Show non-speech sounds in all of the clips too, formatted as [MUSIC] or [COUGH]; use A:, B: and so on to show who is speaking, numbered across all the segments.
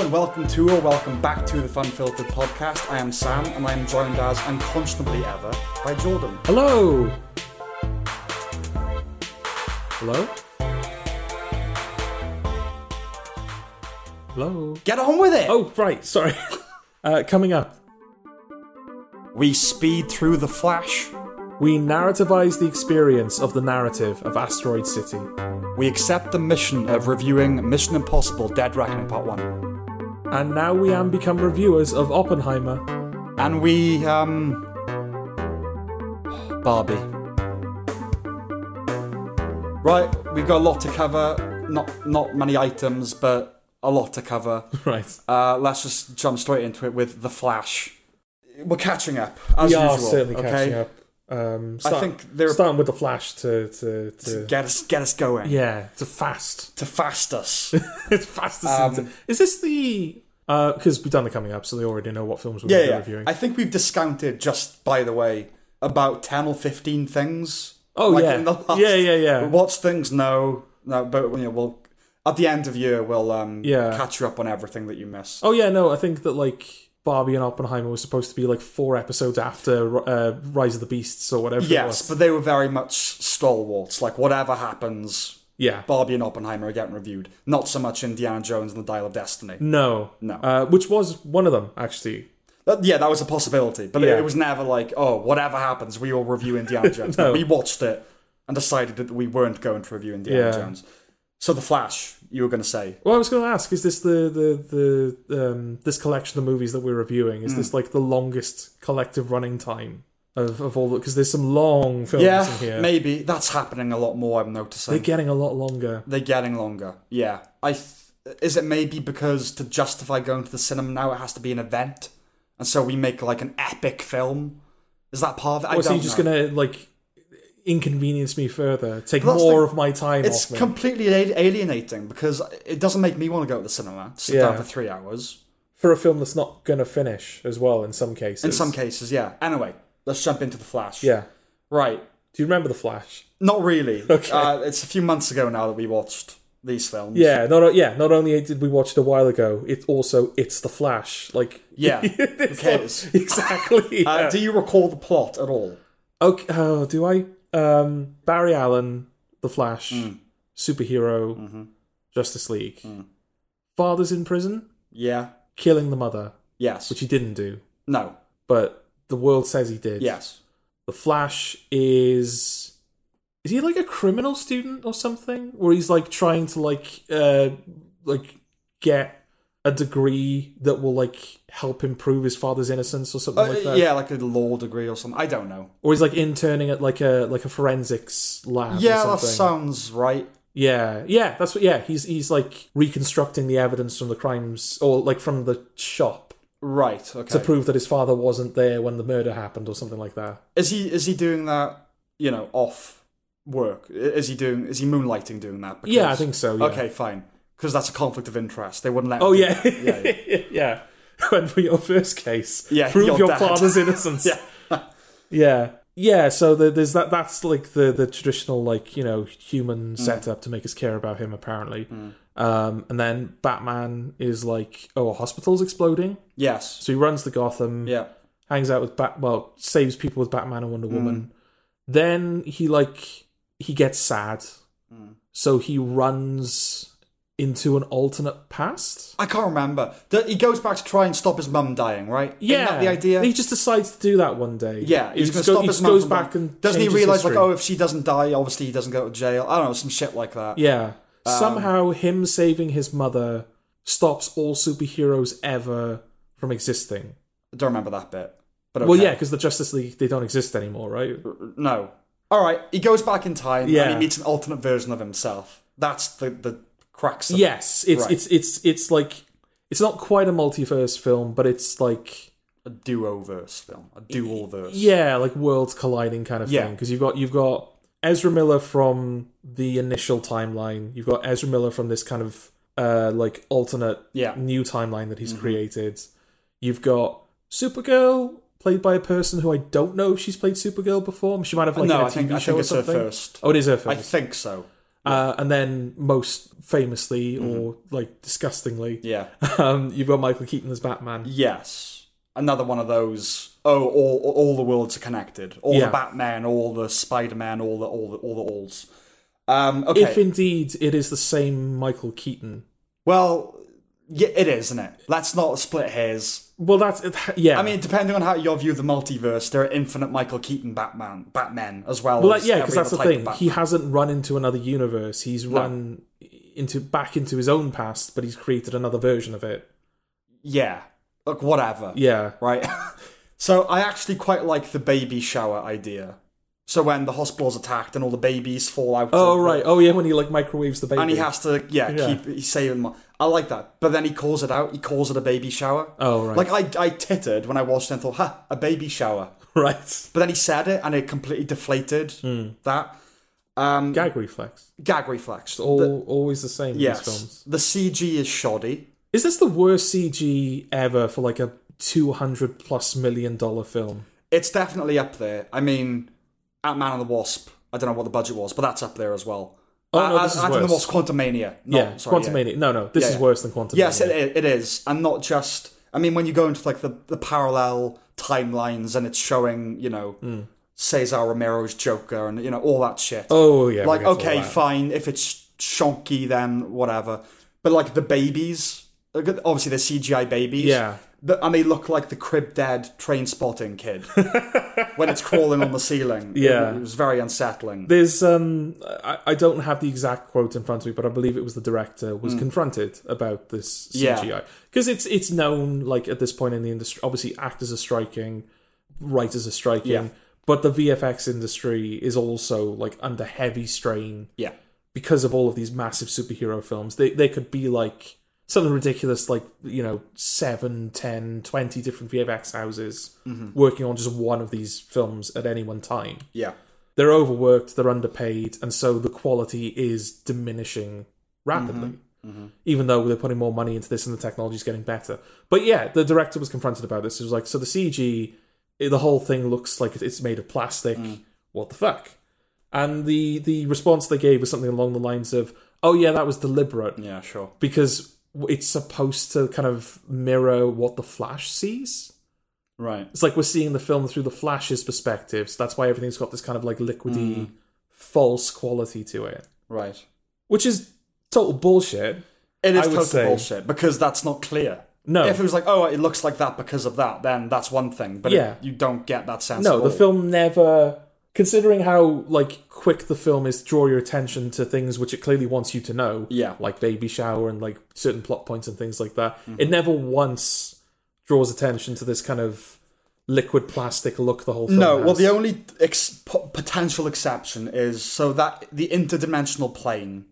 A: and welcome to or welcome back to the Fun Filtered podcast. I am Sam, and I am joined as and constantly ever by Jordan.
B: Hello. Hello. Hello.
A: Get on with it!
B: Oh, right. Sorry. [LAUGHS] Uh, coming up,
A: We speed through the flash,
B: we narrativize the experience of the narrative of Asteroid City.
A: we accept the mission of reviewing Mission Impossible Dead Reckoning Part 1,
B: And now we am become reviewers of Oppenheimer. [LAUGHS]
A: and we, um. [SIGHS] Barbie. Right, we've got a lot to cover. Not, not many items, but a lot to cover.
B: Right.
A: Uh, let's just jump straight into it with the Flash. We're catching up as
B: we are
A: usual.
B: certainly
A: okay,
B: catching up. Um,
A: I
B: start-
A: think they're
B: starting with the flash to
A: to
B: to, to
A: get us get us going
B: yeah to fast.
A: to fast
B: [LAUGHS]
A: us.
B: it's fast as
A: Um,
B: into- Is this the? Because we've done the coming up, so they already know what films we're
A: yeah,
B: gonna be
A: yeah.
B: reviewing.
A: I think we've discounted just by the way about ten or fifteen things.
B: oh
A: like,
B: yeah.
A: in the last-
B: yeah, yeah, yeah,
A: What's things? No, no. But you know, we'll at the end of year we'll um
B: Yeah.
A: catch you up on everything that you missed.
B: Oh yeah, no, I think that like Barbie and Oppenheimer was supposed to be like four episodes after uh, Rise of the Beasts or whatever. it
A: yes,
B: was.
A: but they were very much stalwarts. Like whatever happens,
B: yeah,
A: Barbie and Oppenheimer are getting reviewed. Not so much Indiana Jones and the Dial of Destiny.
B: no,
A: No.
B: uh, which was one of them actually.
A: That- Uh, yeah, that was a possibility, but
B: Yeah.
A: it, it was never like, oh, whatever happens, we will review
B: [LAUGHS]
A: Indiana Jones.
B: No.
A: We watched it and decided that we weren't going to review Indiana
B: Yeah.
A: Jones. So the Flash, you were going to say,
B: Well, I was going to ask: Is this the the the um, this collection of movies that we're reviewing?
A: Hmm.
B: Is this like the longest collective running time of of all? Because there's some long films
A: yeah,
B: in Oh, here.
A: maybe that's happening a lot more. I'm noticing
B: They're getting a lot longer.
A: they're getting longer. Yeah, I th- is it maybe because to justify going to the cinema now, it has to be an event, and so we make like an epic film. Is that part of it? I
B: Or so
A: don't
B: you're just
A: know.
B: gonna like inconvenience me further, take
A: But that's
B: more
A: the-
B: of my time
A: It's
B: off me.
A: completely a- alienating because it doesn't make me want to go to the cinema. Sit down
B: Yeah.
A: for three hours.
B: for a film that's not gonna finish as well in some cases.
A: In some cases, yeah. Anyway, let's jump into the Flash.
B: yeah.
A: Right.
B: Do you remember the Flash?
A: Not really.
B: [LAUGHS] Okay.
A: Uh, it's a few months ago now that we watched these films.
B: Yeah, not o- yeah. Not only did we watch it a while ago, it also it's the Flash. Like
A: Yeah. Who
B: [LAUGHS] it's
A: cares?
B: not- [LAUGHS] exactly.
A: [LAUGHS] Uh,
B: yeah.
A: Do you recall the plot at all?
B: okay, oh, do I? Um, Barry Allen, the Flash,
A: Hmm.
B: superhero,
A: Mm-hmm.
B: Justice League. Father's in prison,
A: Yeah.
B: killing the mother,
A: Yes.
B: which he didn't do,
A: no.
B: but the world says he did.
A: Yes.
B: The Flash is is he like a criminal student or something where he's like trying to like uh like get a degree that will like help him prove his father's innocence or something
A: Uh,
B: like that
A: yeah, like a law degree or something. I don't know.
B: or he's like interning at like a like a forensics lab
A: Yeah,
B: or
A: that
B: something
A: sounds right.
B: yeah yeah that's what yeah he's he's like reconstructing the evidence from the crimes or like from the shop
A: Right. Okay.
B: to prove that his father wasn't there when the murder happened or something like that
A: is he is he doing that? You know, off work. I- Is he doing? Is he moonlighting doing that? Because,
B: yeah i think so yeah.
A: Okay, fine. Because that's a conflict of interest. They wouldn't let.
B: Oh
A: him do
B: yeah,
A: that. yeah. yeah.
B: [LAUGHS] yeah. When for your first case,
A: Yeah,
B: prove
A: your
B: your,
A: dad.
B: father's innocence.
A: [LAUGHS]
B: [LAUGHS]
A: Yeah.
B: yeah, yeah. So the, there's that. That's like the the traditional like you know human
A: Mm.
B: setup to make us care about him apparently. Um, and then Batman is like, oh, a hospital's exploding,
A: Yes.
B: so he runs to Gotham,
A: Yeah. Mm.
B: hangs out with Bat, well, saves people with Batman and Wonder Woman. Then he like he gets sad,
A: Mm.
B: so he runs into an alternate past.
A: I can't remember. Th- He goes back to try and stop his mum dying, right? Isn't
B: Yeah,
A: that the idea.
B: He just decides to do that one day.
A: yeah,
B: he
A: he's going
B: just
A: to
B: go-
A: stop
B: he
A: his
B: just
A: mum.
B: goes
A: from
B: back
A: dying.
B: and
A: doesn't he
B: changes
A: realize like,
B: history.
A: oh, if she doesn't die, obviously he doesn't go to jail. I don't know, some shit like that.
B: yeah.
A: um,
B: Somehow, him saving his mother stops all superheroes ever from existing.
A: I don't remember that bit. But
B: Well,
A: okay.
B: yeah, because the Justice League they don't exist anymore, right?
A: no. All right, he goes back in time and he
B: Yeah.
A: meets an alternate version of himself. That's the the cracks. Of
B: Yes, it's
A: Right.
B: it's it's it's like it's not quite a multiverse film, but it's like
A: a duo verse film, a dual verse.
B: yeah, like worlds colliding kind of
A: Yeah.
B: thing. Because you've got you've got Ezra Miller from the initial timeline. You've got Ezra Miller from this kind of uh like alternate
A: Yeah. Mm-hmm.
B: new timeline that he's created. You've got Supergirl, played by a person who I don't know if she's played Supergirl before. She might have like
A: no,
B: in a
A: I think
B: TV
A: I
B: show
A: think
B: or
A: it's her
B: something.
A: first.
B: Oh, it is her
A: I
B: first.
A: think so.
B: Uh, and then, most famously or like disgustingly,
A: Mm-hmm. Yeah.
B: [LAUGHS] um, you've got Michael Keaton as Batman.
A: Yes. Another one of those. Oh, all all the worlds are connected. All
B: Yeah.
A: the Batman, all the Spider Man, all the all the all the alls. Um, okay.
B: If indeed it is the same Michael Keaton.
A: well, yeah, it is, isn't it? Let's not split hairs.
B: Well, that's yeah.
A: I mean, depending on how you view the multiverse, there are infinite Michael Keaton Batman, Batman as well.
B: well,
A: as
B: that, yeah, because
A: every
B: that's the
A: other type of
B: thing. He hasn't run into another universe. He's run into back into his own past, but he's created another version of it.
A: yeah. Look, whatever.
B: Yeah,
A: Right. [LAUGHS] so I actually quite like the baby shower idea. So when the hospital's attacked and all the babies fall out.
B: Oh
A: of the-
B: right. Oh yeah, when he like microwaves the baby.
A: And he has to, yeah,
B: Yeah.
A: keep he's saving them. I like that. But then he calls it out. He calls it a baby shower.
B: Oh right.
A: Like, I, I tittered when I watched it and thought, ha, a baby shower.
B: [LAUGHS] right.
A: But then he said it and it completely deflated
B: Hmm.
A: that. Um,
B: Gag reflex.
A: gag reflex.
B: All always the same in
A: yes.
B: these films.
A: The CG is shoddy.
B: Is this the worst CG ever for like a two hundred plus million dollar film?
A: It's definitely up there. I mean, Ant Man and the Wasp, I don't know what the budget was, but that's up there as well.
B: Oh, no,
A: Ant-
B: this is
A: Ant- Ant and uh, the
B: worse.
A: Wasp, Quantumania. No,
B: Yeah,
A: sorry, yeah.
B: Quantumania. No, no, this
A: Yeah,
B: is
A: yeah.
B: worse than Quantumania.
A: Yes, it, it is, and not just. I mean, when you go into like the, the parallel timelines and it's showing, you know, Cesar Romero's Joker and you know all that shit.
B: Hmm. oh yeah. we
A: like
B: get to all
A: okay,
B: that.
A: fine, if it's shonky, then whatever. But like the babies, like, obviously they're CGI babies.
B: Yeah.
A: The- and they look like the crib dad train spotting
B: [LAUGHS]
A: kid when it's crawling on the ceiling.
B: Yeah.
A: It, was very unsettling.
B: There's um I, I don't have the exact quote in front of me, but I believe it was the director was confronted about this
A: Hmm. Yeah.
B: CGI. Because it's it's known like at this point in the industry obviously actors are striking, writers are striking,
A: Yeah.
B: but the VFX industry is also like under heavy strain
A: yeah.
B: because of all of these massive superhero films. They they could be like something ridiculous like you know 7 10 20 different vfx houses
A: Mm-hmm.
B: working on just one of these films at any one time
A: Yeah.
B: they're overworked, they're underpaid, and so the quality is diminishing rapidly. Even though they're putting more money into this and the technology's getting better. But yeah, the director was confronted about this. He was like, so the CG, eh, the whole thing looks like it's made of plastic. What the fuck? And the the response they gave was something along the lines of, oh yeah, that was deliberate
A: Yeah, sure.
B: because it's supposed to kind of mirror what the Flash sees
A: Right.
B: it's like we're seeing the film through the Flash's perspective. So that's why everything's got this kind of like liquidy,
A: Mm.
B: false quality to it,
A: Right.
B: which is total bullshit.
A: It is
B: I would
A: total
B: say-
A: bullshit because that's not clear.
B: No,
A: If it was like, oh, it looks like that because of that, then that's one thing. But it-
B: Yeah.
A: you don't get that sense.
B: no,
A: at
B: the
A: all.
B: film never. Considering how like quick the film is, to draw your attention to things which it clearly wants you to know,
A: Yeah.
B: like baby shower and like certain plot points and things like that.
A: Mm-hmm.
B: It never once draws attention to this kind of liquid plastic look the whole film
A: No, well,
B: has.
A: the only ex- po- potential exception is so that the interdimensional plane.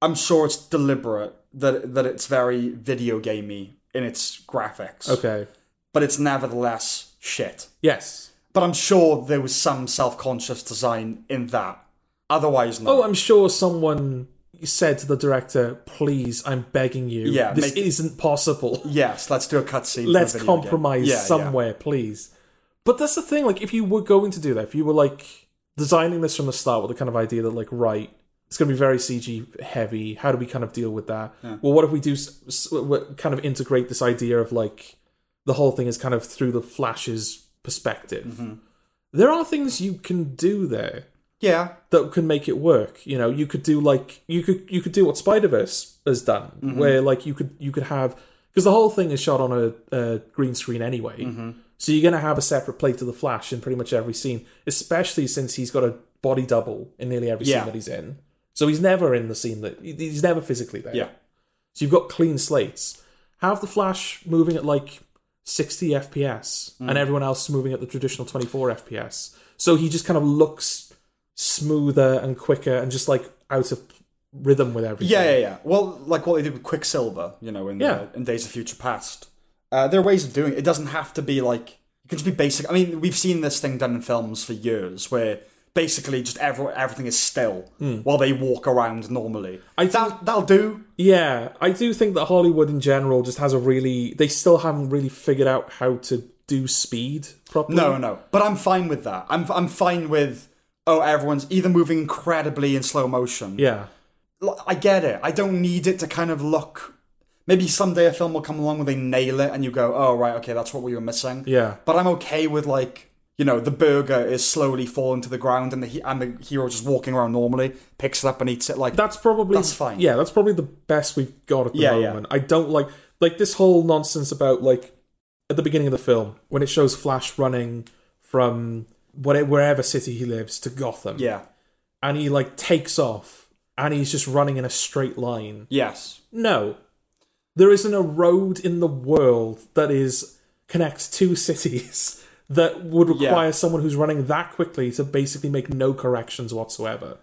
A: I'm sure it's deliberate that that it's very video gamey in its graphics,
B: okay,
A: but it's nevertheless shit.
B: yes.
A: But I'm sure there was some self-conscious design in that. Otherwise, no.
B: Oh, I'm sure someone said to the director, "Please, I'm begging you.
A: Yeah,
B: this
A: make-
B: isn't possible.
A: yes, let's do [LAUGHS] a cutscene. for the
B: Let's
A: video game.
B: compromise
A: Yeah, yeah.
B: somewhere, please." But that's the thing. Like, if you were going to do that, if you were like designing this from the start with the kind of idea that, like, right, it's going to be very CG heavy. How do we kind of deal with that? Well, what if we do s- s- w- kind of integrate this idea of like the whole thing is kind of through the Flash's perspective.
A: Mm-hmm.
B: There are things you can do there
A: Yeah,
B: that can make it work. You know, you could do like you could you could do what Spider Verse has done,
A: Mm-hmm.
B: where like you could you could have because the whole thing is shot on a, a green screen anyway,
A: Mm-hmm.
B: so you're gonna have a separate plate of the Flash in pretty much every scene, especially since he's got a body double in nearly every
A: Yeah.
B: scene that he's in. So he's never in the scene that he- he's never physically there.
A: yeah.
B: So you've got clean slates. Have the Flash moving at like 60 FPS
A: Mm.
B: and everyone else moving at the traditional 24 FPS. So he just kind of looks smoother and quicker and just like out of rhythm with everything.
A: Yeah, yeah, yeah. Well, like what they did with Quicksilver, you know, in
B: Yeah.
A: in Days of Future Past. Uh, there are ways of doing it. It doesn't have to be like it can just be basic. I mean, we've seen this thing done in films for years, where basically just every, everything is still while they walk around normally.
B: Hmm. I
A: that that'll do.
B: Yeah, I do think that Hollywood in general just has a really. They still haven't really figured out how to do speed properly.
A: No, no. But I'm fine with that. I'm I'm fine with oh everyone's either moving incredibly in slow motion
B: Yeah.
A: l- I get it. I don't need it to kind of look. Maybe someday a film will come along where they nail it and you go, oh, right, okay, that's what we were missing.
B: Yeah.
A: But I'm okay with, like, you know, the burger is slowly falling to the ground and the, he- and the hero just walking around normally, picks it up and eats it. Like,
B: That's probably
A: That's fine.
B: Yeah, that's probably the best we've got at the
A: Yeah, yeah.
B: moment. I don't like like this whole nonsense about like at the beginning of the film when it shows Flash running from whatever, wherever city he lives to Gotham,
A: yeah.
B: and he like takes off and he's just running in a straight line.
A: Yes.
B: No, there isn't a road in the world that is connects two cities [LAUGHS] that would require someone who's running that quickly to basically make no corrections whatsoever.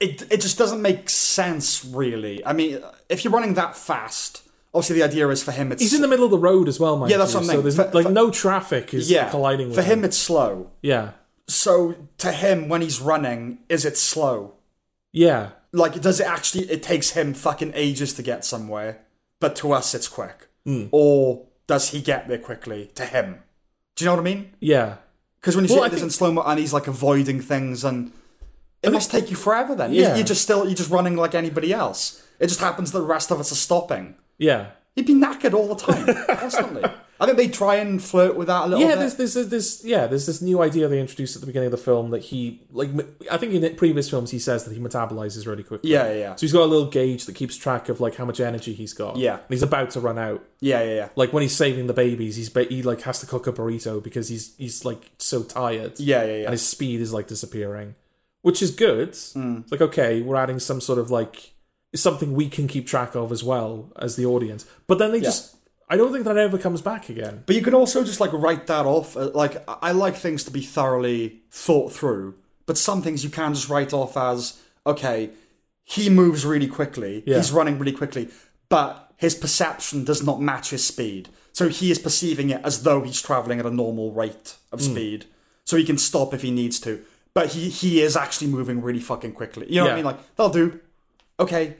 A: it it just doesn't make sense really. I mean, if you're running that fast, obviously the idea is for him it's
B: He's in the middle of the road as well, mind
A: Yeah, that's
B: you,
A: what I'm
B: So
A: saying.
B: there's
A: For-
B: like
A: for-
B: no traffic is
A: yeah
B: colliding with
A: for him it's slow.
B: Yeah,
A: So to him when he's running is it slow?
B: yeah,
A: Like does it actually it takes him fucking ages to get somewhere, but to us it's quick. Or does he get there quickly to him? Do you know what I mean?
B: yeah.
A: Because when you
B: Well,
A: see
B: I
A: it this
B: think-
A: in slow mo and he's like avoiding things and it must take you forever then.
B: Yeah.
A: You're, you're just still you're just running like anybody else. It just happens that the rest of us are stopping.
B: Yeah,
A: He'd be knackered all the [LAUGHS] time, constantly. I think they try and flirt with that a little
B: yeah.
A: bit.
B: There's, there's there's this yeah. There's this new idea they introduced at the beginning of the film that he like. m- I think in the previous films he says that he metabolizes really quickly.
A: yeah, yeah, yeah,
B: So he's got a little gauge that keeps track of like how much energy he's got.
A: Yeah.
B: And he's about to run out.
A: yeah, yeah, yeah,
B: Like when he's saving the babies, he's ba- he like has to cook a burrito because he's he's like so tired.
A: yeah, yeah, yeah.
B: and his speed is like disappearing, which is good.
A: Mm.
B: It's like okay, we're adding some sort of like something we can keep track of as well as the audience. But then they just, I don't think that ever comes back again.
A: But you could also just like write that off. uh, Like I I like things to be thoroughly thought through, but some things you can just write off as okay, he moves really quickly, he's running really quickly, but his perception does not match his speed. So he is perceiving it as though he's traveling at a normal rate of speed. So he can stop if he needs to, but he he is actually moving really fucking quickly. You know what
B: Yeah.
A: I mean? Like they'll do. Okay,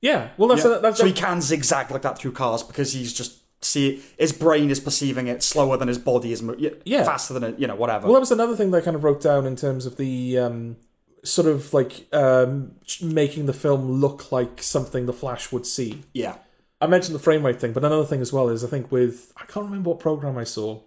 B: Yeah, well that's that's
A: so he can zigzag like that through cars because he's just see his brain is perceiving it slower than his body is mo- y-
B: Yeah.
A: faster than it you know whatever
B: well that was another thing that I kind of wrote down in terms of the. um Sort of like um, making the film look like something the Flash would see.
A: yeah
B: I mentioned the frame rate thing, but another thing as well is I think with I can't remember what program I saw,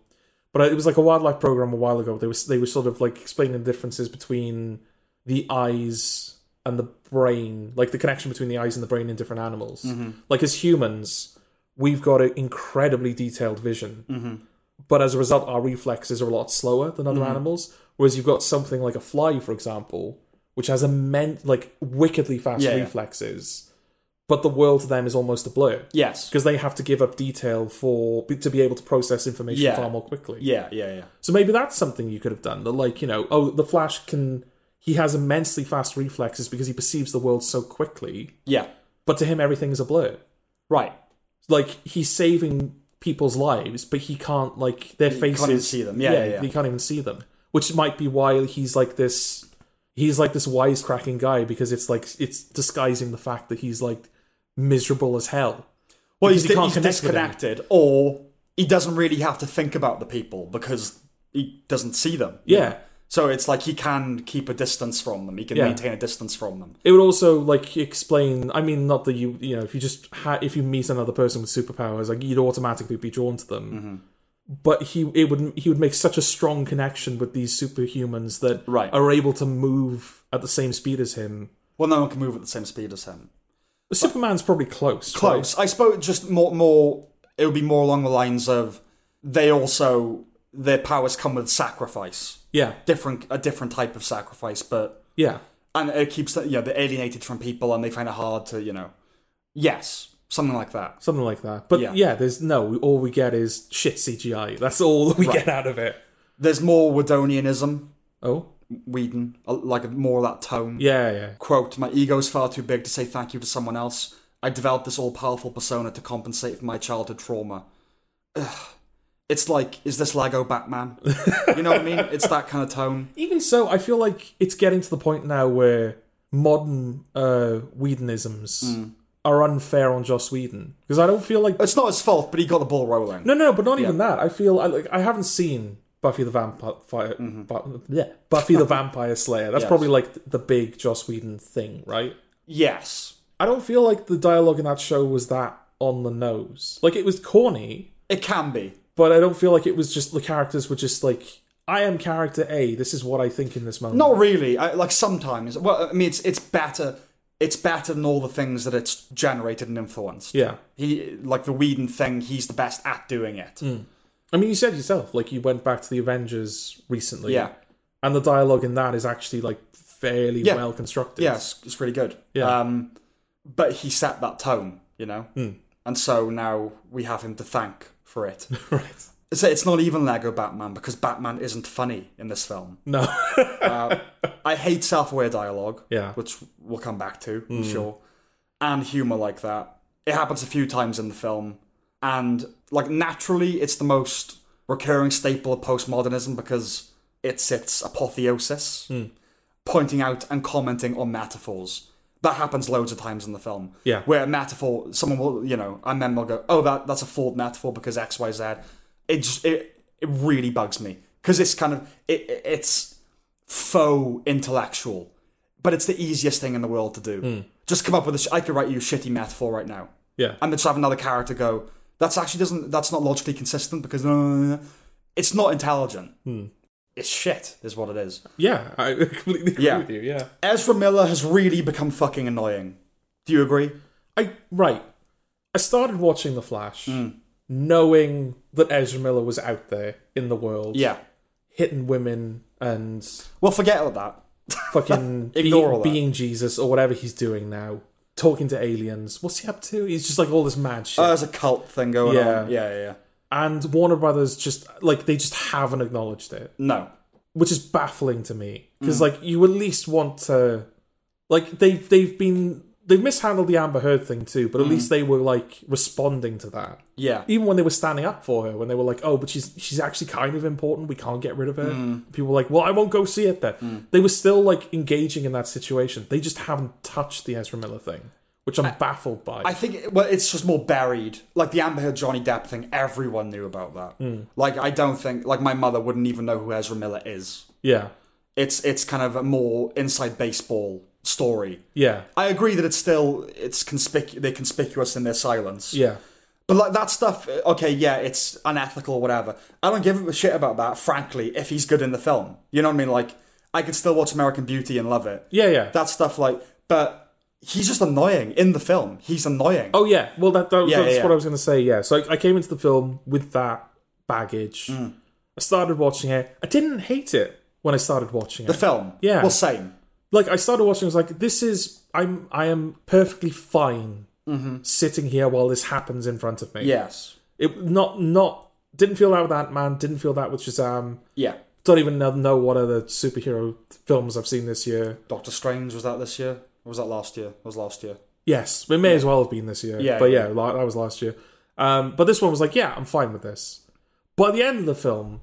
B: but it was like a wildlife program a while ago. They were they were sort of like explaining the differences between the eyes and the brain, like the connection between the eyes and the brain in different animals.
A: Mm-hmm.
B: Like as humans, we've got an incredibly detailed vision,
A: Mm-hmm.
B: but as a result, our reflexes are a lot slower than other animals. Whereas you've got something like a fly, for example, which has immense, like wickedly fast
A: Yeah, yeah.
B: reflexes. But the world to them is almost a blur
A: yes
B: because they have to give up detail for to be able to process information
A: Yeah.
B: far more quickly.
A: yeah yeah yeah
B: So maybe that's something you could have done. That like you know, oh, the Flash can he has immensely fast reflexes because he perceives the world so quickly,
A: yeah
B: but to him everything is a blur.
A: right
B: Like he's saving people's lives, but he can't like their faces.
A: even see them. Yeah, yeah, yeah.
B: He can't even see them, which might be why he's like this. He's like this wisecracking guy because it's like it's disguising the fact that he's like miserable as hell.
A: well he's,
B: he can't
A: he's
B: connect with anyone.
A: disconnected or he doesn't really have to think about the people because he doesn't see them
B: Yeah.
A: so it's like he can keep a distance from them he can
B: Yeah.
A: maintain a distance from them
B: It would also like explain. I mean, not that you you know if you just ha- if you meet another person with superpowers, like you'd automatically be drawn to them.
A: Mm-hmm.
B: But he it would he would make such a strong connection with these superhumans that
A: Right.
B: are able to move at the same speed as him.
A: well no one can move at the same speed as him
B: Superman's probably close. right?
A: close. I suppose just more more it would be more along the lines of they also their powers come with sacrifice.
B: Yeah,
A: Different a different type of sacrifice, but
B: yeah,
A: and it keeps you know, they're alienated from people and they find it hard to, you know Yes. Something like that.
B: something like that. But yeah,
A: Yeah.
B: there's no. All we get is shit CGI. That's all we get out of it.
A: There's more Wedonianism,
B: Oh,
A: Whedon, uh, like more of that tone.
B: yeah, yeah.
A: Quote, my ego's far too big to say thank you to someone else. I developed this all powerful persona to compensate for my childhood trauma. Ugh. It's like, is this Lego Batman? you know what I mean? It's that kind of tone.
B: even so, I feel like it's getting to the point now where modern uh, Whedonisms are unfair on Joss Whedon because I don't feel like
A: It's not his fault, but he got the ball rolling.
B: no, no, but not even that. I feel I like I haven't seen Buffy the Vampire Bu- yeah, Buffy the Vampire Slayer. That's probably like the big Joss Whedon thing, right?
A: Yes.
B: I don't feel like the dialogue in that show was that on the nose. Like it was corny,
A: It can be.
B: but I don't feel like it was just the characters were just like, I am character A. This is what I think in this moment.
A: Not really. I, like sometimes. Well, I mean, it's it's better. It's better than all the things that it's generated and influenced.
B: Yeah.
A: He like the Whedon thing. He's the best at doing it.
B: Mm. I mean, you said yourself, like you went back to the Avengers recently.
A: Yeah.
B: And the dialogue in that is actually like fairly well constructed.
A: Yeah, it's, it's really good.
B: Yeah.
A: Um, but he set that tone, you know,
B: Hmm.
A: and so now we have him to thank for it.
B: [LAUGHS]
A: [LAUGHS]
B: Right.
A: So it's not even Lego Batman because Batman isn't funny in this film. Uh,
B: No. [LAUGHS]
A: I hate self-aware dialogue.
B: Yeah. Hmm.
A: which we'll come back to, I'm sure. And humor like that. It happens a few times in the film, and like naturally, it's the most recurring staple of postmodernism because it's its apotheosis,
B: Hmm.
A: pointing out and commenting on metaphors. That happens loads of times in the film.
B: Yeah.
A: where a metaphor, someone will, you know, and then they'll go, "Oh, that that's a flawed metaphor because X, Y, Z." It just it it really bugs me because it's kind of it it- it's faux intellectual, but it's the easiest thing in the world to do. Just come up with a. Sh- I could write you a shitty metaphor right now,
B: yeah.
A: and then just have another character go. That's actually doesn't. That's not logically consistent because uh, it's not intelligent. It's shit, is what it is.
B: Yeah. I [LAUGHS] completely agree
A: Yeah.
B: with you. Yeah.
A: Ezra Miller has really become fucking annoying. Do you agree?
B: I right. I started watching The Flash
A: Mm.
B: knowing that Ezra Miller was out there in the world
A: Yeah.
B: hitting women and
A: Well, forget all that.
B: fucking
A: [LAUGHS] Ignore
B: being,
A: all that.
B: being Jesus or whatever he's doing now. Talking to aliens. What's he up to? He's just like all this mad shit.
A: Oh, There's a cult thing going
B: Yeah.
A: on. Yeah, yeah, yeah.
B: and Warner Brothers just like they just haven't acknowledged it.
A: No.
B: which is baffling to me
A: Mm.
B: because like you at least want to like they've they've been they've mishandled the amber heard thing too but at
A: Mm.
B: least they were like responding to that
A: Yeah.
B: even when they were standing up for her when they were like oh but she's she's actually kind of important we can't get rid of her
A: Mm.
B: people were like well i won't go see it then they were still like engaging in that situation they just haven't touched the ezra miller thing which i'm baffled by
A: I think well, it's just more buried. Like the Amber Heard Johnny Depp thing, everyone knew about that. Like I don't think like my mother wouldn't even know who Ezra Miller is.
B: yeah
A: It's it's kind of a more inside baseball story.
B: yeah
A: I agree that it's still it's conspicu- they're conspicuous in their silence.
B: yeah
A: But like that stuff, uh, okay, yeah, it's unethical or whatever. I don't give a shit about that, frankly. If he's good in the film, you know what I mean? Like I could still watch American Beauty and love it.
B: yeah yeah
A: That stuff, like, but he's just annoying in the film. He's annoying.
B: Oh yeah, well that, that
A: Yeah,
B: that's
A: yeah,
B: what
A: yeah.
B: I was going to say. Yeah, so I, I came into the film with that baggage.
A: Mm.
B: I started watching it. I didn't hate it when I started watching it.
A: The film.
B: Yeah.
A: Well, same.
B: like I started watching, I was like, "This is I'm I am perfectly fine
A: Mm-hmm.
B: sitting here while this happens in front of me."
A: Yes.
B: it not not didn't feel that with Ant Man. Didn't feel that with Shazam.
A: Yeah.
B: Don't even know, know what other superhero films I've seen this year.
A: Doctor Strange was that this year? Or was that last year? It was last year.
B: Yes, it may as well have been this year.
A: Yeah,
B: but
A: yeah.
B: yeah, la that was last year. Um, but this one was like, yeah, I'm fine with this. But at the end of the film,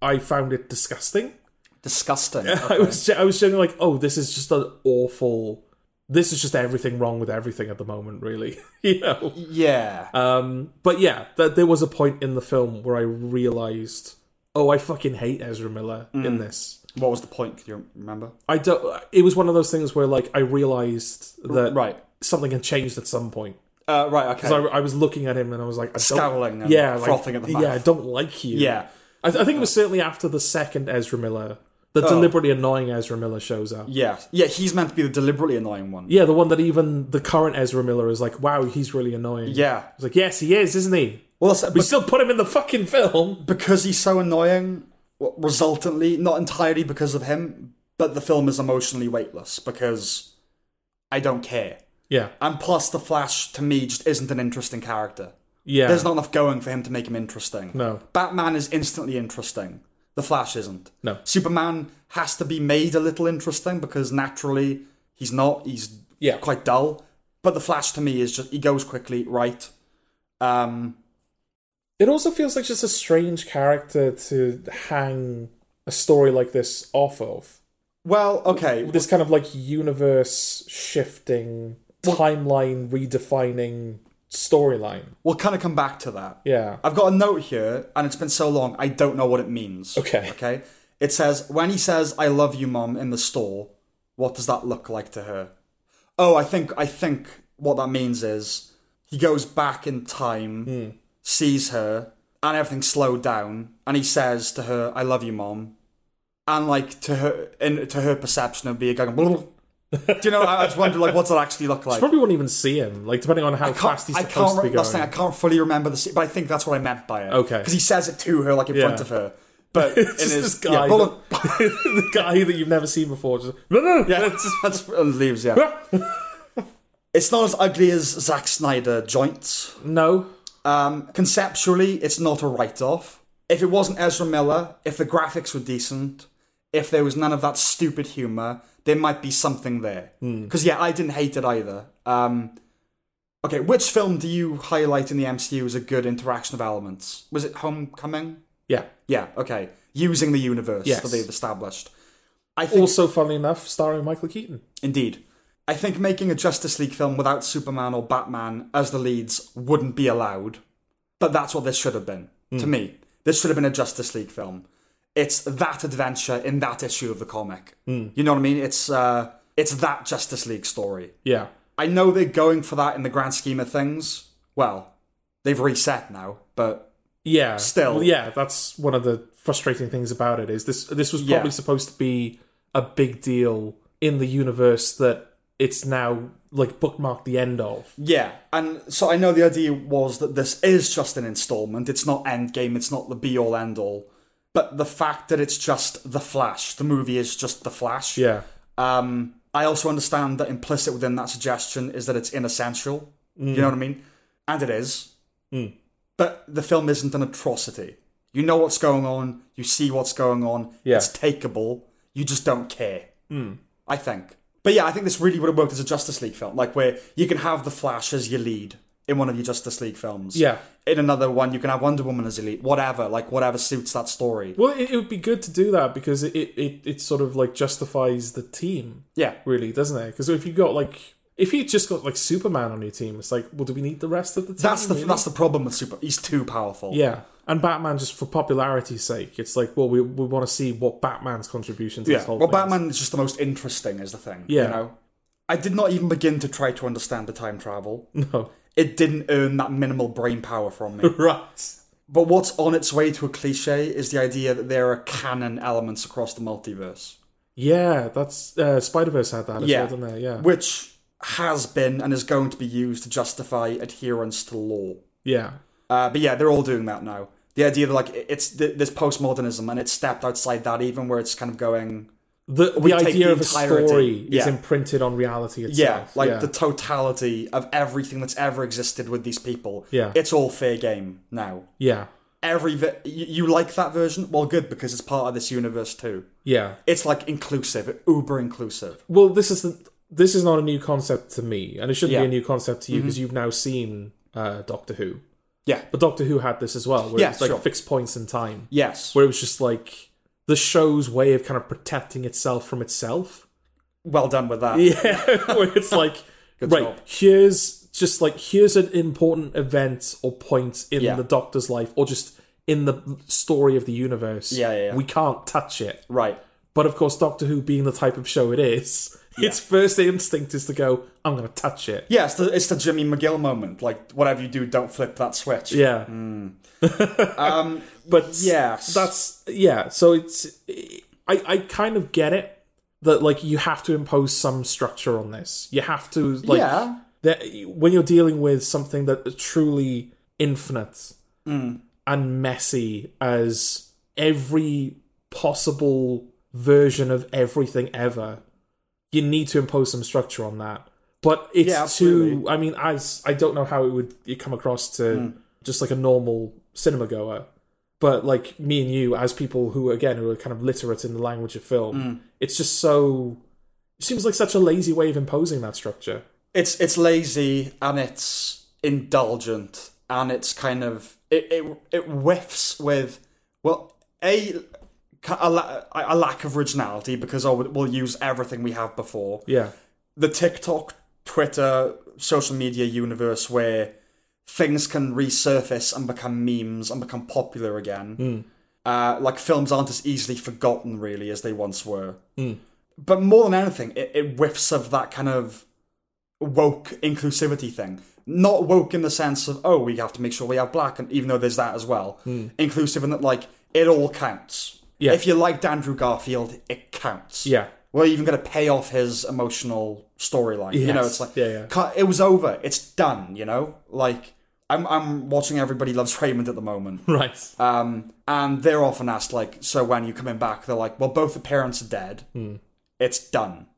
B: I found it disgusting. [LAUGHS]
A: Disgusting.
B: I was ge- I was genuinely like, oh, this is just an awful. This is just everything wrong with everything at the moment, really. [LAUGHS] you know.
A: yeah.
B: Um, but yeah, th- there was a point in the film where I realized, oh, I fucking hate Ezra Miller in
A: Mm.
B: this.
A: what was the point? Can you remember?
B: I don't. It was one of those things where like I realized that
A: Right.
B: something had changed at some point.
A: Uh, right. Okay.
B: I, I was looking at him and I was like, I don't,
A: Scowling and
B: yeah, like,
A: frothing at the mouth.
B: yeah, I don't like you.
A: yeah. Oh.
B: I, I think it was certainly after the second Ezra Miller, the deliberately annoying Ezra Miller shows up.
A: Yeah. Yeah. He's meant to be the deliberately annoying one.
B: Yeah, the one that even the current Ezra Miller is like, wow, he's really annoying.
A: Yeah.
B: it's like yes, he is, isn't he?
A: Well, that's,
B: We still put him in the fucking film.
A: because he's so annoying, well, resultantly, not entirely because of him, but the film is emotionally weightless because I don't care.
B: Yeah,
A: And plus, the Flash to me just isn't an interesting character.
B: yeah,
A: There's not enough going for him to make him interesting.
B: No.
A: Batman is instantly interesting. The Flash isn't.
B: No.
A: Superman has to be made a little interesting because naturally he's not. He's
B: Yeah.
A: quite dull. But the Flash to me is just he goes quickly, right? Um,
B: It also feels like just a strange character to hang a story like this off of.
A: well, okay.
B: this kind of like universe shifting timeline redefining storyline
A: We'll kind of come back to that.
B: yeah
A: I've got a note here, and it's been so long, I don't know what it means.
B: Okay.
A: Okay. It says, when he says, I love you, mom, in the store, what does that look like to her? oh, I think I think what that means is he goes back in time, sees her, and everything's slowed down, and he says to her, "I love you, mom," and like to her, in to her perception of being going. [LAUGHS] Do you know? I I just wonder, like, what's that actually look like?
B: Probably wouldn't even see him. Like depending on how fast he's
A: I
B: supposed
A: can't.
B: to be
A: re-
B: going.
A: that's the thing. I can't fully remember the, se- but I think that's what I meant by it.
B: Okay.
A: because he says it to her like in front
B: Yeah.
A: of her, but in
B: [LAUGHS] It's just
A: his,
B: this
A: yeah,
B: guy,
A: well,
B: that- [LAUGHS]
A: [LAUGHS]
B: the guy that you've never seen before. Just no, no, no. [LAUGHS]
A: yeah, it's just, that's, and leaves. Yeah, it's not as ugly as Zack Snyder joints.
B: no.
A: Um, conceptually, it's not a write-off. If it wasn't Ezra Miller, if the graphics were decent, if there was none of that stupid humor, there might be something there. Because yeah, I didn't hate it either. Um, okay, which film do you highlight in the MCU as a good interaction of elements? Was it Homecoming?
B: Yeah.
A: Yeah, okay. Using the universe
B: Yes.
A: that they've established. I think,
B: Also, funnily enough, starring Michael Keaton.
A: indeed. I think making a Justice League film without Superman or Batman as the leads wouldn't be allowed. But that's what this should have been, to me. This should have been a Justice League film. It's that adventure in that issue of the comic. You know what I mean? It's uh, it's that Justice League story.
B: Yeah.
A: I know they're going for that in the grand scheme of things. Well, they've reset now, but
B: Yeah.
A: Still.
B: Well, yeah, that's one of the frustrating things about it is this this was probably
A: Yeah.
B: supposed to be a big deal in the universe that it's now like bookmarked the end of.
A: Yeah, and so I know the idea was that this is just an installment. It's not Endgame. It's not the be all end all. But the fact that it's just the Flash, the movie is just the Flash.
B: Yeah.
A: Um, I also understand that implicit within that suggestion is that it's inessential.
B: Mm.
A: You know what I mean? And it is. But the film isn't an atrocity. You know what's going on. You see what's going on.
B: Yeah. Mm.
A: It's takeable. You just don't care. I think. But yeah, I think this really would have worked as a Justice League film, like where you can have the Flash as your lead in one of your Justice League films.
B: Yeah.
A: In another one, you can have Wonder Woman as your lead. Whatever, like whatever suits that story.
B: Well, it, it would be good to do that because it, it, it, it sort of like justifies the team,
A: Yeah.
B: really, doesn't it? Because if you got like if you just got like Superman on your team, it's like, well, do we need the rest of the team?
A: That's the
B: really?
A: that's the problem with Super. He's too powerful.
B: Yeah, and Batman just for popularity's sake, it's like, well, we, we want to see what Batman's contribution to
A: Yeah.
B: this whole
A: Well,
B: thing. is.
A: Batman is just the most interesting, is the thing. You
B: Yeah.
A: know, I did not even begin to try to understand the time travel.
B: [LAUGHS] No,
A: It didn't earn that minimal brain power from
B: [LAUGHS]
A: me.
B: right?
A: But what's on its way to a cliche is the idea that there are canon elements across the multiverse.
B: Yeah, that's uh, Spider Verse had that as
A: Yeah.
B: well, didn't they? Yeah,
A: which has been and is going to be used to justify adherence to law.
B: yeah,
A: Uh, but yeah, they're all doing that now. The idea that like it's th- this postmodernism and it's stepped outside that, even where it's kind of going,
B: the
A: We
B: the
A: take
B: idea
A: the
B: of a
A: entirety.
B: story is
A: Yeah.
B: imprinted on reality
A: yeah,
B: itself.
A: like the totality of everything that's ever existed with these people.
B: Yeah.
A: it's all fair game now.
B: yeah,
A: Every vi- you, you like that version? Well, good because it's part of this universe too.
B: yeah.
A: It's like inclusive, uber inclusive.
B: Well, this is the, this is not a new concept to me, and it shouldn't
A: Yeah. Mm-hmm.
B: be a new concept to you because you've now seen uh, Doctor Who.
A: Yeah.
B: but Doctor Who had this as well, where
A: Yeah,
B: it was like
A: sure.
B: fixed points in time.
A: Yes.
B: where it was just like the show's way of kind of protecting itself from
A: [LAUGHS]
B: itself.
A: Well done with that.
B: Yeah, [LAUGHS] where
A: [LAUGHS]
B: it's like, right,
A: job.
B: here's just like here's an important event or point in
A: Yeah.
B: the Doctor's life, or just in the story of the universe.
A: Yeah, yeah, yeah.
B: we can't touch it.
A: Right.
B: But of course, Doctor Who being the type of show
A: [LAUGHS]
B: it is, its first instinct is to go, "I'm going to touch it."
A: Yeah, it's the, it's the Jimmy McGill moment. Like, whatever you do, don't flip that switch.
B: Yeah.
A: Hmm.
B: [LAUGHS]
A: Um,
B: but
A: Yes.
B: that's yeah. So it's I I kind of get it that like you have to impose some structure on this. You have to like
A: Yeah.
B: that when you're dealing with something that is truly infinite
A: Mm.
B: and messy as every possible version of everything ever. You need to impose some structure on that. But it's
A: Yeah,
B: too
A: absolutely. Hmm.
B: I mean, as I don't know how it would it come across to just like a normal cinema goer, but like me and you, as people who again who are kind of literate in the language of film,
A: Hmm.
B: it's just so it seems like such a lazy way of imposing that structure.
A: It's it's lazy and it's indulgent and it's kind of it it, it whiffs with well a a, la- a lack of originality because oh, we'll use everything we have before.
B: Yeah,
A: the TikTok, Twitter, social media universe where things can resurface and become memes and become popular again.
B: Hmm.
A: Uh, like films aren't as easily forgotten
B: Hmm.
A: really as they once were. But more than anything, it, it whiffs of that kind of woke inclusivity thing. Not woke in the sense of oh, we have to make sure we have black, and even though there's that as well, inclusive in that like it all counts.
B: Hmm. Yeah.
A: If you liked Andrew Garfield, it counts.
B: Yeah. [LAUGHS]
A: We're even going to pay off his emotional storyline. You know,
B: Yes.
A: it's like
B: Yeah, yeah.
A: "Ca- it was over. It's done. You know, like I'm I'm watching Everybody Loves Raymond at the moment.
B: Right.
A: Um, and they're often asked, like, so when are you coming back? They're like, well, both the parents are dead.
B: Hmm.
A: It's done.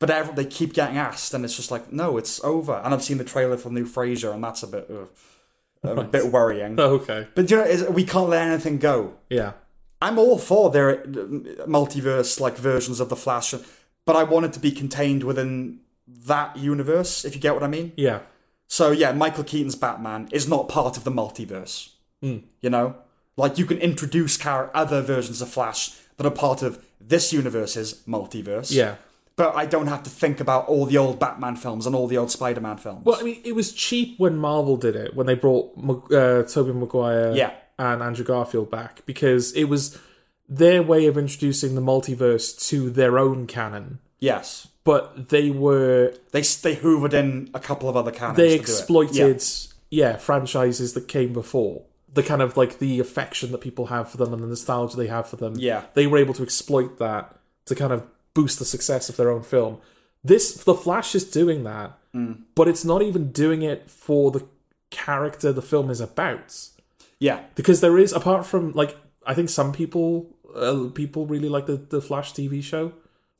A: But every, they keep getting asked, and it's just like, no, it's over. And I've seen the trailer for the new Frasier, and that's a bit, ugh, a bit
B: [LAUGHS]
A: worrying.
B: okay.
A: but you know, is, we can't let anything go.
B: Yeah.
A: I'm all for their uh, multiverse like versions of the Flash, but I want it to be contained within that universe. If you get what I mean.
B: Yeah.
A: So yeah, Michael Keaton's Batman is not part of the multiverse.
B: Hmm.
A: You know, like you can introduce char- other versions of Flash that are part of this universe's multiverse.
B: Yeah.
A: But I don't have to think about all the old Batman films and all the old Spider-Man films.
B: Well, I mean, it was cheap when Marvel did it when they brought Mag- uh, Tobey Maguire
A: Yeah.
B: and Andrew Garfield back because it was their way of introducing the multiverse to their own canon.
A: yes,
B: But they were
A: they s- they hoovered in a couple of other canons.
B: they
A: to do it. Yeah.
B: exploited yeah. franchises that came before the kind of like the affection that people have for them and the nostalgia they have for them
A: Yeah.
B: they were able to exploit that to kind of boost the success of their own film this the flash is doing that
A: Mm.
B: but it's not even doing it for the character the film is about
A: Yeah,
B: because there is apart from like i think some people uh, people really like the, the flash tv show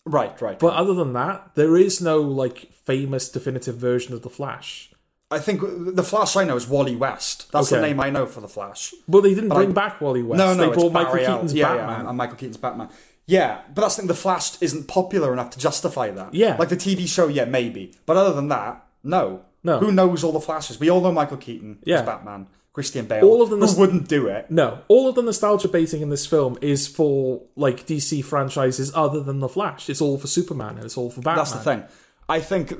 A: right, right.
B: but other than that there is no like famous definitive version of the flash
A: I think the Flash I know is Wally West. That's the
B: Okay.
A: name I know for the Flash.
B: Well, they didn't bring back Wally West.
A: No, no,
B: they
A: it's
B: brought Michael
A: Barry Allen.
B: Keaton's
A: yeah, yeah,
B: Batman.
A: and- and Michael Keaton's Batman. Yeah, but that's the thing. The Flash isn't popular enough to justify that.
B: Yeah.
A: like the TV show, yeah, maybe, but other than that, no.
B: No.
A: Who knows all the Flashes? We all know Michael Keaton
B: Yeah.
A: as Batman, Christian Bale.
B: All of them
A: Who
B: is-
A: wouldn't do it?
B: No, all of the nostalgia baiting in this film is for like DC franchises other than the Flash. It's all for Superman and it's all for Batman.
A: That's the thing. I think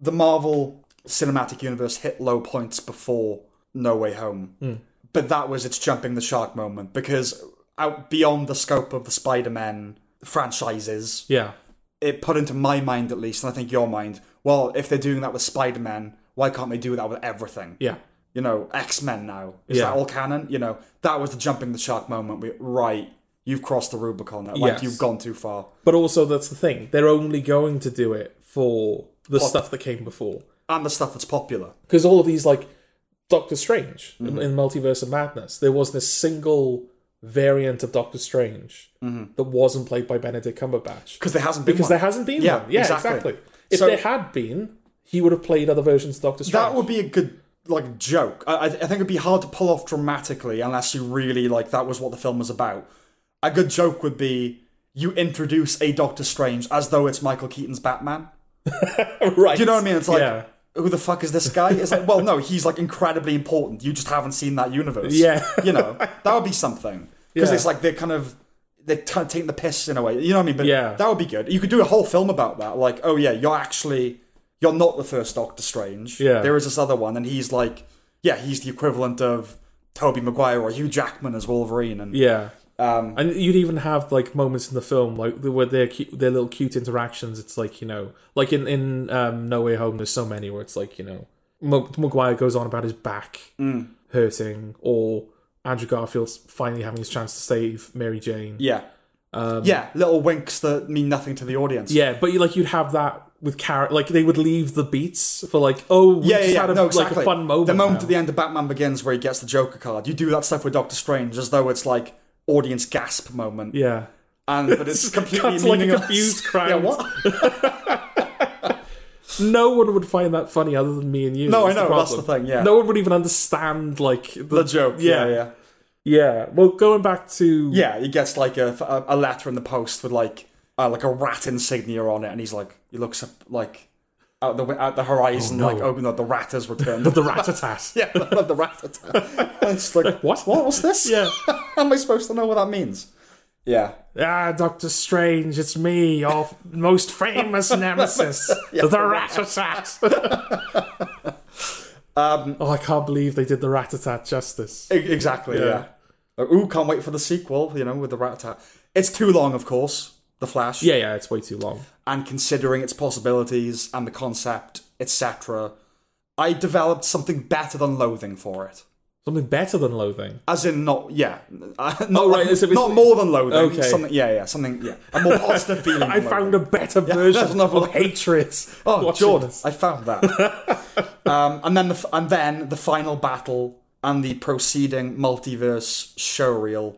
A: the Marvel Cinematic Universe hit low points before No Way Home,
B: Hmm.
A: but that was its jumping the shark moment because out beyond the scope of the Spider-Man franchises,
B: Yeah,
A: it put into my mind at least, and I think your mind, well, if they're doing that with Spider Man, why can't they do that with everything?
B: yeah,
A: You know, X Men now. Is
B: Yeah.
A: that all canon? You know, that was the jumping the shark moment. We, right, you've crossed the Rubicon now. Like,
B: Yes.
A: you've gone too far.
B: but also that's the thing. They're only going to do it for the stuff that came before.
A: And the stuff that's popular.
B: Because all of these like Doctor Strange
A: Mm-hmm.
B: in, in Multiverse of Madness, there wasn't a single variant of Doctor Strange
A: Mm-hmm.
B: that wasn't played by Benedict Cumberbatch.
A: Because there hasn't been
B: Because
A: one.
B: there hasn't been
A: Yeah,
B: one. Yeah,
A: exactly.
B: exactly. If
A: So-
B: there had been, he would have played other versions of Doctor Strange.
A: That would be a good like joke. I, I I think it'd be hard to pull off dramatically unless you really like that was what the film was about. A good joke would be you introduce a Doctor Strange as though it's Michael Keaton's Batman.
B: [LAUGHS] right.
A: Do you know what I mean? It's like,
B: yeah,
A: who the fuck is this guy? It's like, well, no, he's like incredibly important. You just haven't seen that universe.
B: Yeah.
A: you know, that would be something because
B: Yeah.
A: it's like they're kind of they're t- taking the piss in a way. You know what I mean? But
B: Yeah.
A: that would be good. You could do a whole film about that. Like, oh yeah, you're actually you're not the first Doctor Strange.
B: Yeah.
A: there is this other one, and he's like, yeah, he's the equivalent of Toby Maguire or Hugh Jackman as Wolverine, and
B: yeah.
A: um,
B: And you'd even have like moments in the film, like where their cute, their little cute interactions. It's like you know, like in in um, No Way Home, there's so many where it's like you know, M- Maguire goes on about his back
A: Mm.
B: hurting, or Andrew Garfield's finally having his chance to save Mary Jane.
A: yeah,
B: Um,
A: yeah, little winks that mean nothing to the audience.
B: Yeah, but you, like you'd have that with character. Like they would leave the beats for like, oh, we
A: yeah,
B: just
A: yeah,
B: had
A: yeah.
B: a,
A: no,
B: like
A: exactly.
B: a fun moment.
A: The moment
B: now.
A: at the end of Batman Begins where he gets the Joker card. You do that stuff with Doctor Strange as though it's like audience gasp moment,
B: yeah,
A: and but
B: [LAUGHS]
A: it's completely
B: Cut to, like a
A: meaningless.
B: confused
A: [LAUGHS] Yeah,
B: crowd.
A: what?
B: no one would find that funny other than me and you.
A: No, I
B: That's
A: know. that's the
B: problem.
A: thing. Yeah,
B: No one would even understand like the,
A: the joke. Yeah, yeah,
B: yeah,
A: yeah.
B: yeah. Well, going back to
A: he gets like a, a, a letter in the post with like uh, like a rat insignia on it, and he's like he looks up like out the wi- out the horizon,
B: no.
A: like oh no, the rat has returned. [LAUGHS]
B: [LAUGHS] the rat attack.
A: yeah, the rat. attack. And [LAUGHS] it's like
B: What?
A: what? What's this?
B: Yeah.
A: How am I supposed to know what that means? Yeah.
B: Ah, Doctor Strange, it's me, your most
A: [LAUGHS]
B: famous nemesis, the rat attack. um, oh, I can't believe they did the rat attack justice.
A: E- Exactly. Yeah. Uh, Ooh, can't wait for the sequel. You know, with the Rat Tat. It's too long, of course. The Flash.
B: Yeah, yeah, it's way too long.
A: And considering its possibilities and the concept, etc. I developed something better than loathing for it.
B: Something better than loathing.
A: As in, not yeah, [LAUGHS] not,
B: Oh, right,
A: like-
B: so it's-
A: not more than loathing.
B: Okay.
A: something, yeah, yeah, something, yeah, a more
B: [LAUGHS]
A: positive feeling.
B: I
A: than
B: found
A: loathing.
B: a
A: [LAUGHS]
B: better
A: that's
B: version
A: not
B: of
A: what-
B: hatred.
A: Oh,
B: watching
A: Jordan,
B: this.
A: I found that.
B: [LAUGHS]
A: um, and then the f- and then the final battle and the proceeding multiverse showreel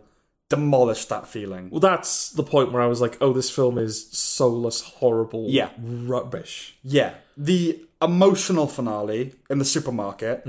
A: demolished that feeling.
B: Well, that's the point where I was like, "Oh, this film is soulless, horrible,
A: Yeah.
B: rubbish."
A: Yeah, the emotional finale in the supermarket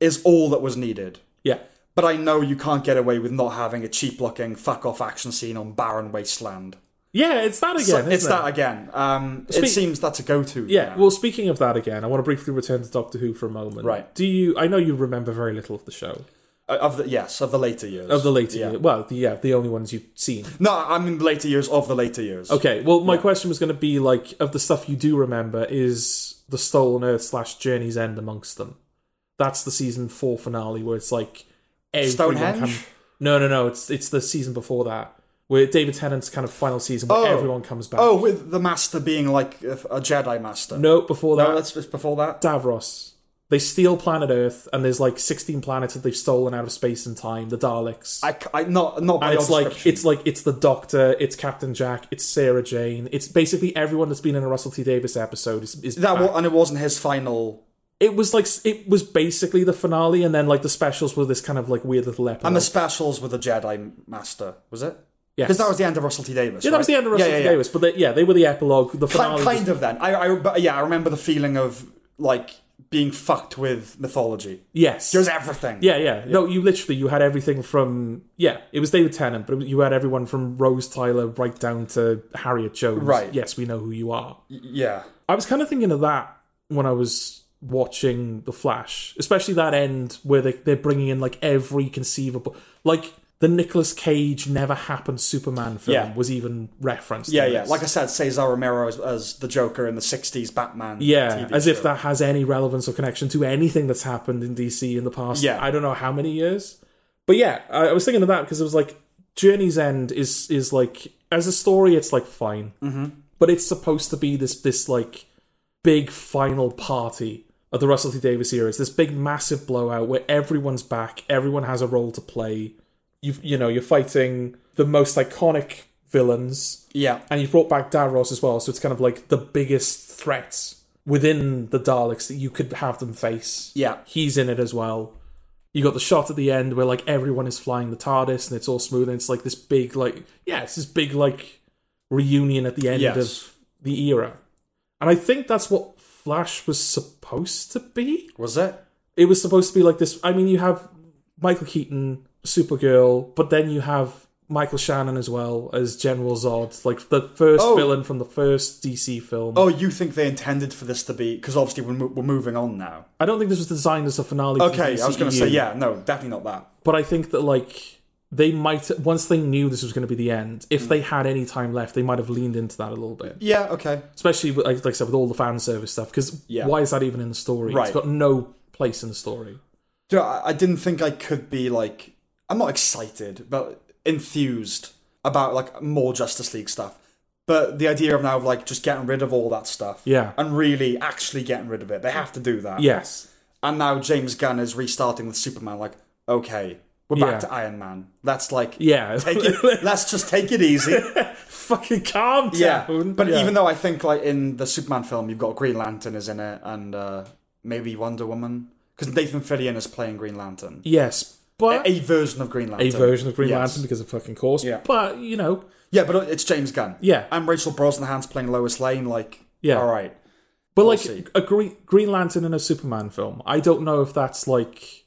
A: is all that was needed.
B: Yeah,
A: But I know you can't get away with not having a cheap-looking fuck-off action scene on barren wasteland.
B: yeah, it's that again. isn't
A: it's
B: it?
A: that again. Um, it
B: Speak-
A: seems that's a go-to.
B: Yeah. Well, speaking of that again, I want to briefly return to Doctor Who for a moment.
A: Right.
B: Do you? I know you remember very little of the show
A: Uh, of the yes, of the later years.
B: of the later.
A: Yeah.
B: year- Well, the, yeah, the only ones you've seen.
A: No, I mean the later years of the later years.
B: Okay. Well, my question was going to be like, of the stuff you do remember, is the Stolen Earth slash Journey's End amongst them? That's the season four finale where it's like everyone
A: Stonehenge?
B: come- No, no, no. It's it's the season before that where David Tennant's kind of final season where
A: Oh.
B: everyone comes back.
A: Oh, with the master being like a a Jedi master.
B: no, before that,
A: no, that's just before that.
B: Davros. They steal planet Earth, and there's like 16 planets that they've stolen out of space and time. The Daleks.
A: I, c- I- not not by
B: And it's
A: your
B: like
A: description.
B: it's like it's the Doctor, it's Captain Jack, it's Sarah Jane, it's basically everyone that's been in a Russell T Davis episode is, is
A: that,
B: back.
A: wa- and it wasn't his final.
B: it was like s- it was basically the finale, and then like the specials were this kind of like weird little episode.
A: And the specials with the Jedi master was it?
B: yes.
A: Because that was the end of Russell T Davis.
B: yeah, that was the end of Russell
A: yeah,
B: T
A: yeah.
B: Davis, but they, yeah, they were the epilogue, the
A: Kind,
B: finale.
A: kind of then. I, I but yeah, I remember the feeling of like being fucked with mythology.
B: yes,
A: It was everything.
B: Yeah, yeah. No, you literally you had everything from yeah, it was David Tennant, but you had everyone from Rose Tyler right down to Harriet Jones.
A: Right.
B: Yes, we know who you are.
A: yeah.
B: I was kind of thinking of that when I was watching The Flash, especially that end where they they're bringing in like every conceivable like the Nicolas Cage never happened Superman film
A: Yeah.
B: was even referenced.
A: Yeah,
B: in
A: yeah.
B: this.
A: Like I said, Cesar Romero as, as the Joker in the '60s Batman.
B: yeah,
A: TV
B: as
A: show.
B: if that has any relevance or connection to anything that's happened in DC in the past.
A: Yeah.
B: I don't know how many years, but yeah, I, I was thinking of that because it was like Journey's End is is like as a story, it's like fine, mm-hmm. but it's supposed to be this this like big final party of the Russell T Davis era. It's this big massive blowout where everyone's back, everyone has a role to play. You you know you're fighting the most iconic villains
A: Yeah.
B: and you've brought back Davros as well, so it's kind of like the biggest threat within the Daleks that you could have them face.
A: Yeah.
B: He's in it as well. You got the shot at the end where like everyone is flying the TARDIS and it's all smooth and it's like this big like yeah, it's this big like reunion at the end
A: Yes.
B: of the era. And I think that's what Flash was supposed to be
A: Was it?
B: it was supposed to be like this. I mean, you have Michael Keaton, Supergirl, but then you have Michael Shannon as well as General Zod, like the first
A: Oh.
B: villain from the first DC film.
A: Oh, you think they intended for this to be? Because obviously we're, mo- we're moving on now.
B: I don't think this was designed as a finale.
A: Okay,
B: for
A: I was going
B: to
A: to say yeah. No, definitely not that.
B: but I think that like they might once they knew this was going to be the end.
A: Mm.
B: If they had any time left, they might have leaned into that a little bit,
A: Yeah. Okay.
B: especially with, like, like I said with all the fan service stuff. Because
A: Yeah.
B: why is that even in the story?
A: Right.
B: It's got no place in the story.
A: Do you know, I, I didn't think I could be like I'm not excited, but enthused about like more Justice League stuff. But the idea of now of like just getting rid of all that stuff,
B: Yeah.
A: and really actually getting rid of it, they have to do that.
B: Yes.
A: And now James Gunn is restarting with Superman. Like, okay, we're
B: Yeah.
A: back to Iron Man. Let's like
B: Yeah.
A: take it, let's just take it easy.
B: [LAUGHS] Fucking calm down.
A: Yeah, but
B: Yeah.
A: even though I think like in the Superman film, you've got Green Lantern is in it, and uh, maybe Wonder Woman because Nathan Fillion is playing Green Lantern,
B: Yes, but a,
A: a version of Green Lantern,
B: version of Green
A: Yes.
B: Lantern because of fucking course.
A: Yeah.
B: But you know,
A: Yeah, but it's James Gunn.
B: yeah,
A: and Rachel Brosnahan's playing Lois Lane. Like,
B: Yeah.
A: all right,
B: but like
A: see.
B: a Green Green Lantern in a Superman film. I don't know if that's like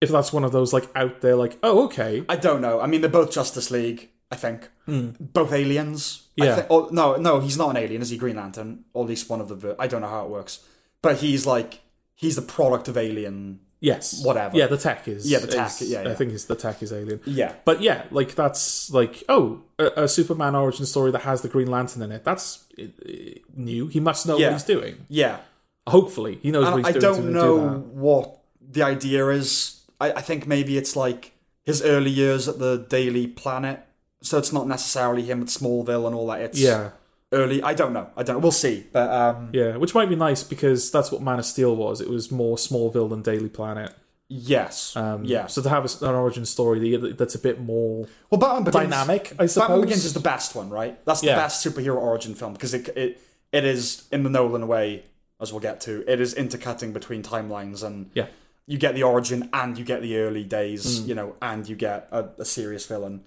B: if that's one of those like out there like oh okay
A: I don't know. I mean, they're both Justice League. I think both aliens. I
B: Hmm. Yeah.
A: thi- or, no, no, he's not an alien. Is he Green Lantern? Or at least one of the. ver- I don't know how it works, but he's like he's the product of alien.
B: yes
A: Whatever.
B: yeah the tech is
A: Yeah, the tech,
B: is-
A: yeah, yeah.
B: I think is the tech is alien.
A: Yeah,
B: But yeah, like that's like oh a, a Superman origin story that has the Green Lantern in it. That's eh, eh, new. He must know
A: Yeah.
B: what he's doing.
A: yeah.
B: Hopefully, he knows what he's
A: I
B: doing. to
A: don't
B: do
A: know
B: that.
A: what the idea is. I, I think maybe it's like his early years at the Daily Planet, so it's not necessarily him at Smallville and all that. It's
B: Yeah,
A: early. I don't know. I don't. know. We'll see. But um,
B: Yeah, which might be nice because that's what Man of Steel was. It was more Smallville than Daily Planet.
A: yes,
B: Um,
A: yeah.
B: So to have a- an origin story that- that's a bit more
A: Well, Batman Begins,
B: dynamic, I
A: Batman
B: suppose.
A: Begins is the best one, right? That's the
B: Yeah.
A: best superhero origin film because it it it is in the Nolan way, as we'll get to. It is intercutting between timelines, and
B: Yeah. Mm.
A: you get the origin and you get the early days, you know, and you get a, a serious villain.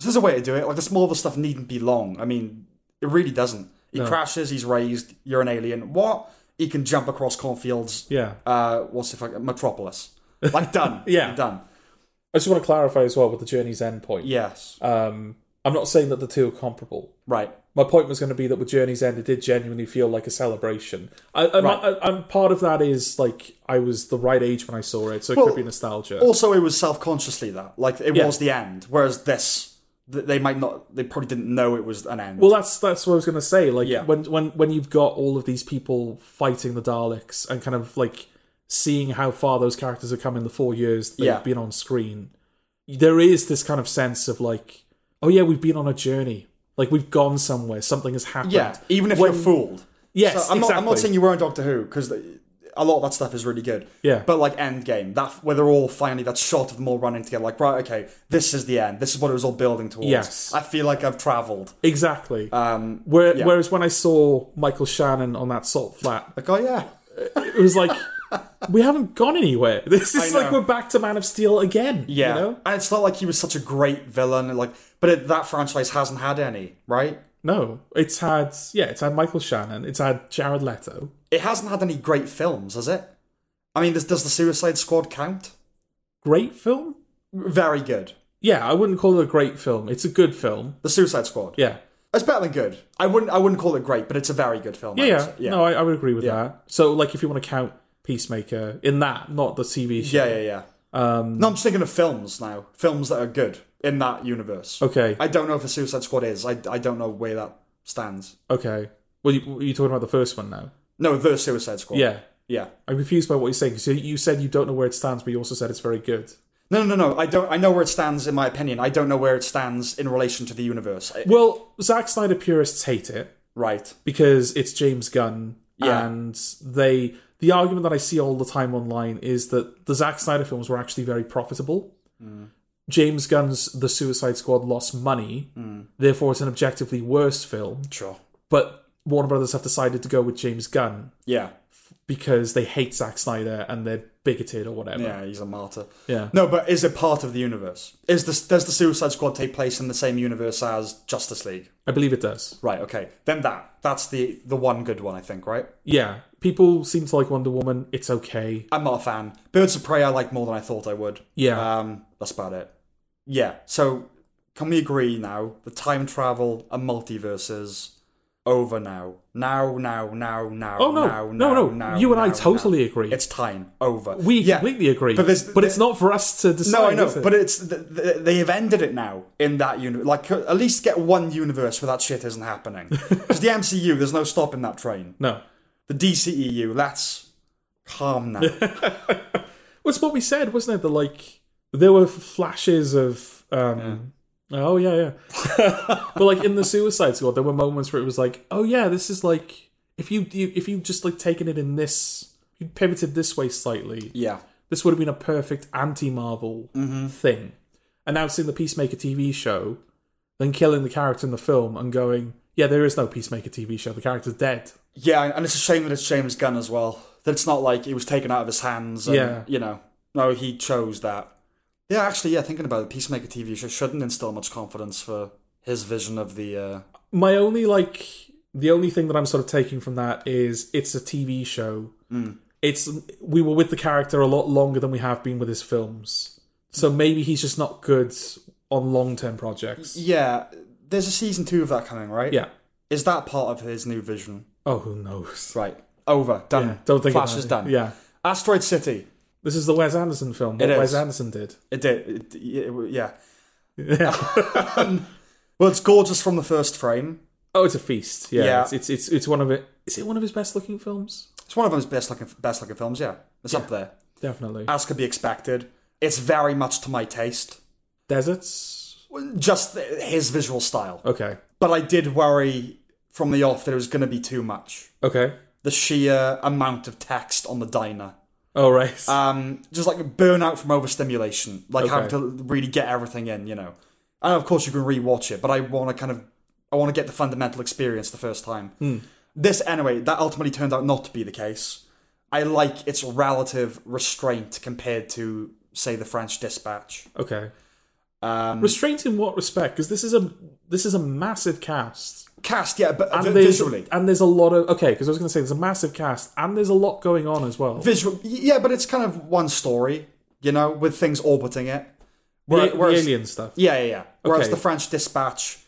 A: So there's a way to do it. Like the Smallville stuff needn't be long. I mean, it really doesn't. He crashes. He's raised. You're an alien. What? He can jump across cornfields.
B: Yeah.
A: Uh, what's the fuck? Metropolis. Like done.
B: [LAUGHS] Yeah.
A: done.
B: I just want to clarify as well with the Journey's End point.
A: Yes.
B: Um, I'm not saying that the two are comparable.
A: right.
B: My point was going to be that with Journey's End, it did genuinely feel like a celebration. I, and
A: Right.
B: I, am part of that is like I was the right age when I saw it, so it
A: Well,
B: could be nostalgia.
A: Also, it was self-consciously that, like, it
B: Yeah.
A: was the end. Whereas this, th- they might not, they probably didn't know it was an end.
B: well, that's that's what I was going to say. Like
A: Yeah.
B: when when when you've got all of these people fighting the Daleks and kind of like seeing how far those characters have come in the four years that they've
A: Yeah.
B: been on screen, there is this kind of sense of like, oh yeah, we've been on a journey. Like we've gone somewhere. Something has happened.
A: yeah, even if
B: When-
A: you're fooled.
B: Yes,
A: I'm not. I'm
B: exactly.
A: not saying you weren't Doctor Who because a lot of that stuff is really good.
B: Yeah.
A: But like Endgame, that where they're all finally that shot of them all running together, like right, okay, this is the end. This is what it was all building towards.
B: Yes.
A: I feel like I've travelled.
B: Exactly. Um, Where,
A: yeah.
B: Whereas when I saw Michael Shannon on that salt flat,
A: Like, oh yeah,
B: it
A: [LAUGHS]
B: was like, we haven't gone anywhere. This is
A: know.
B: like we're back to Man of Steel again.
A: yeah.
B: You know?
A: And it's not like he was such a great villain, and like, but it, that franchise hasn't had any, right?
B: No, it's had yeah, it's had Michael Shannon, it's had Jared Leto.
A: It hasn't had any great films, has it? I mean, does, does the Suicide Squad count?
B: Great film.
A: Very good.
B: Yeah, I wouldn't call it a great film. It's a good film.
A: The Suicide Squad.
B: Yeah.
A: It's better than good. I wouldn't. I wouldn't call it great, but it's a very good film. I
B: Yeah,
A: would
B: yeah.
A: say.
B: No, I, I would agree with that. So like if you want to count Peacemaker in that, not the TV show.
A: yeah, yeah, yeah. Um, no, I'm just thinking of films now. Films that are good in that universe.
B: Okay.
A: I don't know if the Suicide Squad is. I, I don't know where that stands.
B: Okay. Well, you, you're talking about the first one now.
A: No, the Suicide Squad.
B: Yeah.
A: yeah.
B: I'm confused by what you're saying because you, you said you don't know where it stands, but you also said it's very good.
A: No, no, no. I don't. I know where it stands in my opinion. I don't know where it stands in relation to the universe. I-
B: Well, Zack Snyder purists hate it
A: right.
B: because it's James Gunn,
A: Yeah.
B: and they the argument that I see all the time online is that the Zack Snyder films were actually very profitable.
A: Mm.
B: James Gunn's The Suicide Squad lost money,
A: Mm.
B: therefore it's an objectively worse film.
A: Sure.
B: But Warner Brothers have decided to go with James Gunn
A: Yeah.
B: because they hate Zack Snyder and they're bigoted or whatever.
A: Yeah. He's a martyr.
B: yeah.
A: No, but is it part of the universe? Is this does the Suicide Squad take place in the same universe as Justice League?
B: I believe it does.
A: Right. Okay. Then that that's the the one good one I think. Right.
B: Yeah, people seem to like Wonder Woman. It's okay.
A: I'm not a fan. Birds of Prey I like more than I thought I would.
B: Yeah,
A: Um. That's about it. Yeah. So can we agree now? The time travel and multiverses over now. Now. Now. Now. Now.
B: Oh, no.
A: Now, now,
B: No, no.
A: Now,
B: You and I
A: now,
B: totally
A: now.
B: agree.
A: It's time over.
B: we
A: yeah.
B: completely agree.
A: but
B: But,
A: there's-
B: it's not for us to decide.
A: No, I know,
B: is it?
A: but it's th- th- they have ended it now in that universe. Like, c- at least get one universe where that shit isn't
B: [LAUGHS]
A: happening. Because the MCU, there's no stopping that train.
B: no.
A: The DCEU, let's calm
B: [LAUGHS]
A: now.
B: It's what we said, wasn't it? That like there were flashes of. um Oh yeah, yeah. but like in the Suicide Squad, there were moments where it was like, oh yeah, this is like if you, you if you just like taken it in this, you pivoted this way slightly.
A: yeah,
B: this would have been a perfect anti-Marvel thing. Announcing the Peacemaker TV show, then killing the character in the film and going, yeah, there is no Peacemaker TV show. The character's dead.
A: yeah, and it's a shame that it's James Gunn as well. That it's not like it was taken out of his hands. And,
B: Yeah.
A: you know, no, he chose that. Yeah, actually, yeah, thinking about it, Peacemaker TV show shouldn't instill much confidence for his vision of the. Uh,
B: My only like the only thing that I'm sort of taking from that is it's a TV show.
A: Mm.
B: It's we were with the character a lot longer than we have been with his films. So maybe he's just not good on long-term projects.
A: yeah, there's a season two of that coming, right?
B: Yeah.
A: Is that part of his new vision?
B: Oh, who knows?
A: Right. Over. Done.
B: Don't think
A: Flash
B: about
A: is
B: it.
A: done.
B: Yeah.
A: Asteroid City.
B: This is the Wes Anderson film. What
A: It is.
B: Wes Anderson did.
A: It did. It, it- yeah. [LAUGHS] well, it's gorgeous from the first frame.
B: Oh, it's a feast. Yeah,
A: Yeah.
B: It's, it's it's it's one of it. Is it one of his best looking films?
A: It's one of his best looking best looking films. Yeah, it's up there
B: Definitely.
A: as could be expected. It's very much to my taste.
B: Deserts.
A: Just his visual style.
B: Okay.
A: But I did worry from the off that it was going to be too much.
B: Okay.
A: The sheer amount of text on the diner.
B: All right.
A: Um, just like burnout from overstimulation, like
B: Okay.
A: having to really get everything in, you know. And of course, you can rewatch it, but I want to kind of, I want to get the fundamental experience the first time.
B: Hmm.
A: This anyway, that ultimately turned out not to be the case. I like its relative restraint compared to, say, the French Dispatch.
B: okay.
A: Um,
B: Restraint in what respect? Because this is a this is a massive cast.
A: cast, yeah, but
B: And
A: vi-
B: there's,
A: visually,
B: and there's a lot of okay. Because I was going to say there's a massive cast, and there's a lot going on as well.
A: visual, yeah, but it's kind of one story, you know, with things orbiting it.
B: the,
A: Whereas-
B: the
A: whereas-
B: alien stuff.
A: Yeah, yeah, yeah. Whereas
B: Okay.
A: the French Dispatch,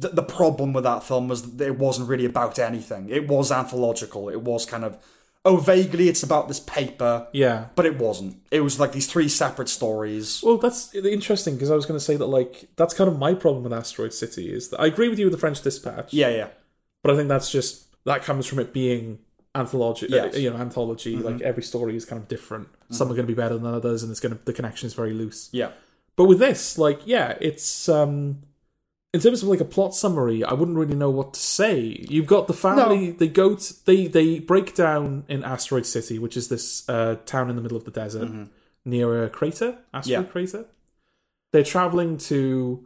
A: th- the problem with that film was that it wasn't really about anything. It was anthological. It was kind of, oh, vaguely it's about this paper,
B: Yeah.
A: but it wasn't. It was like these three separate stories.
B: Well, that's interesting because I was going to say that like that's kind of my problem with Asteroid City is that I agree with you with the French Dispatch,
A: Yeah, yeah.
B: but I think that's just that comes from it being anthology. uh,
A: Yes. Mm-hmm.
B: you know, anthology. Like every story is kind of different. Some are going to be better than others, and it's going to the connection is very loose.
A: Yeah.
B: But with this, like, yeah, it's um in terms of like a plot summary, I wouldn't really know what to say. You've got the family; they go to they they break down in Asteroid City, which is this uh town in the middle of the desert near a crater, asteroid
A: Mm-hmm. Yeah.
B: crater. They're traveling to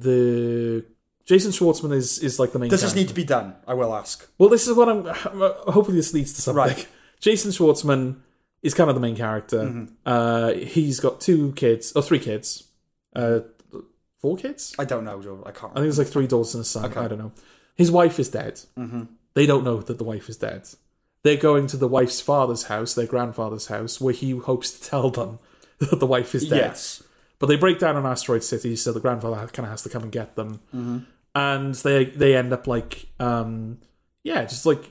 B: the Jason Schwartzman is is like the main.
A: Does this
B: character.
A: need to be done? I will ask.
B: Well, this is what I'm. [SIGHS] Hopefully, this leads to something.
A: Right.
B: [LAUGHS] Jason Schwartzman is kind of the main character.
A: Mm-hmm.
B: Uh, he's got two kids or three kids, uh, four kids.
A: I don't know, Joe. I can't.
B: I think it's like three daughters and a son. I don't know. His wife is dead.
A: Mm-hmm.
B: They don't know that the wife is dead. They're going to the wife's father's house, their grandfather's house, where he hopes to tell them [LAUGHS] that the wife is dead.
A: Yes.
B: But they break down on asteroid city, so the grandfather kind of has to come and get them, and they they end up like, um, yeah, just like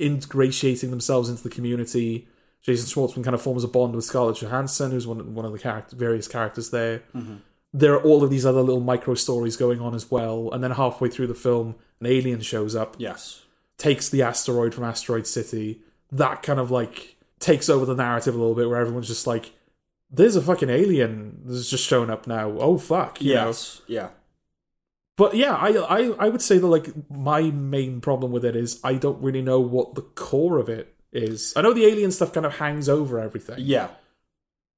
B: ingratiating themselves into the community. Jason Schwartzman kind of forms a bond with Scarlett Johansson, who's one one of the character, various characters there. There are all of these other little micro stories going on as well, and then halfway through the film, an alien shows up,
A: Yes.
B: takes the asteroid from Asteroid City. That kind of like takes over the narrative a little bit, where everyone's just like, "There's a fucking alien that's just shown up now." Oh fuck, you know.
A: Yes. Yeah.
B: But yeah, I, I I would say that like my main problem with it is I don't really know what the core of it is. I know the alien stuff kind of hangs over everything,
A: Yeah.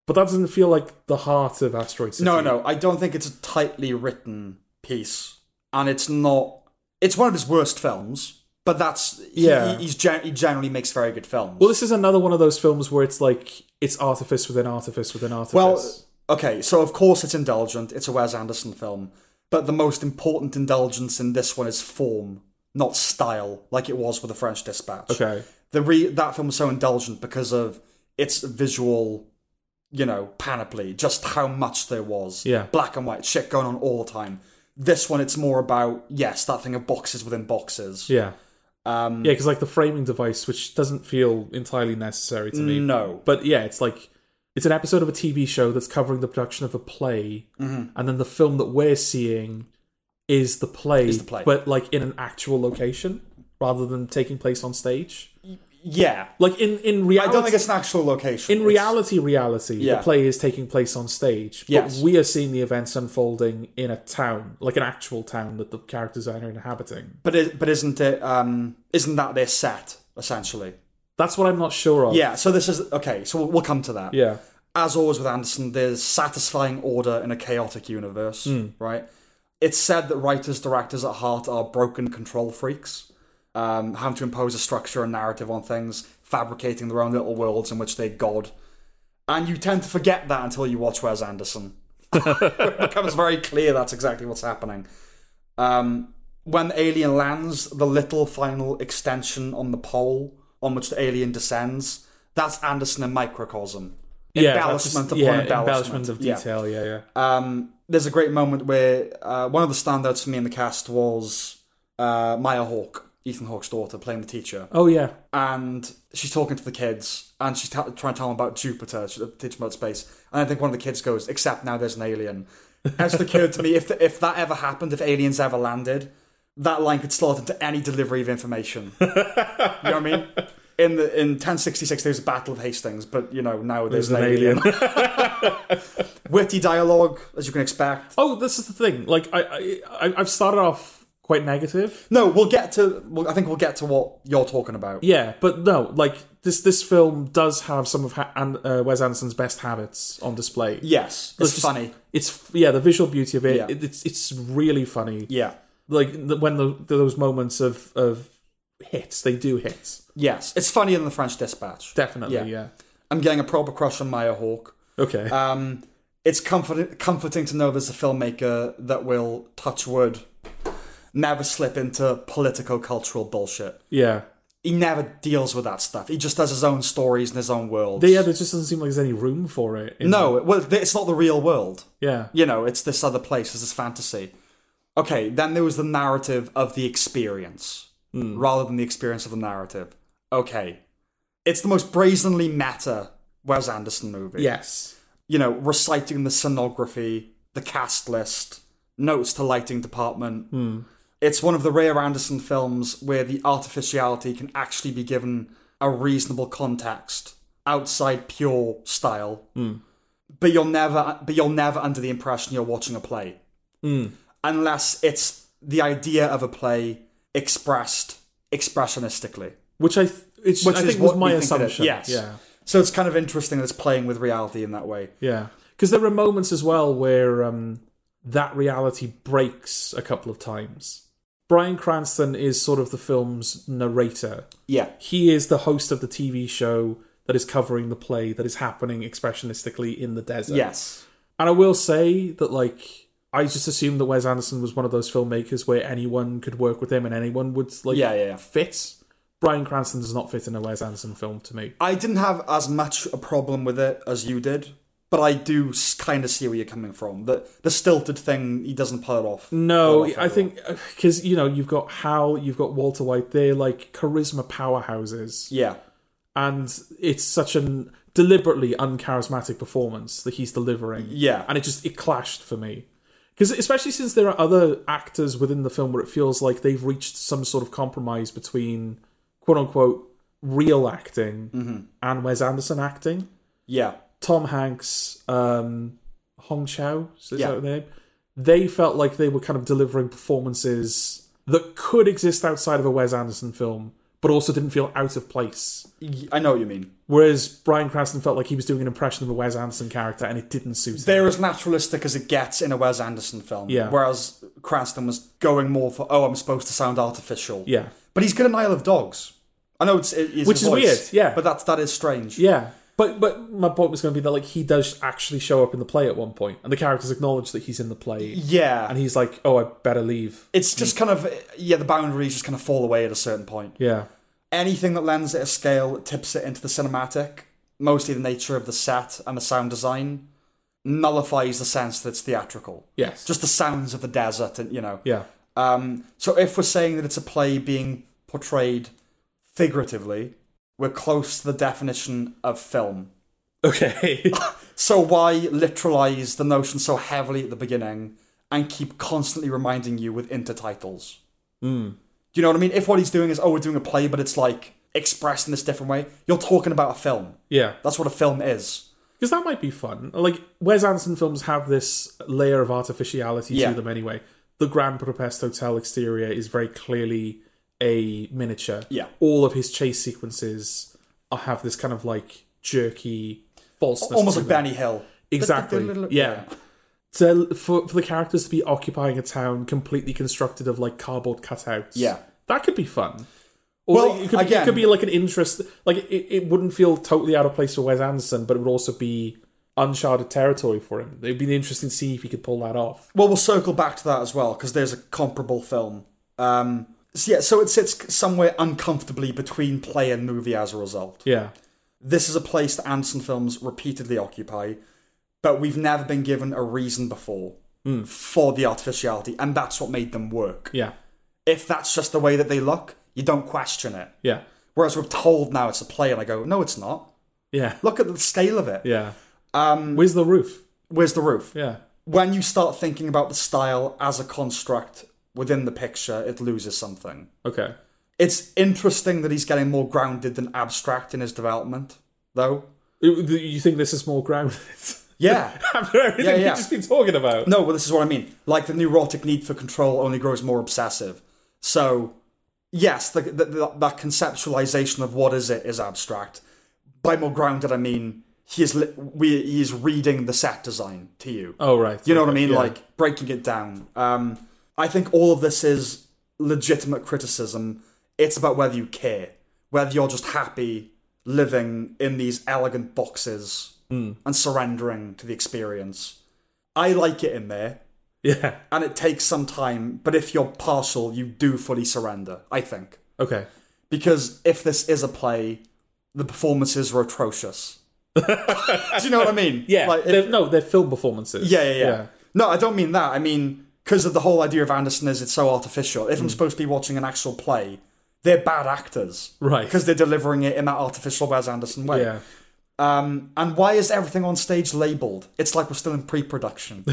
B: but that doesn't feel like the heart of Asteroid City.
A: No, no. I don't think it's a tightly written piece, and it's not. It's one of his worst films, but that's he-
B: Yeah.
A: He's gen- he generally makes very good films.
B: Well, this is another one of those films where it's like it's artifice within artifice within artifice.
A: Well, okay, so of course it's indulgent. It's a Wes Anderson film. But the most important indulgence in this one is form, not style, like it was with The French Dispatch.
B: okay,
A: The re- that film was so indulgent because of its visual, you know, panoply, just how much there was.
B: Yeah.
A: Black and white, shit going on all the time. This one, it's more about, yes, that thing of boxes within boxes.
B: yeah.
A: Um,
B: Yeah, because like the framing device, which doesn't feel entirely necessary to me.
A: No.
B: But yeah, it's like it's an episode of a TV show that's covering the production of a play,
A: Mm-hmm.
B: and then the film that we're seeing is the play,
A: the play.
B: but like in an actual location rather than taking place on stage.
A: Yeah.
B: Like in in
A: I
B: reality,
A: don't think it's an actual location.
B: in reality, reality,
A: Yeah.
B: the play is taking place on stage, but
A: Yes.
B: we are seeing the events unfolding in a town, like an actual town that the characters are inhabiting.
A: But, it, but isn't it, um, isn't that their set, essentially?
B: That's what I'm not sure of.
A: Yeah, so this is okay. So we'll, we'll come to that.
B: yeah,
A: As always with Anderson, there's satisfying order in a chaotic universe, right? It's said that writers, directors at heart are broken control freaks, um, having to impose a structure and narrative on things, fabricating their own little worlds in which they god. And you tend to forget that until you watch Wes Anderson. it becomes very clear that's exactly what's happening. Um, when the alien lands, the little final extension on the pole on which the alien descends, that's Anderson in microcosm.
B: yeah, that's
A: embellishment
B: just-
A: upon
B: yeah,
A: embellishment.
B: of
A: Yeah.
B: detail. Yeah, yeah.
A: Um, there's a great moment where uh, one of the standouts for me in the cast was uh, Maya Hawke, Ethan Hawke's daughter, playing the teacher.
B: Oh yeah,
A: And she's talking to the kids and she's ta- trying to tell them about Jupiter, she's teaching about space. And I think one of the kids goes, Except now there's an alien. That's occurred to me if, if that ever happened, if aliens ever landed, that line could slot into any delivery of information. you know what I mean? In the in 1066, there's a Battle of Hastings, but you know, now there's, an, alien. [LAUGHS] Witty dialogue, as you can expect.
B: oh, this is the thing. Like I, I, I- I've started off quite negative.
A: No, we'll get to. Well, I think we'll get to what you're talking about.
B: Yeah, but no, like this this film does have some of ha- An- uh, Wes Anderson's best habits on display.
A: Yes,
B: Like,
A: it's
B: just-
A: funny.
B: It's yeah, the visual beauty of it.
A: Yeah.
B: it it's it's really funny.
A: Yeah.
B: Like the, when the, those moments of of hits, they do hit.
A: Yes, it's funnier than the French Dispatch.
B: Definitely, yeah.
A: Yeah. I'm getting a proper crush on Maya Hawke.
B: Okay.
A: Um, it's comfort- comforting to know there's a filmmaker that will touch wood, never slip into politico-cultural bullshit.
B: yeah.
A: He never deals with that stuff. He just has his own stories and his own world.
B: Yeah, there just doesn't seem like there's any room for it. in-
A: no, well, th- it's not the real world.
B: Yeah.
A: You know, it's this other place. It's this fantasy. Okay, then there was the narrative of the experience rather than the experience of the narrative. Okay, it's the most brazenly meta Wes Anderson movie.
B: Yes.
A: you know, reciting the sonography, the cast list, notes to lighting department. It's one of the rare Anderson films where the artificiality can actually be given a reasonable context outside pure style. But you're never but you're never under the impression you're watching a play. Unless it's the idea of a play expressed expressionistically.
B: Which I th- it's
A: Which
B: I
A: is
B: think was
A: what
B: my
A: we think it is.
B: assumption.
A: Yes.
B: Yeah.
A: So it's kind of interesting that it's playing with reality in that way.
B: Yeah. Because there are moments as well where um, that reality breaks a couple of times. Brian Cranston is sort of the film's narrator.
A: Yeah.
B: He is the host of the TV show that is covering the play that is happening expressionistically in the desert.
A: Yes.
B: And I will say that, like, I just assumed that Wes Anderson was one of those filmmakers where anyone could work with him and anyone would, like,
A: Yeah, yeah, yeah.
B: fit. Brian Cranston does not fit in a Wes Anderson film to me.
A: I didn't have as much a problem with it as you did, but I do kind of see where you're coming from. The the stilted thing, he doesn't pull it off.
B: No,
A: pull it off
B: I think because you know you've got Hal, you've got Walter White. They're like charisma powerhouses,
A: Yeah,
B: and it's such an deliberately uncharismatic performance that he's delivering.
A: Yeah.
B: and it just it clashed for me because especially since there are other actors within the film where it feels like they've reached some sort of compromise between quote unquote real acting and Wes Anderson acting.
A: yeah,
B: Tom Hanks, um, Hong Chow, is that
A: Yeah.
B: the name? They felt like they were kind of delivering performances that could exist outside of a Wes Anderson film, but also didn't feel out of place.
A: Y- I know what you mean.
B: Whereas Brian Cranston felt like he was doing an impression of a Wes Anderson character, and it didn't suit him.
A: They're as naturalistic as it gets in a Wes Anderson film.
B: Yeah.
A: Whereas Cranston was going more for, oh, I'm supposed to sound artificial.
B: Yeah,
A: But he's good at Isle of Dogs. I know it's, it- it's
B: Which
A: his
B: is
A: voice,
B: weird, yeah.
A: But that's that is strange.
B: yeah. But but my point was going to be that like he does actually show up in the play at one point, and the characters acknowledge that he's in the play,
A: Yeah.
B: and he's like, "Oh, I better leave."
A: it's just kind of yeah, the boundaries just kind of fall away at a certain point.
B: Yeah,
A: anything that lends it a scale tips it into the cinematic, mostly the nature of the set and the sound design, nullifies the sense that it's theatrical.
B: yes,
A: Just the sounds of the desert, and you know.
B: yeah,
A: Um, so if we're saying that it's a play being portrayed figuratively, we're close to the definition of film.
B: okay, [LAUGHS]
A: So why literalize the notion so heavily at the beginning and keep constantly reminding you with intertitles?
B: Hmm.
A: Do you know what I mean? If what he's doing is, oh, we're doing a play, but it's like expressed in this different way, you're talking about a film.
B: yeah.
A: That's what a film is.
B: Because that might be fun. Like Wes Anderson films have this layer of artificiality
A: Yeah.
B: to them anyway. The Grand Budapest Hotel exterior is very clearly a miniature.
A: Yeah.
B: All of his chase sequences are- have this kind of like jerky falseness.
A: Almost
B: to
A: like
B: them.
A: Benny Hill.
B: Exactly. Yeah. So for for the characters to be occupying a town completely constructed of like cardboard cutouts.
A: Yeah.
B: That could be fun. Or
A: Well,
B: it could, be, it
A: again-
B: could be like an interest. Like it, it wouldn't feel totally out of place for Wes Anderson, but it would also be uncharted territory for him. It'd be interesting to see if he could pull that off.
A: Well, we'll circle back to that as well because there's a comparable film. Um, so yeah, so it sits somewhere uncomfortably between play and movie as a result.
B: Yeah.
A: this is a place that Anderson films repeatedly occupy, but we've never been given a reason before for the artificiality, and that's what made them work.
B: Hmm. Yeah.
A: If that's just the way that they look, you don't question it.
B: Yeah.
A: Whereas we're told now it's a play, and I go, no, it's not.
B: Yeah.
A: Look at the scale of it.
B: Yeah. Um, Where's the roof?
A: Where's the roof?
B: Yeah.
A: When you start thinking about the style as a construct within the picture, it loses something.
B: Okay.
A: It's interesting that he's getting more grounded than abstract in his development, though.
B: You you think this is more grounded? [LAUGHS]
A: Yeah.
B: After everything
A: Yeah,
B: we've
A: yeah.
B: just been talking about.
A: No, well, this is what I mean. Like the neurotic need for control only grows more obsessive. So, yes, the, the, the, that conceptualization of what is it is abstract. By more grounded, I mean he is li- we he is reading the set design to you.
B: Oh right.
A: You know what I mean?
B: Yeah.
A: Like breaking it down. Um, I think all of this is legitimate criticism. It's about whether you care, whether you're just happy living in these elegant boxes
B: Hmm.
A: and surrendering to the experience. I like it in there,
B: Yeah.
A: and it takes some time, but if you're partial, you do fully surrender, I think.
B: Okay.
A: Because if this is a play, the performances were
B: [LAUGHS]
A: atrocious. do you know what I mean?
B: Yeah.
A: Like, if-
B: they're, no, they're film performances.
A: yeah, yeah, yeah,
B: Yeah.
A: No, I don't mean that. I mean because of the whole idea of Anderson is it's so artificial. If I'm
B: Mm.
A: supposed to be watching an actual play, they're bad actors,
B: Right.
A: Because they're delivering it in that artificial Wes Anderson way.
B: yeah.
A: Um, and why is everything on stage labeled? It's like we're still in
B: [LAUGHS]
A: pre-production.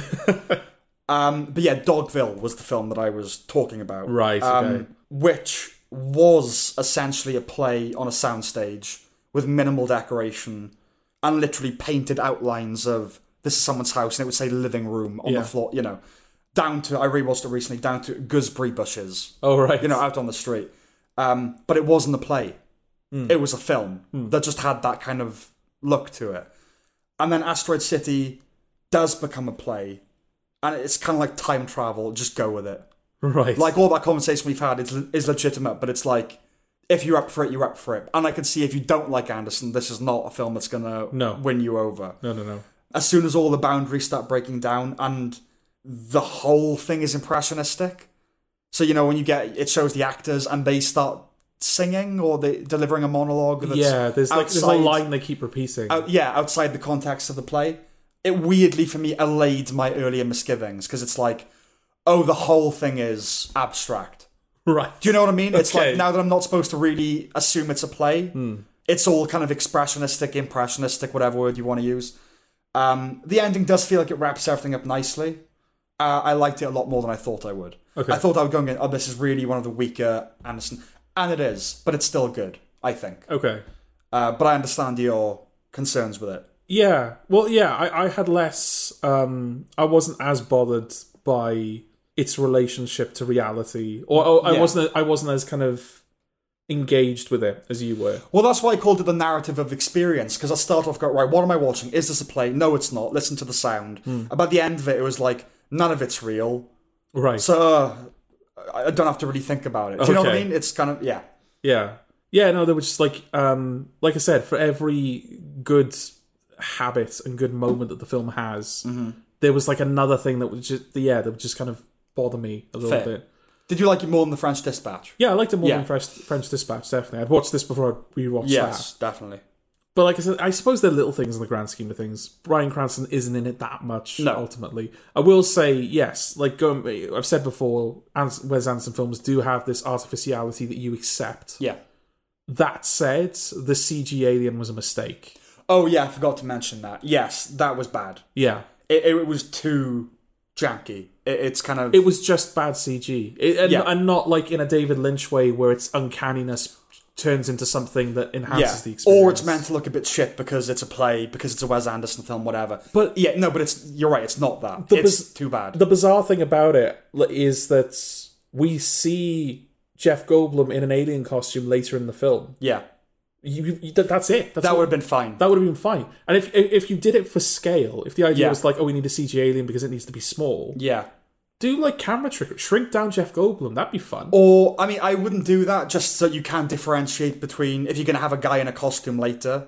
A: um, but yeah, Dogville was the film that I was talking about,
B: Right,
A: Um,
B: okay.
A: Which was essentially a play on a soundstage with minimal decoration and literally painted outlines of this is someone's house, and it would say living room on
B: Yeah.
A: the floor, you know, down to I rewatched it recently, down to gooseberry bushes
B: Oh right.
A: you know, out on the street. Um, but it wasn't a play.
B: Hmm.
A: It was a film that just had that kind of look to it. And then Asteroid City does become a play. And it's kind of like time travel, just go with it.
B: [LAUGHS] Right.
A: Like all that conversation we've had is, is legitimate, but it's like, if you're up for it, you're up for it. And I can see if you don't like Anderson, this is not a film that's going to
B: No.
A: win you over
B: no, no, no.
A: as soon as all the boundaries start breaking down and the whole thing is impressionistic. So you know when you get it shows the actors and they start singing or they delivering a monologue that's
B: yeah. There's like there's a
A: outside-
B: line they keep repeating.
A: out- yeah outside the context of the play. It weirdly for me allayed my earlier misgivings because it's like oh the whole thing is abstract.
B: [LAUGHS] right.
A: Do you know what I mean? It's
B: Okay. Hmm.
A: like now that I'm not supposed to really assume it's a play, it's all kind of expressionistic, impressionistic, whatever word you want to use. Um, the ending does feel like it wraps everything up nicely. Uh, I liked it a lot more than I thought I would.
B: Okay.
A: I thought I would go and get, oh, this is really one of the weaker Anderson. And it is, but it's still good, I think.
B: okay.
A: Uh, but I understand your concerns with it.
B: Yeah. Well, yeah, I, I had less um I wasn't as bothered by its relationship to reality. Or, or I
A: Yeah.
B: wasn't I wasn't as kind of engaged with it as you were.
A: Well, that's why I called it the narrative of experience because I start off going right. What am I watching? Is this a play? No, it's not. Listen to the sound.
B: Hmm.
A: About the end of it, it was like none of it's real.
B: Right.
A: So uh, I I don't have to really think about it. Do you know what I
B: Okay.
A: mean? It's kind of yeah,
B: Yeah. Yeah, no, there was just like um like I said, for every good habit and good moment that the film has,
A: Mm-hmm.
B: there was like another thing that was just yeah, that would just kind of bother me a little
A: fair.
B: bit.
A: Did you like it more than the French Dispatch?
B: Yeah, I liked it more than
A: Yeah.
B: French, French Dispatch, definitely. I'd watched this before we watched that.
A: Yes, definitely.
B: But like I said, I suppose they're little things in the grand scheme of things. Brian Cranston isn't in it that much.
A: No.
B: Ultimately, I will say yes. Like going, I've said before, Ans- Wes Anderson films do have this artificiality that you accept.
A: Yeah.
B: That said, the CG alien was a mistake.
A: Oh yeah, I forgot to mention that. Yes, that was bad.
B: Yeah,
A: It, it was too janky. It, it's kind of
B: it was just bad CG, It- and,
A: Yeah.
B: and not like in a David Lynch way where its uncanniness turns into something that enhances
A: yeah.
B: the experience.
A: Or it's meant to look a bit shit because it's a play, because it's a Wes Anderson film, whatever.
B: But-
A: yeah, no, but it's you're right. It's not that.
B: The
A: it's
B: bas-
A: too bad.
B: the bizarre thing about it li- is that we see Jeff Goldblum in an alien costume later in the film.
A: yeah,
B: You, you- you- that- that's it. That's
A: that
B: all-
A: would have been fine.
B: that would have been fine. And if if if you did it for scale, if the idea
A: Yeah.
B: was like, oh, we need a CG alien because it needs to be small,
A: yeah.
B: do like camera trick, shrink down Jeff Goldblum. That'd be fun.
A: Or I mean, I wouldn't do that just so you can differentiate between if you're going to have a guy in a costume later.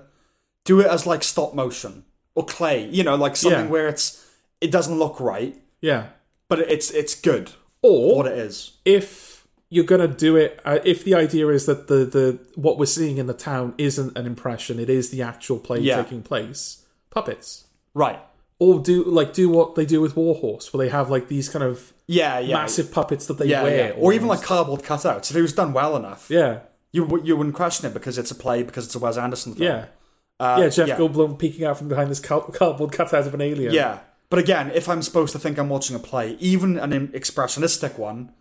A: Do it as like stop motion or clay, you know, like something
B: Yeah.
A: where it's it doesn't look right,
B: yeah.
A: but it's it's good
B: Or
A: what it is.
B: if you're gonna do it, uh, if the idea is that the the what we're seeing in the town isn't an impression, it is the actual play
A: Yeah.
B: taking place. Puppets.
A: Right?
B: or do like do what they do with Warhorse, where they have like these kind of
A: Yeah, yeah.
B: massive puppets that they
A: Yeah,
B: wear,
A: yeah. Or even like cardboard cutouts. If it was done well enough,
B: yeah,
A: you wou- you wouldn't question it because it's a play because it's a Wes Anderson film.
B: yeah, yeah. Jeff
A: Uh, yeah.
B: Goldblum peeking out from behind this car- cardboard cutout of an alien.
A: Yeah. But again, if I'm supposed to think I'm watching a play, even an im- expressionistic one,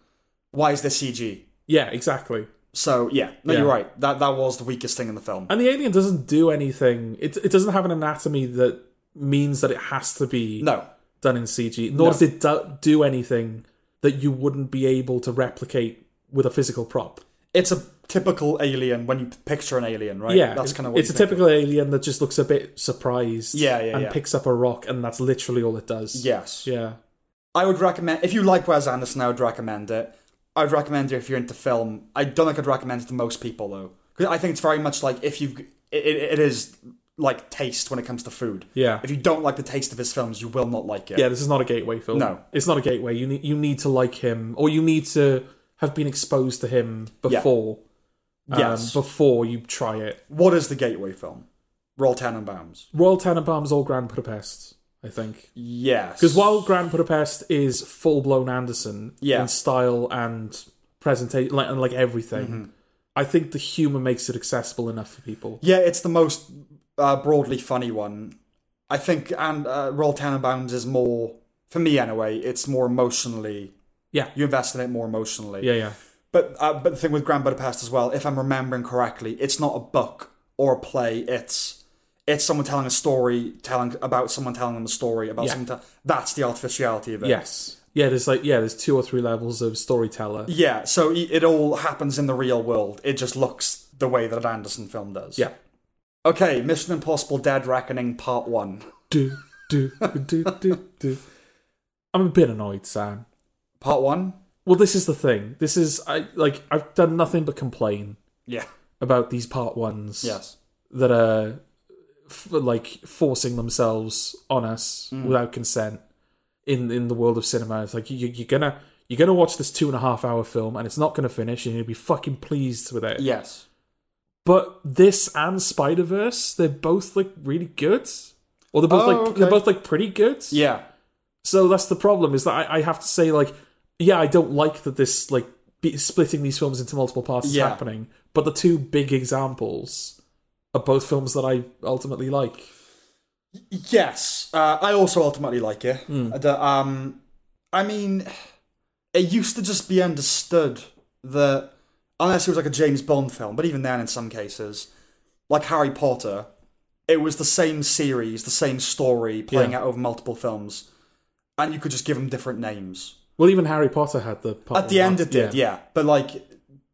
A: why is there CG?
B: yeah, exactly.
A: So yeah, no,
B: Yeah.
A: you're right. That that was the weakest thing in the film.
B: And the alien doesn't do anything. It it doesn't have an anatomy that means that it has to be
A: No.
B: done in CG, nor does it do, do anything that you wouldn't be able to replicate with a physical prop.
A: It's a typical alien when you picture an alien, right?
B: Yeah,
A: That's kind of what
B: it's a
A: you think.
B: typical alien that just looks a bit surprised.
A: Yeah, yeah,
B: and
A: yeah.
B: picks up a rock, and that's literally all it does.
A: Yes.
B: yeah.
A: I would recommend if you like Wes Anderson, I would recommend it. I would recommend it if you're into film. I don't think I'd recommend it to most people though, 'Cause I think it's very much like if you, it, it, it is like taste when it comes to food.
B: Yeah.
A: If you don't like the taste of his films, you will not like it.
B: Yeah, this is not a gateway film.
A: No.
B: it's not a gateway. You need you need to like him, or you need to have been exposed to him before. um,
A: Yes.
B: before you try it.
A: What is the gateway film? Royal Tenenbaums.
B: Royal Tenenbaums or Grand Budapest, I think.
A: Yes.
B: Because while Grand Budapest is full blown Anderson
A: Yeah.
B: in style and presentation, like, and like everything, I think the humor makes it accessible enough for people.
A: yeah, it's the most uh, broadly funny one. I think, and uh, Royal Tenenbaums is more for me anyway. It's more emotionally.
B: Yeah.
A: You invest in it more emotionally.
B: Yeah, yeah,
A: But uh, but the thing with Grand Budapest as well, if I'm remembering correctly, it's not a book or a play. It's it's someone telling a story, telling about someone telling them a story about
B: Yeah.
A: someone. Tell- That's the artificiality of it.
B: yes, yeah. There's like yeah, there's two or three levels of storyteller.
A: Yeah. So i- it all happens in the real world. It just looks the way that an Anderson film does.
B: Yeah.
A: Okay. Mission Impossible: Dead Reckoning Part One.
B: Do do do do do. I'm a bit annoyed, Sam.
A: Part one.
B: Well, this is the thing. This is I like I've done nothing but complain
A: Yeah.
B: about these part ones.
A: Yes.
B: that are f- like forcing themselves on us
A: Mm.
B: without consent in in the world of cinema. It's like you, you're gonna you're gonna watch this two and a half hour film and it's not gonna finish, and you'll be fucking pleased with it.
A: Yes.
B: But this and Spider Verse, they're both like really good, or they're both
A: Oh,
B: like
A: okay.
B: they're both like pretty good.
A: Yeah.
B: So that's the problem is that I, I have to say like, yeah, I don't like that this like be, splitting these films into multiple parts is
A: Yeah.
B: happening. But the two big examples are both films that I ultimately like.
A: Yes, uh, I also ultimately like it. I d- um, I mean, it used to just be understood that unless it was like a James Bond film, but even then, in some cases, like Harry Potter, it was the same series, the same story playing
B: Yeah.
A: out over multiple films, and you could just give them different names.
B: Well, even Harry Potter had the part
A: At the
B: one,
A: end, it did,
B: Yeah.
A: yeah. But like,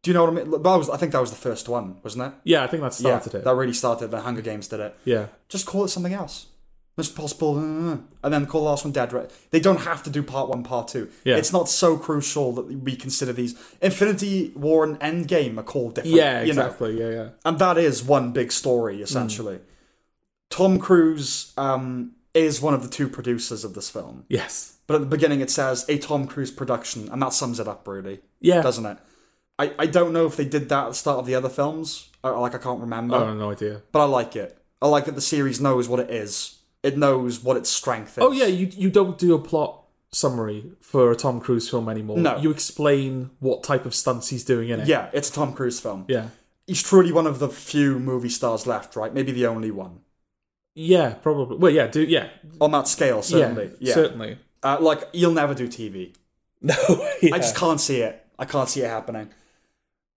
A: do you know what I mean? That was, I think, that was the first one, wasn't it?
B: yeah, I think that
A: Yeah,
B: started it.
A: that really started. The Hunger Games did it
B: yeah,
A: just call it something else. Mission Impossible, uh, and then call the last one Dead Right. They don't have to do part one, part two.
B: Yeah.
A: It's not so crucial that we consider these. Infinity War and Endgame are called different.
B: yeah,
A: you know.
B: exactly. Mm. Yeah, yeah.
A: And that is one big story, essentially. Tom Cruise um, is one of the two producers of this film.
B: Yes.
A: But at the beginning, it says a Tom Cruise production, and that sums it up, really,
B: Yeah.
A: doesn't it? I, I don't know if they did that at the start of the other films. I, like, I can't remember
B: I have Oh, no idea.
A: but I like it. I like that the series knows what it is. It knows what its strength is.
B: Oh yeah, you you don't do a plot summary for a Tom Cruise film anymore.
A: No.
B: you explain what type of stunts he's doing in it.
A: yeah. It's a Tom Cruise film.
B: yeah,
A: He's truly one of the few movie stars left, right? Maybe the only one
B: yeah. Probably. Well, yeah. Do yeah,
A: on that scale, certainly. Yeah,
B: certainly.
A: Uh, like he'll never do TV. [LAUGHS]
B: No,
A: I just can't see it. I can't see it happening.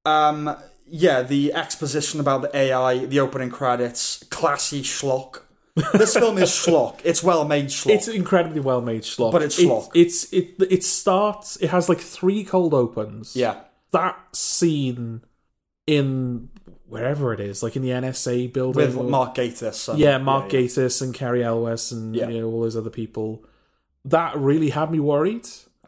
A: Um, yeah, the exposition about the AI, the opening credits, classy schlock.
B: [LAUGHS]
A: This film is schlock. It's well made schlock.
B: It's incredibly well made schlock,
A: But it's
B: It-
A: schlock.
B: It's it it starts. It has like three cold opens.
A: yeah,
B: that scene in wherever it is, like in the NSA building.
A: with
B: or-
A: Mark Gatiss. and-
B: yeah, Mark Gatiss and Carrie Elwes and
A: Yeah.
B: you know, all those other people. That really had me worried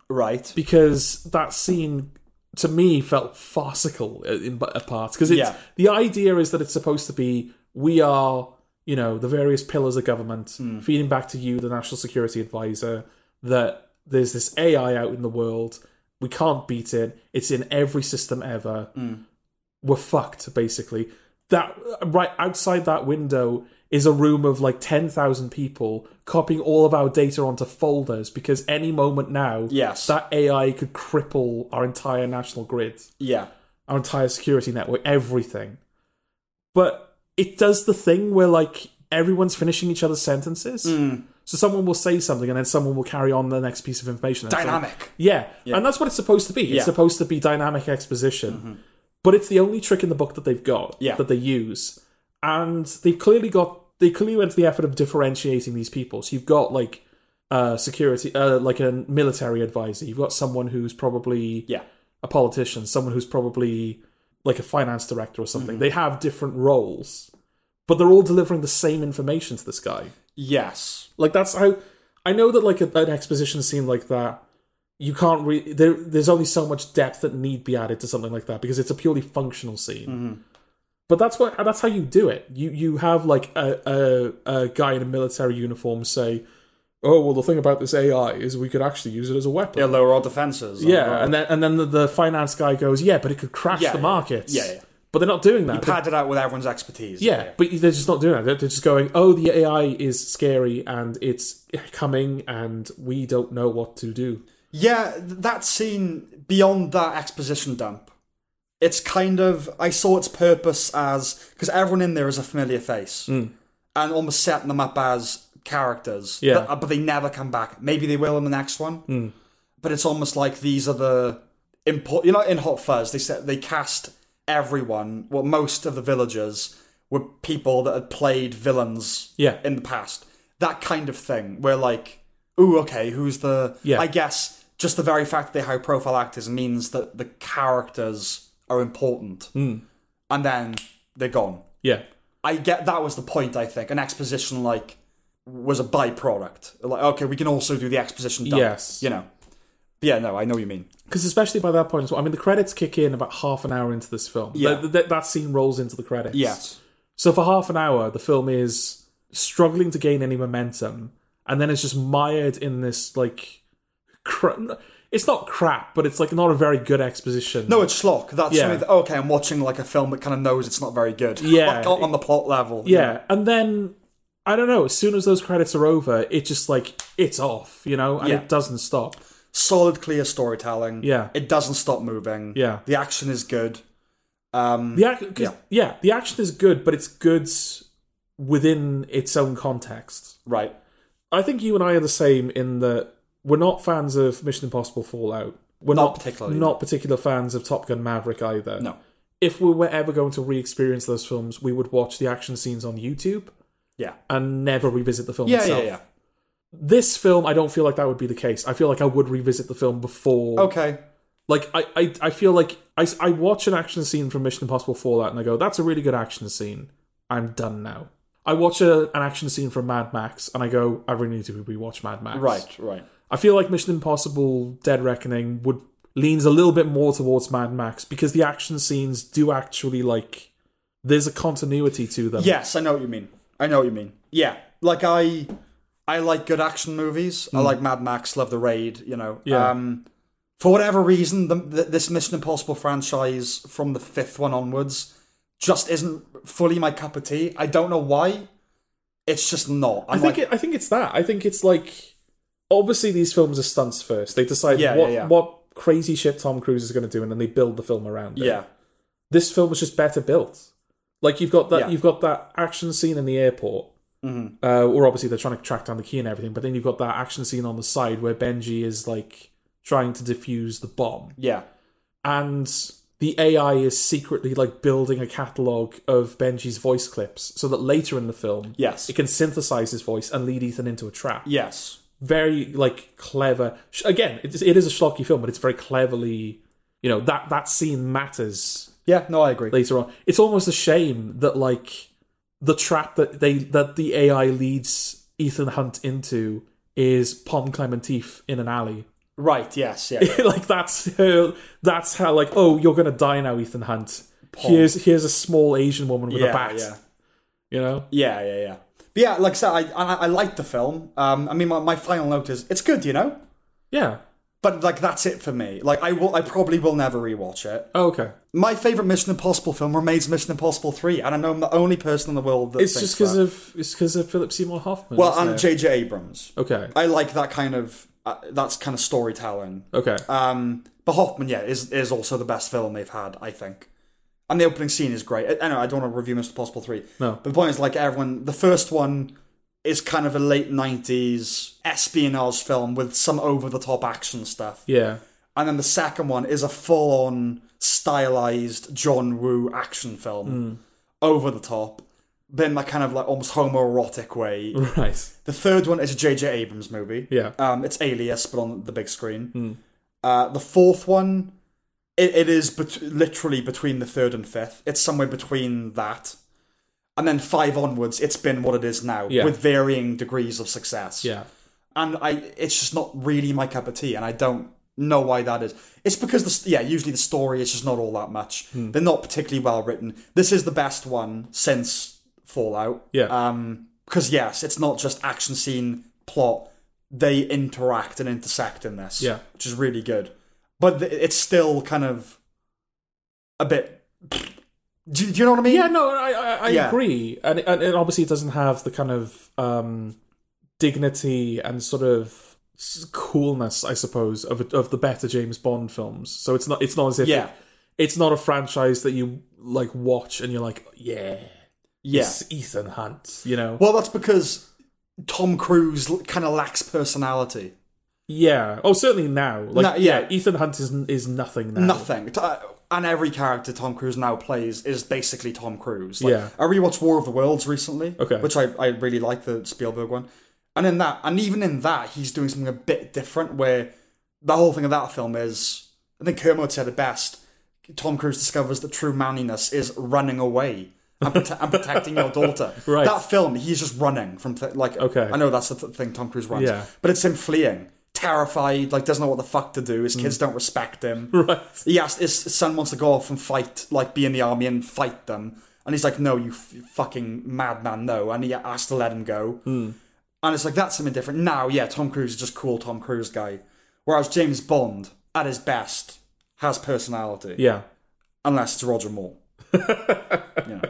A: Right.
B: because that scene to me felt farcical in a part because
A: Yeah.
B: the idea is that it's supposed to be we are you know the various pillars of government feeding back to you the national security advisor that there's this ai out in the world we can't beat it it's in every system ever we're fucked basically that right outside that window is a room of like 10,000 people copying all of our data onto folders because any moment now
A: Yes.
B: that AI could cripple our entire national grid,
A: yeah.
B: our entire security network, everything. But it does the thing where like everyone's finishing each other's sentences.
A: Hmm.
B: So someone will say something and then someone will carry on the next piece of information. And it's like-
A: Dynamic.
B: yeah. And that's what it's supposed to be. It's
A: Yeah. Mm-hmm.
B: supposed to be dynamic exposition. But it's the only trick in the book that they've got
A: Yeah.
B: that they use. And they've clearly got they clearly went to the effort of differentiating these people. So you've got like uh security uh like a military advisor, you've got someone who's probably
A: Yeah.
B: a politician, someone who's probably like a finance director or something.
A: Mm-hmm.
B: They have different roles, but they're all delivering the same information to this guy.
A: Yes.
B: Like that's how I know that like a, an exposition scene like that, you can't re- there. There's only so much depth that need be added to something like that because it's a purely functional scene.
A: Mm-hmm.
B: But that's what that's how you do it. You you have like a, a a guy in a military uniform say, "Oh well, the thing about this AI is we could actually use it as a weapon."
A: Yeah, lower our defenses.
B: Yeah, and then and then the, the finance guy goes, yeah, but it could crash
A: Yeah,
B: the
A: yeah,
B: markets.
A: yeah, yeah.
B: But they're not doing that. They-
A: uh, pad it out with everyone's expertise.
B: yeah, but they're just not doing that. They're they're just going, oh, the AI is scary and it's coming, and we don't know what to do.
A: Yeah, th- that scene beyond that exposition dump, it's kind of I saw its purpose as because everyone in there is a familiar face,
B: Mm.
A: and almost setting them up as characters.
B: Yeah. Mm.
A: that- uh, but they never come back. Maybe they will in the next one, but it's almost like these are the import. You know, in Hot Fuzz, they said they cast everyone, well, most of the villagers were people that had played villains
B: Yeah,
A: in the past. That kind of thing, where like, ooh, okay, who's the?
B: Yeah.
A: I guess just the very fact that they're high-profile actors means that the characters are important,
B: Hmm.
A: and then they're gone.
B: yeah,
A: I get that was the point. I think an exposition like was a byproduct. Like, okay, we can also do the exposition. Dump,
B: Yes.
A: you know. But yeah, no, I know what you mean.
B: because especially by that point, as well, I mean, the credits kick in about half an hour into this film.
A: Yeah.
B: Th- th- that scene rolls into the credits.
A: Yes,
B: So for half an hour, the film is struggling to gain any momentum, and then it's just mired in this like, cra- it's not crap, but it's like not a very good exposition.
A: no, it's schlock. That's
B: Yeah.
A: something- okay. I'm watching like a film that kind of knows it's not very good.
B: Yeah.
A: Like, on the plot level.
B: yeah, and then I don't know. As soon as those credits are over, it just like it's off, you know, and
A: Yeah.
B: it doesn't stop.
A: solid, clear storytelling.
B: Yeah.
A: it doesn't stop moving.
B: Yeah.
A: the action is good. Um,
B: The ac- 'cause-
A: Yeah.
B: yeah. the action is good, but it's good within its own context.
A: right.
B: I think you and I are the same in that we're not fans of Mission Impossible Fallout. We're
A: Not
B: not,
A: particularly,
B: not particular fans of Top Gun Maverick either.
A: No.
B: If we were ever going to re-experience those films, we would watch the action scenes on YouTube
A: Yeah.
B: and never revisit the film
A: Yeah,
B: itself.
A: yeah, yeah.
B: This film, I don't feel like that would be the case. I feel like I would revisit the film before
A: Okay.
B: like I, I, I feel like I, I watch an action scene from Mission Impossible Fallout and I go, that's a really good action scene. I'm done now. I watch a, an action scene from Mad Max and I go, I really need to rewatch Mad Max.
A: Right. Right.
B: I feel like Mission Impossible Dead Reckoning would leans a little bit more towards Mad Max because the action scenes do actually like there's a continuity to them.
A: Yes, I know what you mean. I know what you mean. Yeah, like I, I like good action movies. I like Mad Max. Love the Raid. You know.
B: Hmm. Yeah.
A: Um, for whatever reason, the, th this Mission Impossible franchise from the fifth one onwards just isn't fully my cup of tea. I don't know why. It's just not. I'm
B: I
A: like,
B: think it, I think it's that. I think it's like obviously these films are stunts first. They decide
A: Yeah,
B: what
A: yeah, yeah.
B: what crazy shit Tom Cruise is going to do, and then they build the film around it.
A: yeah,
B: this film was just better built. Like you've got that
A: Yeah. Mm-hmm.
B: you've got that action scene in the airport, uh, or obviously they're trying to track down the key and everything. But then you've got that action scene on the side where Benji is like trying to defuse the bomb,
A: yeah,
B: and the AI is secretly like building a catalog of Benji's voice clips so that later in the film,
A: yes,
B: it can synthesize his voice and lead Ethan into a trap.
A: yes.
B: Very like clever. sh- Again, it is, it is a schlocky film, but it's very cleverly. You know that that scene matters
A: Yeah, no, I agree.
B: later on. It's almost a shame that like the trap that they that the AI leads Ethan Hunt into is Pom Clementif in an alley. [LAUGHS]
A: Right, yes, yeah. yeah.
B: like that's her that's how like, oh, you're gonna die now, Ethan Hunt. Here's here's a small Asian woman with
A: yeah,
B: a bat.
A: yeah.
B: You know?
A: Yeah, yeah, yeah. But yeah, like I said, I, I, I liked the film. Um, I mean, my, my final note is it's good, you know?
B: Yeah.
A: But like that's it for me. Like I will, I probably will never rewatch it.
B: Oh, okay.
A: My favorite Mission Impossible film remains Mission Impossible Three, and I know I'm the only person in the world that
B: It's
A: thinks
B: just because
A: that.
B: of it's because of Philip Seymour Hoffman.
A: well,
B: isn't
A: and
B: it?
A: J.J. Abrams.
B: okay,
A: I like that kind of uh, that's kind of storytelling.
B: okay,
A: Um, but Hoffman, yeah, is is also the best film they've had, I think. And the opening scene is great. I, I know I don't want to review Mr. Possible three.
B: No.
A: but the point is, like everyone, the first one is kind of a late '90s espionage film with some over-the-top action stuff,
B: yeah, [LAUGHS]
A: and then the second one is a
B: Hmm.
A: full-on stylized John Woo action film, over the top. but in that kind of like almost homoerotic
B: [LAUGHS]
A: way.
B: Right.
A: The third one is a J.J. Abrams movie.
B: Hmm. Yeah. Hmm.
A: Um, it's Alias, but on the big screen. Uh, the fourth one, it, it is bet- literally between the third and fifth. It's somewhere between that. And then five onwards, it's been what it is now,
B: Yeah.
A: with varying degrees of success.
B: Yeah.
A: And I, it's just not really my cup of tea, and I don't know why that is. It's because the s- yeah, usually the story is just not all that much.
B: Hmm.
A: They're not particularly well written. This is the best one since Fallout.
B: Yeah.
A: Um, because yes, it's not just action scene plot; they interact and intersect in this.
B: Yeah.
A: which is really good. But th- it's still kind of a bit. Do, do you know what I mean?
B: Yeah, no, I I, I
A: Yeah.
B: agree, and, and and obviously it doesn't have the kind of um, dignity and sort of s- coolness, I suppose, of of the better James Bond films. So it's not it's not as if
A: Yeah.
B: it's not a franchise that you like watch and you're like, yeah,
A: yeah.
B: it's Ethan Hunt, you know,
A: Well, that's because Tom Cruise kind of lacks personality.
B: yeah. Oh, certainly now, like
A: No,
B: yeah.
A: yeah.
B: Ethan Hunt is is nothing now.
A: Nothing. T- uh, And every character Tom Cruise now plays is basically Tom Cruise. Like,
B: Yeah.
A: I rewatched War of the Worlds recently,
B: Okay.
A: which I, I really like the Spielberg one. And in that, and even in that, he's doing something a bit different. Where the whole thing of that film is, I think Kermode said it best. Tom Cruise discovers that true manliness is running away and, prote- and protecting your daughter.
B: [LAUGHS] Right.
A: That film, he's just running from th- like.
B: Okay.
A: I know that's the th- thing Tom Cruise runs.
B: Yeah.
A: But it's him fleeing, terrified, like doesn't know what the fuck to do. His kids don't respect him.
B: Mm. [LAUGHS] Right.
A: He asked his son wants to go off and fight, like be in the army and fight them. And he's like, no, you f- fucking madman, no. And he asked to let him go.
B: Mm.
A: And it's like, that's something different. Now, yeah, Tom Cruise is just cool Tom Cruise guy. Whereas James Bond, at his best, has personality.
B: Yeah.
A: Unless it's Roger Moore. yeah.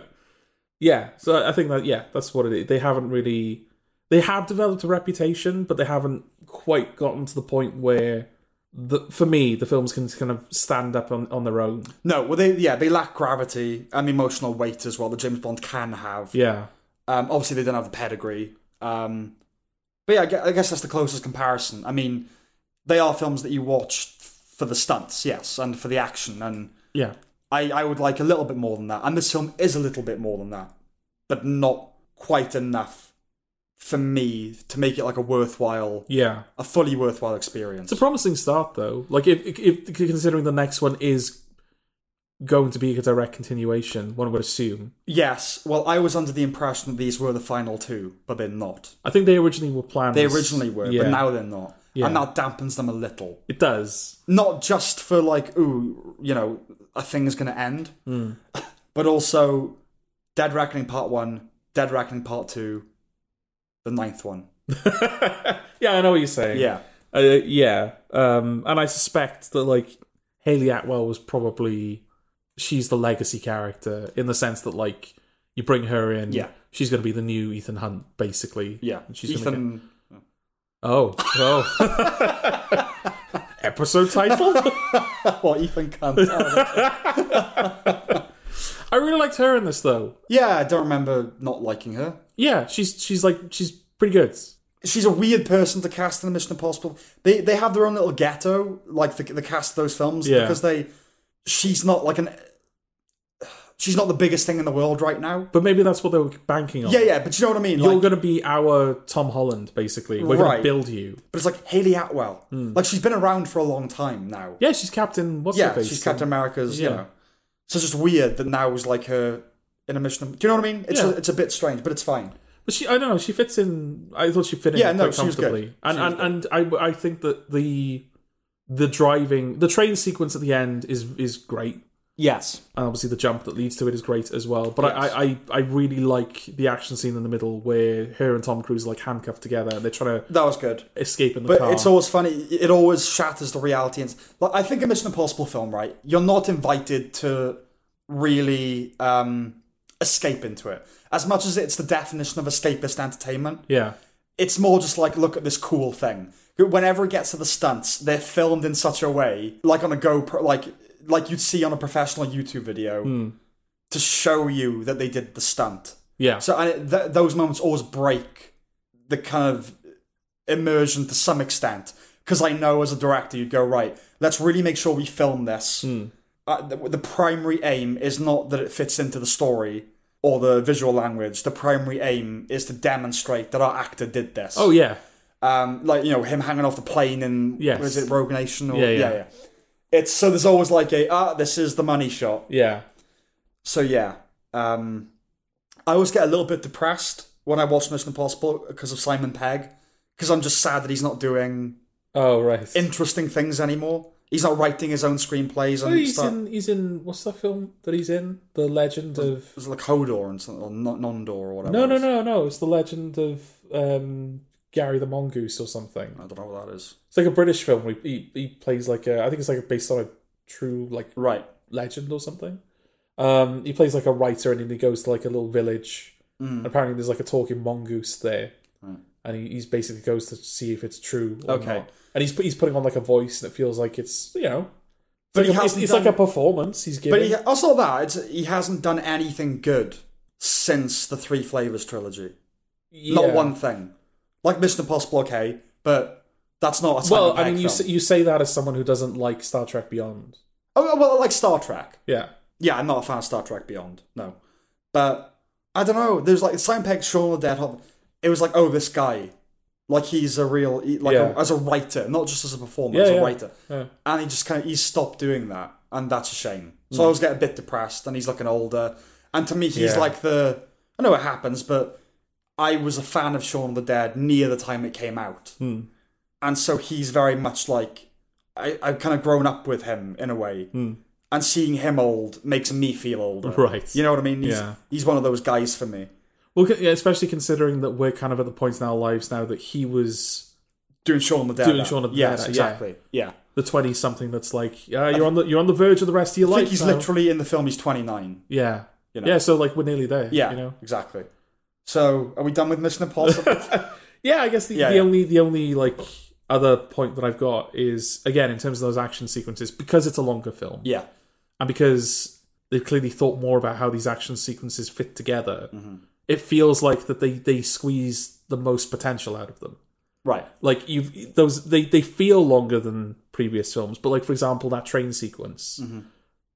B: Yeah, so I think that yeah, that's what it is. They haven't really they have developed a reputation, but they haven't quite gotten to the point where the for me the films can kind of stand up on, on their own.
A: No, well, they yeah they lack gravity and emotional weight as well that James Bond can have.
B: Yeah.
A: Um, obviously, they don't have the pedigree. Um, but yeah, I gue- I guess that's the closest comparison. I mean, they are films that you watch for the stunts, yes, and for the action. And
B: Yeah.
A: I, I would like a little bit more than that. And this film is a little bit more than that, but not quite enough for me to make it like a worthwhile,
B: Yeah.
A: a fully worthwhile experience.
B: It's a promising start though. Like if, if considering the next one is going to be a direct continuation, one would assume.
A: yes, well, I was under the impression that these were the final two, but they're not.
B: I think they originally were planned.
A: They originally were,
B: Yeah.
A: but now they're not.
B: Yeah.
A: And that dampens them a little.
B: it does.
A: not just for like, ooh, you know, a thing is going to end,
B: Hmm.
A: [COUGHS] but also Dead Reckoning Part One, Dead Reckoning Part Two, the ninth one.
B: Yeah, I know what you're saying.
A: Yeah,
B: Uh, yeah, um, and I suspect that like Haley Atwell was probably she's the legacy character in the sense that like you bring her in,
A: Yeah.
B: she's going to be the new Ethan Hunt, basically.
A: yeah.
B: And she's Gonna get-
A: Ethan.
B: oh, oh.
A: [LAUGHS]
B: Episode title.
A: Well, Ethan
B: [LAUGHS]
A: Cunt.
B: I really liked her in this though.
A: yeah, I don't remember not liking her.
B: Yeah, she's she's like she's pretty good.
A: She's a weird person to cast in a Mission Impossible. They they have their own little ghetto, like the the cast of those films,
B: Yeah.
A: because they she's not like an she's not the biggest thing in the world right now.
B: But maybe that's what they were banking on.
A: Yeah, yeah, but you know what I mean.
B: You're
A: like,
B: going to be our Tom Holland, basically. We're going to
A: Right.
B: build you.
A: But it's like Haley Atwell. Like she's been around for a long time now.
B: Hmm. Yeah, she's Captain. What's her
A: Yeah,
B: face?
A: she's Captain America's.
B: Yeah.
A: You know, so it's just weird that now is like her in a mission. Do you know what I mean? It's
B: Yeah.
A: a, it's a bit strange, but it's fine.
B: But she, I don't know. She fits in. I thought she fit in
A: Yeah,
B: quite
A: no, she was good.
B: comfortably, and
A: She was
B: and, and I I think that the the driving the train sequence at the end is is great,
A: Yes.
B: and obviously the jump that leads to it is great as well. But
A: Yes.
B: I, I I really like the action scene in the middle where her and Tom Cruise are like handcuffed together and they're trying to
A: That was good.
B: escape in the
A: But
B: car.
A: it's always funny. It always shatters the reality. And like, I think a Mission Impossible film, right? You're not invited to really um, escape into it. As much as it's the definition of escapist entertainment,
B: yeah,
A: it's more just like look at this cool thing. Whenever it gets to the stunts, they're filmed in such a way, like on a GoPro, like like you'd see on a professional YouTube video, to show you that they did the stunt.
B: yeah,
A: So and it, th- those moments always break the kind of immersion to some extent. Because I know as a director, you'd go right. Let's really make sure
B: Hmm.
A: we film this. Uh, the, the primary aim is not that it fits into the story, or the visual language, the primary aim is to demonstrate that our actor did this.
B: Oh yeah,
A: um, like you know him hanging off the plane in
B: Yes.
A: was it Rogue Nation? Or,
B: Yeah, yeah.
A: It's so there's always like a ah, this is the money shot.
B: yeah.
A: So yeah, um, I always get a little bit depressed when I watch Mission Impossible because of Simon Pegg, because I'm just sad that he's not doing
B: Oh right.
A: interesting things anymore. He's not writing his own screenplays and
B: he's
A: stuff.
B: in. He's in. What's that film that he's in? The Legend of.
A: It was like Hodor and something, or N- Nondor or whatever.
B: No,
A: it
B: no,
A: is.
B: no, no. It's the Legend of um, Gary the Mongoose or something.
A: I don't know what that is.
B: It's like a British film. Where he he plays like a. I think it's like based on a true like
A: Right.
B: legend or something. Um, he plays like a writer, and then he goes to like a little village.
A: Hmm.
B: And apparently, there's like a talking mongoose there, and he he's basically goes to see if it's true. Or
A: Okay.
B: not. and he's he's putting on like a voice, and it feels like it's you know,
A: But
B: but
A: he
B: like a, it's,
A: hasn't
B: it's
A: done-
B: like a performance he's giving.
A: But he, also that it's, he hasn't done anything good since the Three Flavors trilogy. Not
B: Yeah.
A: one thing. Like Mr. Impossible, okay, but that's not a Simon
B: Well, I
A: Pegg
B: mean, you
A: film.
B: say, you say that as someone who doesn't like Star Trek Beyond.
A: Oh well, like Star Trek.
B: Yeah,
A: Yeah, I'm not a fan of Star Trek Beyond. No, but I don't know. There's like Simon Pegg, Shaun of the Dead. Hob- It was like, oh, this guy, like he's a real, he- like
B: Yeah.
A: a, as a writer, not just as a performer,
B: Yeah,
A: as a
B: yeah.
A: writer.
B: Yeah.
A: And he just kind of he stopped doing that, and that's a shame. So I always get a bit depressed. And he's like an older, and to me, he's
B: Hmm. Yeah.
A: like the. I know it happens, but I was a fan of Shaun of the Dead near the time it came out,
B: Hmm.
A: and so he's very much like I, I've kind of grown up with him in a way and seeing him old makes me feel older.
B: Hmm. Right.
A: You know what I mean? He's,
B: Yeah.
A: he's one of those guys for me.
B: well, c- yeah, especially considering that we're kind of at the point in our lives now that he was
A: Doing Shaun the Dead.
B: Doing Shaun of the
A: yes,
B: Dead,
A: exactly. Yeah.
B: the twenty something. That's like, yeah, you're on the you're on the verge of the rest of your
A: I
B: life.
A: think he's
B: now.
A: literally in the film, he's 29.
B: yeah,
A: know.
B: yeah. So like, we're nearly there.
A: Yeah,
B: you know.
A: exactly. So, are we done with Mission
B: [LAUGHS]
A: Impossible?
B: Yeah, I guess the,
A: Yeah,
B: the
A: yeah.
B: only the only like other point that I've got is again in terms of those action sequences because it's a longer film
A: yeah.
B: and because they've clearly thought more about how these action sequences fit together.
A: Mm-hmm.
B: It feels like that they they squeeze the most potential out of them.
A: Right.
B: like you've those they they feel longer than previous films but like for example that train sequence
A: Mm-hmm.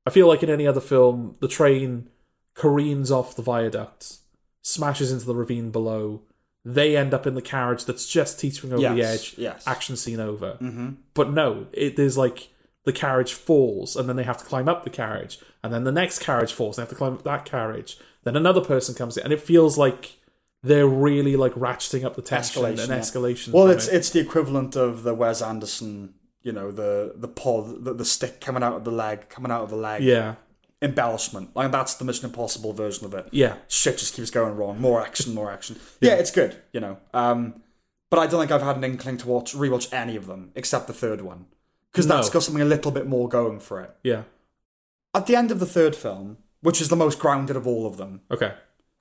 B: i feel like in any other film the train careens off the viaduct smashes into the ravine below they end up in the carriage that's just teetering over the
A: Yes,
B: edge
A: yes.
B: action scene over mm-hmm. but no it there's like the carriage falls and then they have to climb up the carriage and then the next carriage falls they have to climb up that carriage then another person comes in and it feels like they're really like ratcheting up the tension
A: Escalation,
B: and
A: yeah.
B: escalation
A: Well,
B: from
A: it's
B: it.
A: it's the equivalent of the Wes Anderson, you know, the the pod, the, the stick coming out of the leg, coming out of the leg.
B: Yeah,
A: Embellishment. Like, that's the Mission Impossible version of it.
B: yeah,
A: shit just keeps going wrong. More action, more action. Yeah, it's good, you know. Um, but I don't think I've had an inkling to watch rewatch any of them except the third one because that's
B: No.
A: got something a little bit more going for it.
B: yeah.
A: At the end of the third film, which is the most grounded of all of them,
B: Okay.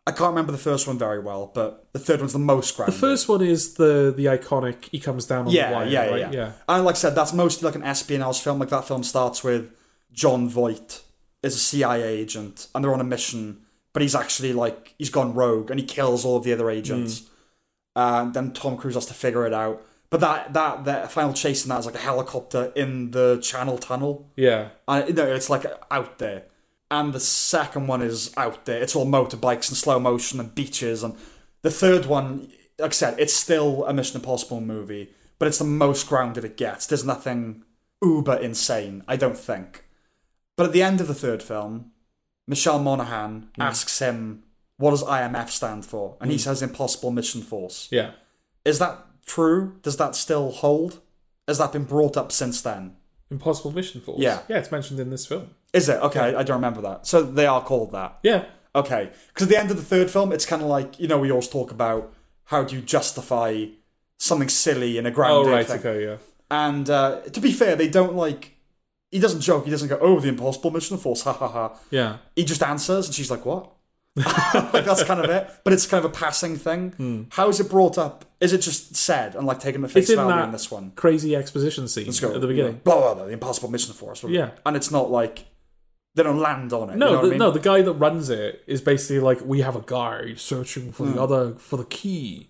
A: I can't remember the first one very well, but the third one's the most grounded.
B: First one is the the iconic. He comes down on
A: yeah,
B: the wire.
A: yeah, yeah,
B: right?
A: yeah, And like I said, that's mostly like an espionage film. Like that film starts with John Voight is a CIA agent, and they're on a mission, but he's actually like he's gone rogue, and he kills all of the other agents. And then Tom Cruise has to figure it out. But that that that final chase in that is like a helicopter in the Channel Tunnel,
B: yeah,
A: and you know, it's like out there. And the second one is out there. It's all motorbikes and slow motion and beaches. And the third one, like I said, it's still a Mission Impossible movie, but it's the most grounded it gets. There's nothing uber insane, I don't think. But at the end of the third film, Michelle Monaghan asks him, What does IMF stand for? And he says, Impossible Mission Force.
B: yeah.
A: Is that true? Does that still hold? Has that been brought up since then?
B: Impossible Mission Force.
A: Yeah.
B: yeah. It's mentioned in this film.
A: Is it? Okay, I I don't remember that. So they are called that.
B: Yeah,
A: Okay. Because at the end of the third film, it's kind of like, you know, we always talk about how do you justify something silly in a
B: Oh
A: grounded
B: right.
A: thing.
B: Okay. Yeah.
A: And uh, to be fair, they don't like. He doesn't joke. He doesn't go, oh, the impossible mission force, ha ha ha.
B: Yeah.
A: He just answers, and she's like, what? [LAUGHS] like, that's kind of it. But it's kind of a passing thing. How is it brought up? Is it just said and like taken at face
B: Hmm. It's in
A: value
B: that
A: in this one?
B: crazy exposition scene
A: Let's go,
B: at the
A: you know,
B: beginning.
A: blah, blah, blah, the impossible mission force.
B: Yeah.
A: And it's not like. They don't land on it.
B: No,
A: you know
B: the,
A: what I mean?
B: no. The guy that runs it is basically like, we have a guy searching for
A: Hmm.
B: the other for the key,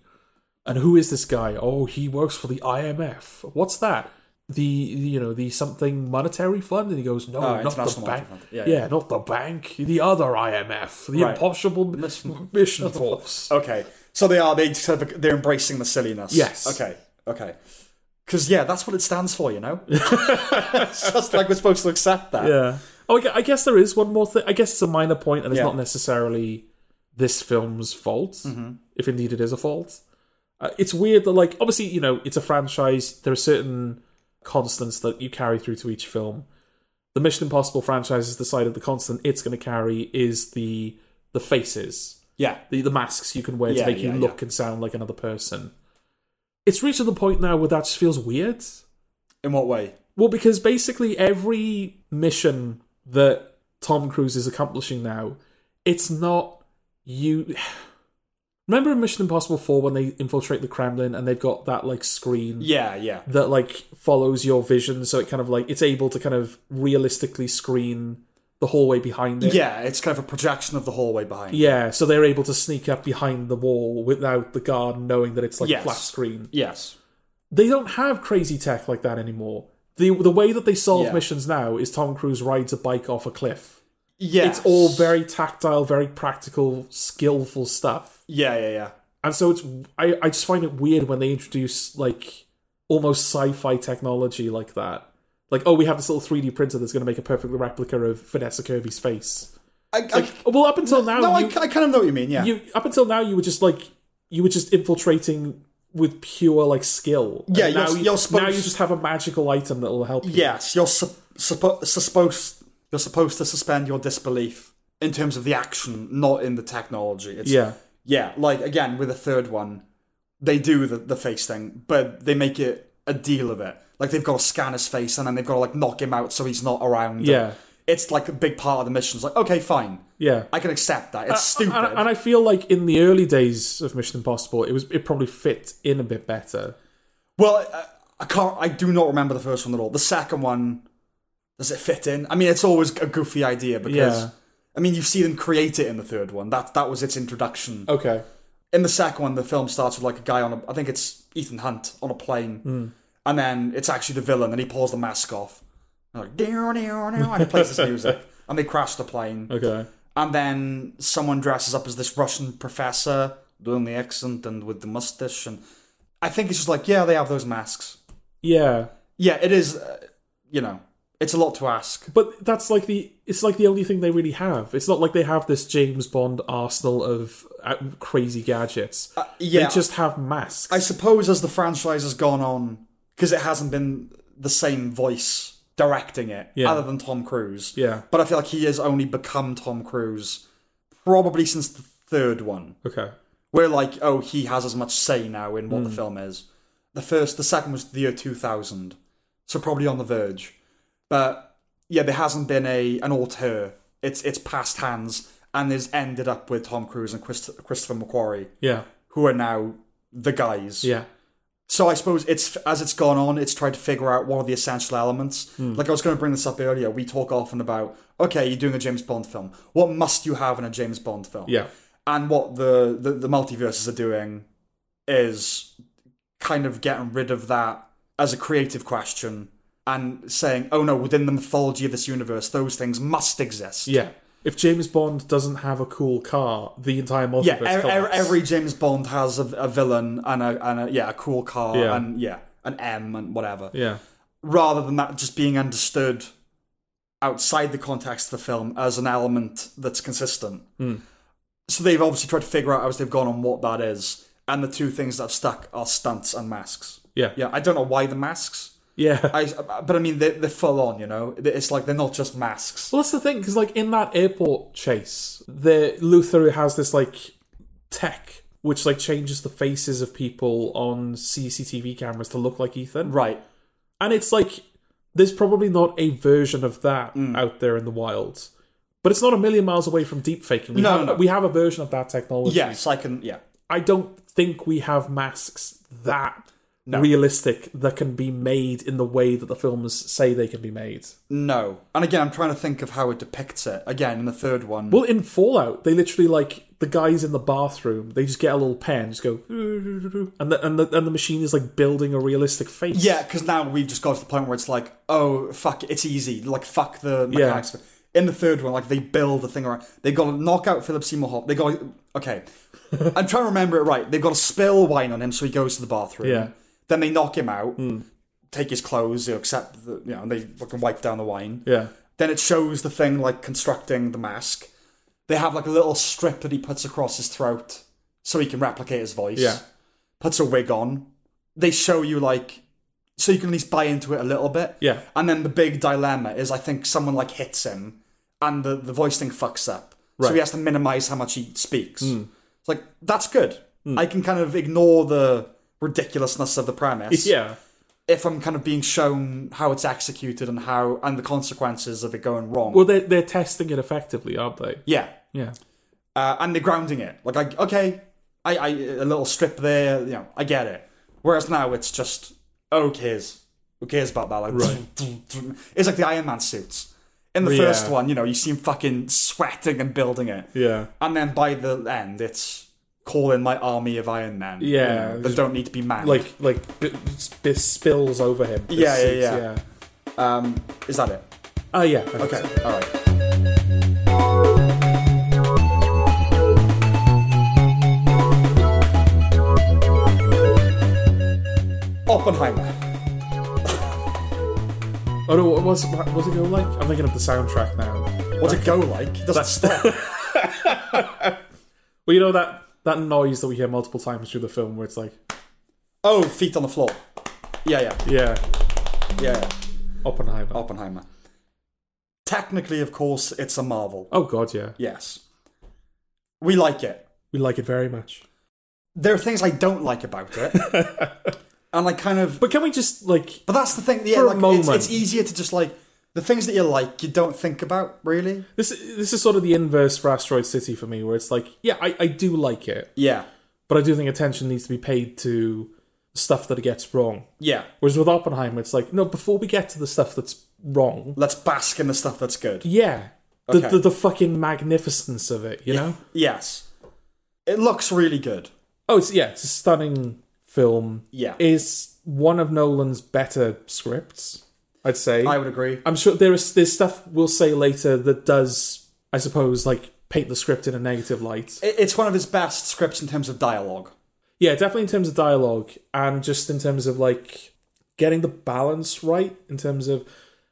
B: and who is this guy? Oh, he works for the IMF. What's that? the you know the something monetary fund, and he goes, no,
A: Oh,
B: not the
A: International
B: bank.
A: Monetary Fund. Yeah,
B: yeah, not the bank, the other IMF, the
A: Right.
B: Impossible
A: Listen. [LAUGHS]
B: Mission Force.
A: Okay, so they are they sort of, they're embracing the silliness.
B: Yes.
A: Okay. Okay. Because yeah, that's what it stands for, you know. [LAUGHS] it's just like we're supposed to accept that.
B: Yeah. Oh, I gue- I guess there is one more thing. I guess it's a minor point, and it's
A: Yeah.
B: not necessarily this film's fault,
A: Mm-hmm.
B: if indeed it is a fault. Uh, it's weird that, like, obviously, you know, it's a franchise. There are certain constants that you carry through to each film. The Mission Impossible franchise has decided the constant it's going to carry is the the faces,
A: Yeah.
B: the the masks you can wear to
A: Yeah,
B: make you
A: yeah, yeah.
B: look and sound like another person. It's reached the point now where that just feels weird.
A: In what way?
B: Well, because basically every mission that Tom Cruise is accomplishing now, it's not you. [SIGHS] Remember in Mission Impossible 4 when they infiltrate the Kremlin and they've got that like screen
A: Yeah. Yeah.
B: that like follows your vision, so it kind of like it's able to kind of realistically screen the hallway behind it.
A: Yeah. It's kind of a projection of the hallway behind.
B: Yeah, so they're able to sneak up behind the wall without the guard knowing that it's like
A: Yes.
B: flat screen
A: Yes.
B: they don't have crazy tech like that anymore. The the way that they solve
A: Yeah.
B: missions now is Tom Cruise rides a bike off a cliff.
A: Yeah.
B: It's all very tactile, very practical, skillful stuff.
A: Yeah. Yeah. Yeah.
B: And so it's I, I just find it weird when they introduce like almost sci-fi technology like that. Like, oh, we have this little 3D printer that's going to make a perfect replica of Vanessa Kirby's face.
A: I, I,
B: Well, up until now,
A: no, I,
B: you-
A: I kind of know what you mean. Yeah.
B: you up until now you were just like you were just infiltrating with pure like skill. And
A: Yeah, you're-
B: now, you-
A: you're supposed-
B: now you just have a magical item that will help you.
A: yes. You're su- suppo- supposed you're supposed to suspend your disbelief in terms of the action, not in the technology. It's,
B: yeah,
A: Yeah, like again with the third one, they do the, the face thing, but they make it a deal of it. Like they've got to scan his face and then they've got to like knock him out so he's not around.
B: Yeah.
A: It's like a big part of the mission. It's like, okay, fine.
B: yeah.
A: I can accept that. It's stupid.
B: And, and I feel like in the early days of Mission Impossible, it was it probably fit in a bit better.
A: well, I, I can't I do not remember the first one at all. The second one does it fit in? I mean, it's always a goofy idea because
B: Yeah.
A: I mean, you see them create it in the third one. That that was its introduction.
B: Okay.
A: in the second one, the film starts with like a guy on a, I think it's Ethan Hunt on a plane,
B: Hmm.
A: and then it's actually the villain, and he pulls the mask off, and, like, "Dear, dear, dear," and he plays this
B: [LAUGHS]
A: music, and they crash the plane,
B: Okay.
A: and then someone dresses up as this Russian professor doing the accent and with the mustache, and I think it's just like, yeah, they have those masks.
B: Yeah,
A: Yeah, it is, uh, you know, it's a lot to ask.
B: but that's like the it's like the only thing they really have. It's not like they have this James Bond arsenal of uh, crazy gadgets.
A: Uh, Yeah,
B: They just have masks.
A: I suppose as the franchise has gone on, because it hasn't been the same voice directing it,
B: Yeah.
A: other than Tom Cruise.
B: yeah.
A: But I feel like he has only become Tom Cruise probably since the third one.
B: Okay.
A: Where like, oh, he has as much say now in what the film is. The first the second was the year two thousand. So probably on the verge. But yeah, there hasn't been a an auteur. It's it's passed hands and it's ended up with Tom Cruise and Christ- Christopher McQuarrie,
B: Yeah.
A: who are now the guys.
B: Yeah.
A: So I suppose it's as it's gone on, it's tried to figure out what are the essential elements. Like I was going to bring this up earlier. We talk often about okay, you're doing a James Bond film. What must you have in a James Bond film?
B: Yeah.
A: And what the the, the multiverses are doing is kind of getting rid of that as a creative question and saying, oh no, within the mythology of this universe, those things must exist.
B: Yeah. If James Bond doesn't have a cool car, the entire multiverse
A: Yeah, er, er-
B: collapses.
A: every James Bond has a, a villain and a, and a yeah a cool car
B: Yeah.
A: and yeah an M and whatever.
B: yeah,
A: rather than that just being understood outside the context of the film as an element that's consistent. So they've obviously tried to figure out as they've gone on what that is, and the two things that have stuck are stunts and masks.
B: yeah, yeah,
A: Yeah, I don't know why the masks.
B: yeah.
A: I, but I mean, they're, they're full on, you know? It's like they're not just masks.
B: Well, that's the thing because, like, in that airport chase, the Luther has this like tech which like changes the faces of people on CCTV cameras to look like Ethan,
A: Right.
B: and it's like there's probably not a version of that
A: Mm.
B: out there in the wild. But it's not a million miles away from deep faking. We
A: No,
B: have,
A: no.
B: we have a version of that technology.
A: Yes, I can. Yeah.
B: I don't think we have masks that
A: No.
B: realistic that can be made in the way that the films say they can be made.
A: No. And again, I'm trying to think of how it depicts it. Again, in the third one.
B: Well, in Fallout, they literally like the guys in the bathroom. They just get a little pen, just go, and the and the and the machine is like building a realistic face.
A: yeah, because now we've just got to the point where it's like, oh, fuck, it's easy. Like, fuck the
B: Yeah.
A: mechanics. In the third one, like, they build the thing around. They got to knock out Philip Seymour Hoffman. They got to, okay. I'm trying to remember it right. They've got to spill wine on him so he goes to the bathroom.
B: Yeah. Hmm.
A: Then they knock him out, take his clothes, you know, accept, the, you know, and they fucking wipe down the wine.
B: yeah,
A: Then it shows the thing like constructing the mask. They have like a little strip that he puts across his throat so he can replicate his voice.
B: Yeah.
A: Puts a wig on. They show you like so you can at least buy into it a little bit.
B: Yeah.
A: And then the big dilemma is I think someone like hits him and the, the voice thing fucks up. So he has to minimize how much he speaks.
B: Hmm.
A: It's like that's good. I can kind of ignore the ridiculousness of the premise
B: [LAUGHS] yeah,
A: if I'm kind of being shown how it's executed and how and the consequences of it going wrong.
B: Well, they're they're testing it effectively, aren't they?
A: yeah,
B: Yeah,
A: uh, and they're grounding it. Like, I, okay, I, I a little strip there. You know, I get it. Whereas now it's just oh, who cares? Who cares about that? Like, [LAUGHS] it's like the Iron Man suits. In the
B: Yeah.
A: first one, you know, you see him fucking sweating and building it,
B: yeah,
A: and then by the end, it's call in my army of Iron Men. you
B: Yeah,
A: know, that don't need to be manned.
B: like like b- b- spills over him.
A: Yeah, yeah,
B: It's-
A: yeah. um, is that it?
B: Oh yeah. I think
A: Okay,
B: so.
A: all right. Oppenheimer.
B: Oh no, what was what was it go like? I'm thinking of the soundtrack now.
A: What's it go like? It doesn't stop.
B: Well, you know that that noise that we hear multiple times through the film, where it's like,
A: Oh, feet on the floor. Yeah, yeah,
B: yeah,
A: yeah. yeah.
B: Oppenheimer.
A: Oppenheimer. Technically, of course, it's a Marvel.
B: oh God, yeah,
A: Yes. We like it.
B: we like it very much.
A: There are things I don't like about it. and I kind of
B: But can we just like
A: But that's the thing. Yeah,
B: For a
A: like, it's,
B: moment.
A: it's easier to just like the things that you like, you don't think about really.
B: this? This is sort of the inverse for Asteroid City for me, where it's like, yeah, I, I do like it,
A: Yeah,
B: but I do think attention needs to be paid to stuff that it gets wrong.
A: yeah.
B: Whereas with Oppenheimer, it's like, no, before we get to the stuff that's wrong,
A: Let's bask in the stuff that's good.
B: yeah, the
A: Okay.
B: the, the fucking magnificence of it, you know.
A: Yes, it looks really good.
B: Oh, it's yeah, it's a stunning film.
A: Yeah.
B: it's one of Nolan's better scripts, I'd say.
A: I would agree.
B: I'm sure there is there's stuff we'll say later that does, I suppose, like paint the script in a negative light.
A: It- It's one of his best scripts in terms of dialogue.
B: Yeah, definitely in terms of dialogue and just in terms of like getting the balance right in terms of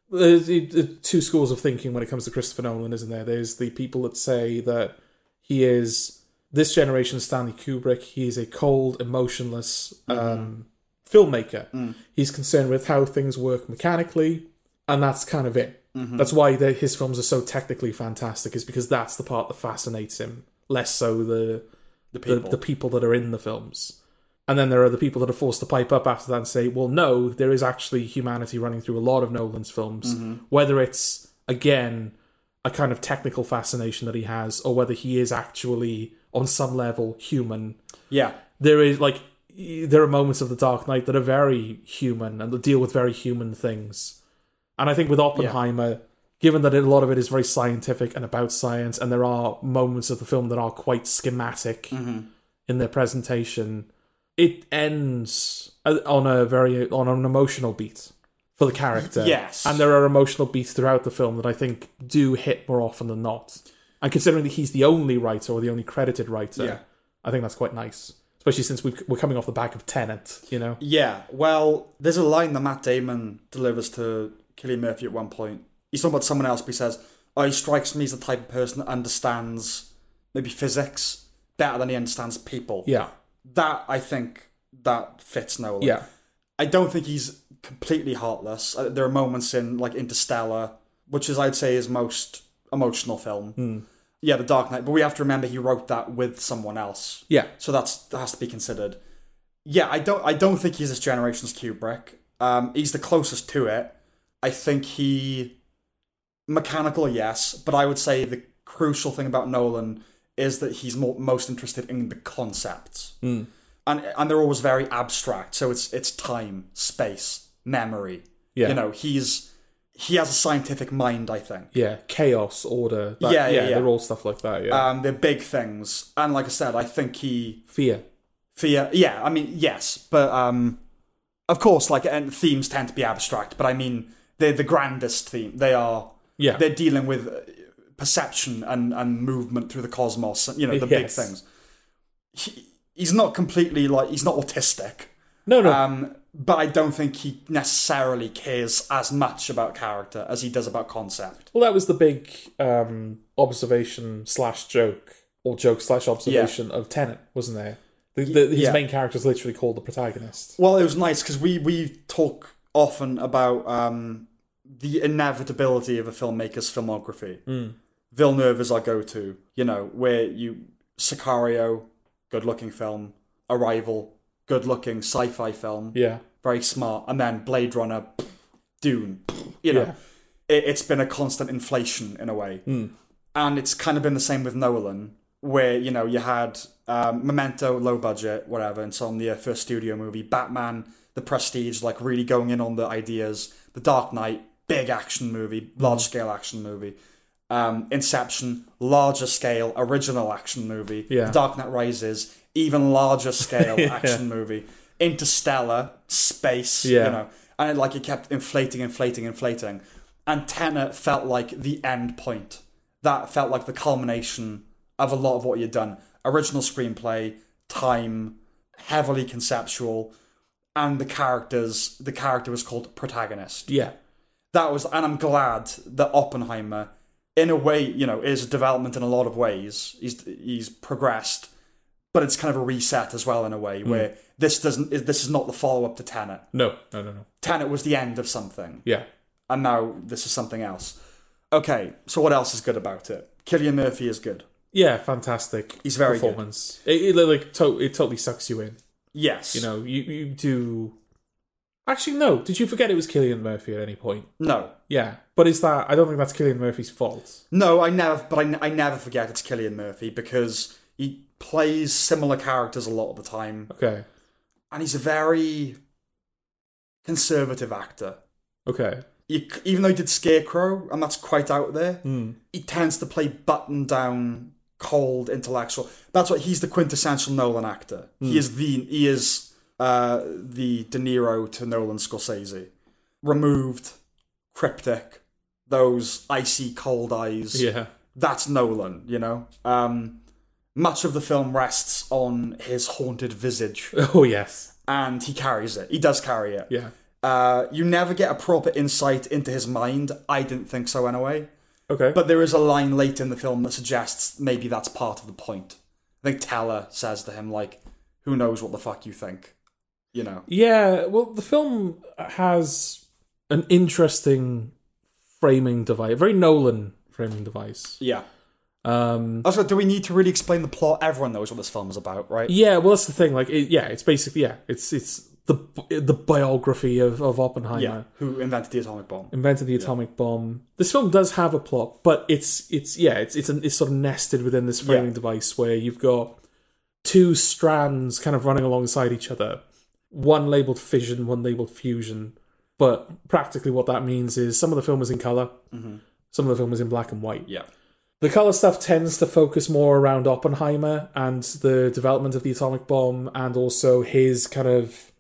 B: the, the, the two schools of thinking when it comes to Christopher Nolan, isn't there? There's the people that say that he is this generation's Stanley Kubrick. He is a cold, emotionless um, filmmaker. He's concerned with how things work mechanically, and that's kind of it. That's why the, his films are so technically fantastic, is because that's the part that fascinates him less so the
A: The
B: the,
A: people.
B: the people that are in the films. And then there are the people that are forced to pipe up after that and say, well, no, there is actually humanity running through a lot of Nolan's films. Whether it's, again, a kind of technical fascination that he has, or whether he is actually, on some level, human.
A: yeah,
B: There is, like, y- there are moments of The Dark Knight that are very human and that deal with very human things. And I think with Oppenheimer, given that a lot of it is very scientific and about science, and there are moments of the film that are quite schematic
A: Mm-hmm.
B: in their presentation, it ends uh, on a very on an emotional beat for the character.
A: Yes.
B: and there are emotional beats throughout the film that I think do hit more often than not. And considering that he's the only writer or the only credited writer,
A: Yeah.
B: I think that's quite nice. Especially since we've, we're coming off the back of Tenant, you know.
A: yeah. Well, there's a line that Matt Damon delivers to Killian Murphy at one point. He's talking about someone else, but he says, "Oh, he strikes me as the type of person that understands maybe physics better than he understands people."
B: Yeah,
A: That I think that fits Nolan.
B: yeah,
A: I don't think he's completely heartless. Uh, There are moments in like Interstellar, which is I'd say his most emotional film. Yeah, The Dark Knight. But we have to remember he wrote that with someone else,
B: yeah.
A: so that's that has to be considered. Yeah, I don't I don't think he's this generation's Kubrick. Um, he's the closest to it. I think he mechanical, yes, but I would say the
B: Hmm.
A: crucial thing about Nolan is that he's more, most interested in the concepts. and and they're always very abstract. So it's it's time, space, memory.
B: Yeah.
A: You know, he's he has a scientific mind. I think.
B: Yeah, chaos, order.
A: Yeah,
B: That, yeah,
A: yeah, yeah.
B: they're all stuff like that. Yeah,
A: Um, they're big things, and like I said, I think he
B: fear.
A: fear. Yeah, I mean, yes, but um, of course, like and themes tend to be abstract, but I mean, they're the grandest theme. They are.
B: Yeah,
A: They're dealing with uh, perception and and movement through the cosmos. You know, the big
B: Yes.
A: things. He, he's not completely like he's not autistic.
B: no, no,
A: Um, but I don't think he necessarily cares as much about character as he does about concept.
B: Well, that was the big um, observation slash joke or joke slash observation of Tennant, wasn't there? The, the, his
A: yeah.
B: main character is literally called the protagonist.
A: Well, it was nice because we we talk often about um, the inevitability of a filmmaker's filmography. Villeneuve is our go-to, you know, where you Sicario, good-looking film, Arrival, good-looking sci-fi film,
B: Yeah,
A: very smart, and then Blade Runner, Dune, you know.
B: Yeah. Hmm.
A: It, it's been a constant inflation in a way. And it's kind of been the same with Nolan, where, you know, you had um, Memento, low budget, whatever, Insomnia, first studio movie, Batman, The Prestige, like really going in on the ideas, The Dark Knight, big action movie,
B: Hmm.
A: large scale action movie. Um, Inception, larger scale original action movie.
B: Yeah.
A: The Dark Knight Rises, even larger
B: [LAUGHS]
A: scale action movie. Interstellar, space,
B: Yeah.
A: you know, and it, like it kept inflating, inflating, inflating. And Tenet felt like the end point. That felt like the culmination of a lot of what you'd done. Original screenplay, time, heavily conceptual, and the characters. The character was called protagonist.
B: yeah,
A: That was, and I'm glad that Oppenheimer, in a way, you know, is a development in a lot of ways. He's he's progressed, but it's kind of a reset as well in a way where this doesn't. This is not the follow up to Tenet.
B: no, no, no, no.
A: Tenet was the end of something,
B: Yeah,
A: and now this is something else. Okay, so what else is good about it? Killian Murphy is good.
B: yeah, fantastic.
A: He's very good.
B: performance. It, it like to- it totally sucks you in.
A: Yes.
B: You know, you you do. Actually, no. Did you forget it was Killian Murphy at any point?
A: No.
B: Yeah, but is that? I don't think that's Killian Murphy's fault.
A: No, I never. But I, I never forget it's Killian Murphy because he plays similar characters a lot of the time,
B: Okay,
A: and he's a very conservative actor.
B: okay,
A: You, even though he did Scarecrow, and that's quite out there, he tends to play button down, cold, intellectual. That's what he's the quintessential Nolan actor. He is the he is uh, the De Niro to Nolan Scorsese, removed, cryptic, those icy cold eyes
B: yeah, [LAUGHS]
A: that's Nolan, you know. Um, much of the film rests on his haunted visage,
B: oh yes,
A: and he carries it. He does carry it.
B: yeah,
A: Uh, you never get a proper insight into his mind. I didn't think so anyway.
B: okay,
A: But there is a line late in the film that suggests maybe that's part of the point. I think Teller says to him, like, who knows what the fuck you think? You know.
B: Yeah, well, the film has an interesting framing device, very Nolan framing device.
A: Yeah.
B: Um,
A: Also, do we need to really explain the plot? Everyone knows what this film is about, right?
B: yeah, well, that's the thing. Like, it, yeah, it's basically yeah, it's it's the the biography of of Oppenheimer.
A: Yeah. Who invented the atomic bomb?
B: Invented the atomic bomb. This film does have a plot, but it's it's yeah, it's it's, an, it's sort of nested within this framing
A: Yeah.
B: device where you've got two strands kind of running alongside each other. One labeled fission, one labeled fusion. But practically, what that means is some of the film is in color, some of the film is in black and white.
A: Mm-hmm. Yeah.
B: The color stuff tends to focus more around Oppenheimer and the development of the atomic bomb, and also his kind of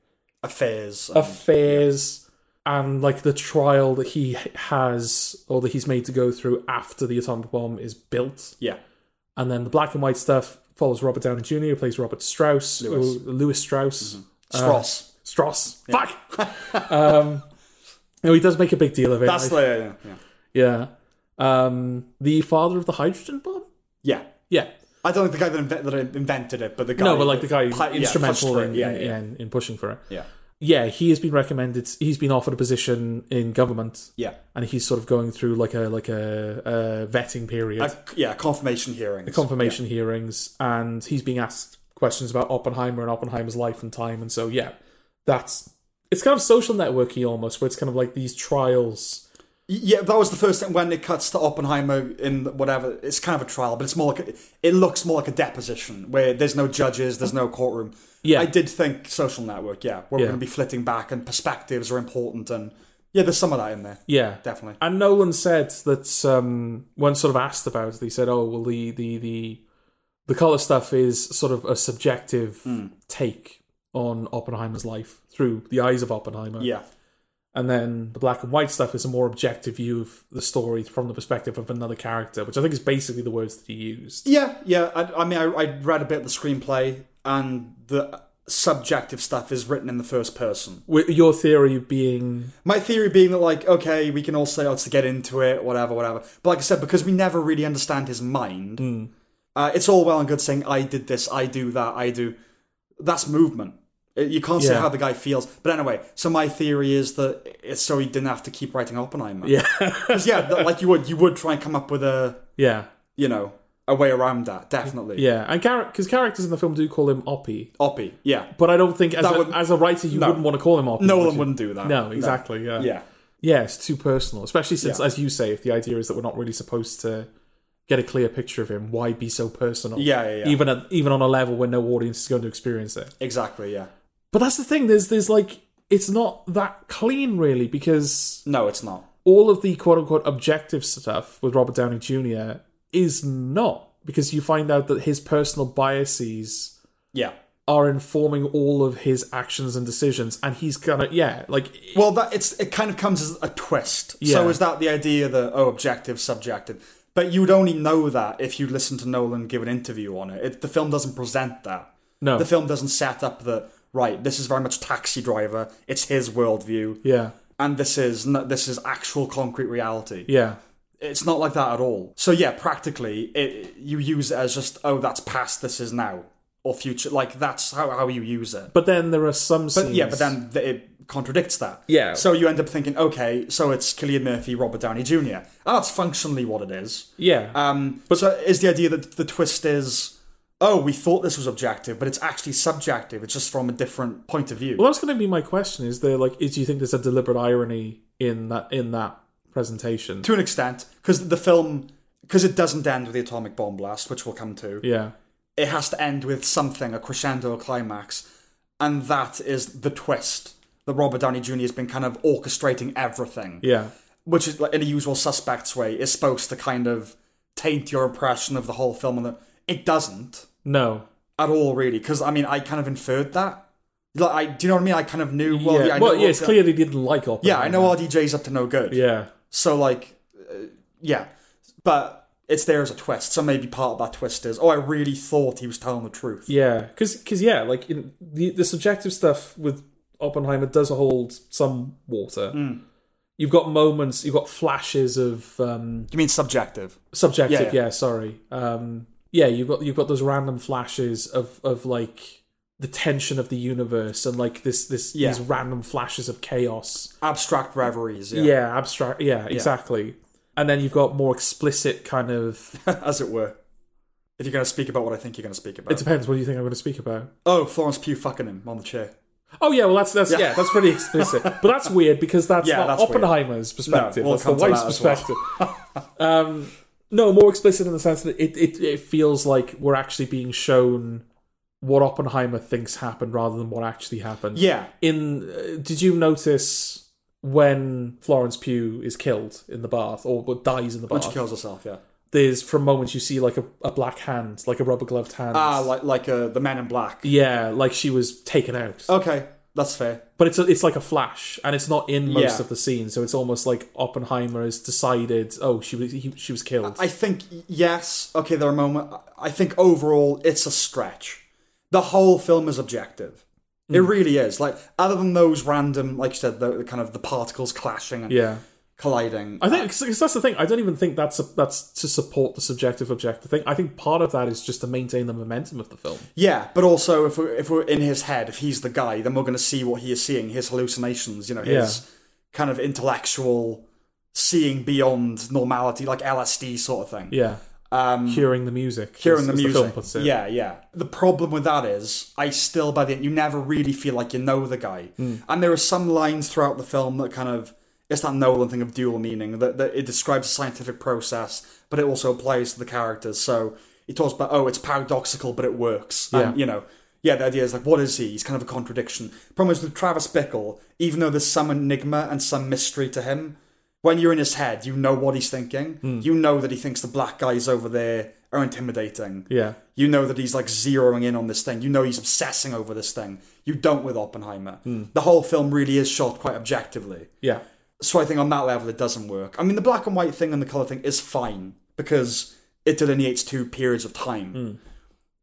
A: Affairs.
B: affairs and like the trial that he has or that he's made to go through after the atomic bomb is built.
A: yeah.
B: And then the black and white stuff follows Robert Downey Jr., who plays Robert Strauss,
A: Lewis. Mm-hmm.
B: who- Louis Strauss,
A: Strauss.
B: Uh, Strauss. Fuck. [LAUGHS] um, no, he does make a big deal of it.
A: That's
B: I-
A: the yeah.
B: yeah. Um, the father of the hydrogen bomb.
A: yeah.
B: Yeah.
A: I don't think the guy that, invent, that invented it, but the guy.
B: No, but like the guy
A: Pi- yeah,
B: instrumental
A: pushed
B: in,
A: it, yeah,
B: in,
A: yeah,
B: in- in pushing for it.
A: yeah,
B: Yeah, he has been recommended. He's been offered a position in government.
A: yeah,
B: and he's sort of going through like a like a, a vetting period,
A: A- yeah. Confirmation hearings.
B: confirmation hearings, and he's being asked questions about Oppenheimer and Oppenheimer's life and time, and so yeah, that's it's kind of social networky almost, where it's kind of like these trials
A: Yeah, that was the first thing when it cuts to Oppenheimer in whatever. It's kind of a trial, but it's more like a, it looks more like a deposition where there's no judges, there's no courtroom.
B: Yeah.
A: I did think social network. Yeah, where
B: Yeah.
A: we're going to be flitting back and perspectives are important, and yeah, there's some of that in there.
B: Yeah,
A: Definitely.
B: And Nolan said that um, when sort of asked about it, he said, "Oh, well, the the the the color stuff is sort of a subjective take on Oppenheimer's life through the eyes of Oppenheimer,
A: Yeah,
B: and then the black and white stuff is a more objective view of the story from the perspective of another character, which I think is basically the words that he used.
A: yeah, yeah. I, I mean, I, I read a bit of the screenplay, and the subjective stuff is written in the first person.
B: With your theory being,
A: My theory being that, like, okay, we can all say, oh, to get into it, whatever, whatever. But like I said, because we never really understand his mind,
B: Hmm.
A: uh, it's all well and good saying, I did this, I do that, I do. That's movement. It- You can't say
B: Yeah.
A: how the guy feels. But anyway, so my theory is that it's so he didn't have to keep writing Oppenheimer.
B: yeah,
A: [LAUGHS] 'Cause, yeah, th- like you would, you would try and come up with a,
B: yeah,
A: you know, a way around that, definitely.
B: yeah, and because characters in the film do call him Oppie,
A: Oppie, yeah.
B: but I don't think as,
A: That
B: a,
A: would-
B: as a writer you wouldn't want to call him Oppie.
A: No
B: would
A: one
B: you?
A: wouldn't do that.
B: No, exactly. Yeah.
A: Yeah.
B: Yeah, it's too personal, especially since,
A: Yeah.
B: as you say, if the idea is that we're not really supposed to get a clear picture of him, why be so personal?
A: Yeah, yeah, yeah.
B: Even at, even on a level where no audience is going to experience it.
A: Exactly, yeah.
B: But that's the thing. There's there's like it's not that clean really because
A: No, it's not.
B: all of the quote unquote objective stuff with Robert Downey Jr. is not because you find out that his personal biases
A: Yeah.
B: are informing all of his actions and decisions, and he's gonna yeah like
A: Well, that it's it kind of comes as a twist.
B: Yeah.
A: So is that the idea that oh, objective, subjective? But you would only know that if you listen to Nolan give an interview on it. it the film doesn't present that.
B: no
A: The film doesn't set up that right. This is very much Taxi Driver. It's his worldview,
B: yeah
A: and this is n- this is actual concrete reality.
B: yeah
A: It's not like that at all. So yeah, practically, it, you use it as just oh, that's past. This is now or future. Like that's how how you use it.
B: But then there are some scenes.
A: Yeah, but then th- it contradicts that.
B: Yeah.
A: So you end up thinking, okay, so it's Killian Murphy, Robert Downey Jr. And that's functionally what it is.
B: yeah,
A: Um, but so is the idea that the twist is, oh, we thought this was objective, but it's actually subjective. It's just from a different point of view.
B: well, that's going to be my question. Is there like, is do you think there's a deliberate irony in that in that presentation?
A: to an extent, because the film, because it doesn't end with the atomic bomb blast, which we'll come to,
B: yeah,
A: it has to end with something, a crescendo, a climax. And that is the twist that Robert Downey Jr. has been kind of orchestrating everything.
B: yeah,
A: which is like in a usual suspects way is supposed to kind of taint your impression of the whole film and that it doesn't
B: no,
A: at all really because i mean i kind of inferred that like I, do you know what i mean i kind of knew well yeah,
B: yeah.
A: I
B: well,
A: know
B: yeah, it's
A: RD
B: clear they didn't like Oppenheimer.
A: yeah i know rdj's up to no good
B: Yeah,
A: so like uh, yeah but it's there as a twist so maybe part of that twist is oh i really thought he was telling the truth
B: yeah, because yeah, like in the the subjective stuff with Oppenheimer does hold some water.
A: Hmm.
B: You've got moments, you've got flashes of um,
A: you mean subjective
B: subjective yeah,
A: Yeah,
B: sorry um yeah you've got you've got those random flashes of of like the tension of the universe and like this this
A: Yeah.
B: these random flashes of chaos
A: abstract reveries
B: yeah,
A: yeah,
B: abstract yeah, exactly and then you've got more explicit kind of [LAUGHS]
A: [LAUGHS] as it were if you're going to speak about what i think you're going to speak about
B: it depends what do you think i'm going to speak about
A: oh florence pugh fucking him on the chair
B: oh yeah well that's that's yeah, that's pretty explicit but that's weird because that's
A: Yeah,
B: not
A: that's weird.
B: oppenheimer's perspective
A: we'll
B: that's the
A: come to
B: wife's
A: that as well.
B: perspective [LAUGHS] um no more explicit in the sense that it, it it feels like we're actually being shown what oppenheimer thinks happened rather than what actually happened
A: yeah
B: in uh, did you notice when Florence Pugh is killed in the bath or what dies in the
A: When she
B: bath
A: kills herself, yeah.
B: there's from moments you see like a, a black hand like a rubber gloved hand
A: Ah, like like uh, the Man in Black.
B: yeah like she was taken out
A: Okay, that's fair.
B: but it's a, it's like a flash and it's not in most
A: Yeah.
B: of the scene so it's almost like Oppenheimer has decided oh she was he, she was killed
A: I think yes. Okay, there are moments. I think overall it's a stretch. The whole film is objective. It
B: Hmm.
A: really is. Like other than those random, like you said, the, the kind of the particles clashing and
B: yeah
A: colliding.
B: I think because that's the thing. I don't even think that's that's to support the subjective objective thing. I think part of that is just to maintain the momentum of the film.
A: yeah, but also if we're if we're in his head, if he's the guy, then we're going to see what he is seeing, his hallucinations. You know, his kind of intellectual seeing beyond normality, like LSD sort of thing.
B: Yeah,
A: Um,
B: hearing the music,
A: hearing
B: as-
A: the
B: as
A: music.
B: film puts it.
A: Yeah, yeah. The problem with that is, I still by the end, you never really feel like you know the guy, and there are some lines throughout the film that kind of it's that Nolan thing of dual meaning that, that it describes a scientific process, but it also applies to the characters. So he talks about oh, it's paradoxical, but it works. And,
B: Yeah.
A: you know, yeah, the idea is like, what is he? He's kind of a contradiction. Problem is with Travis Bickle, even though there's some enigma and some mystery to him, when you're in his head, you know what he's thinking. You know that he thinks the black guys over there are intimidating.
B: Yeah.
A: You know that he's like zeroing in on this thing. You know he's obsessing over this thing. You don't with Oppenheimer. The whole film really is shot quite objectively.
B: Yeah.
A: So I think on that level, it doesn't work. I mean, the black and white thing and the color thing is fine because it delineates two periods of time.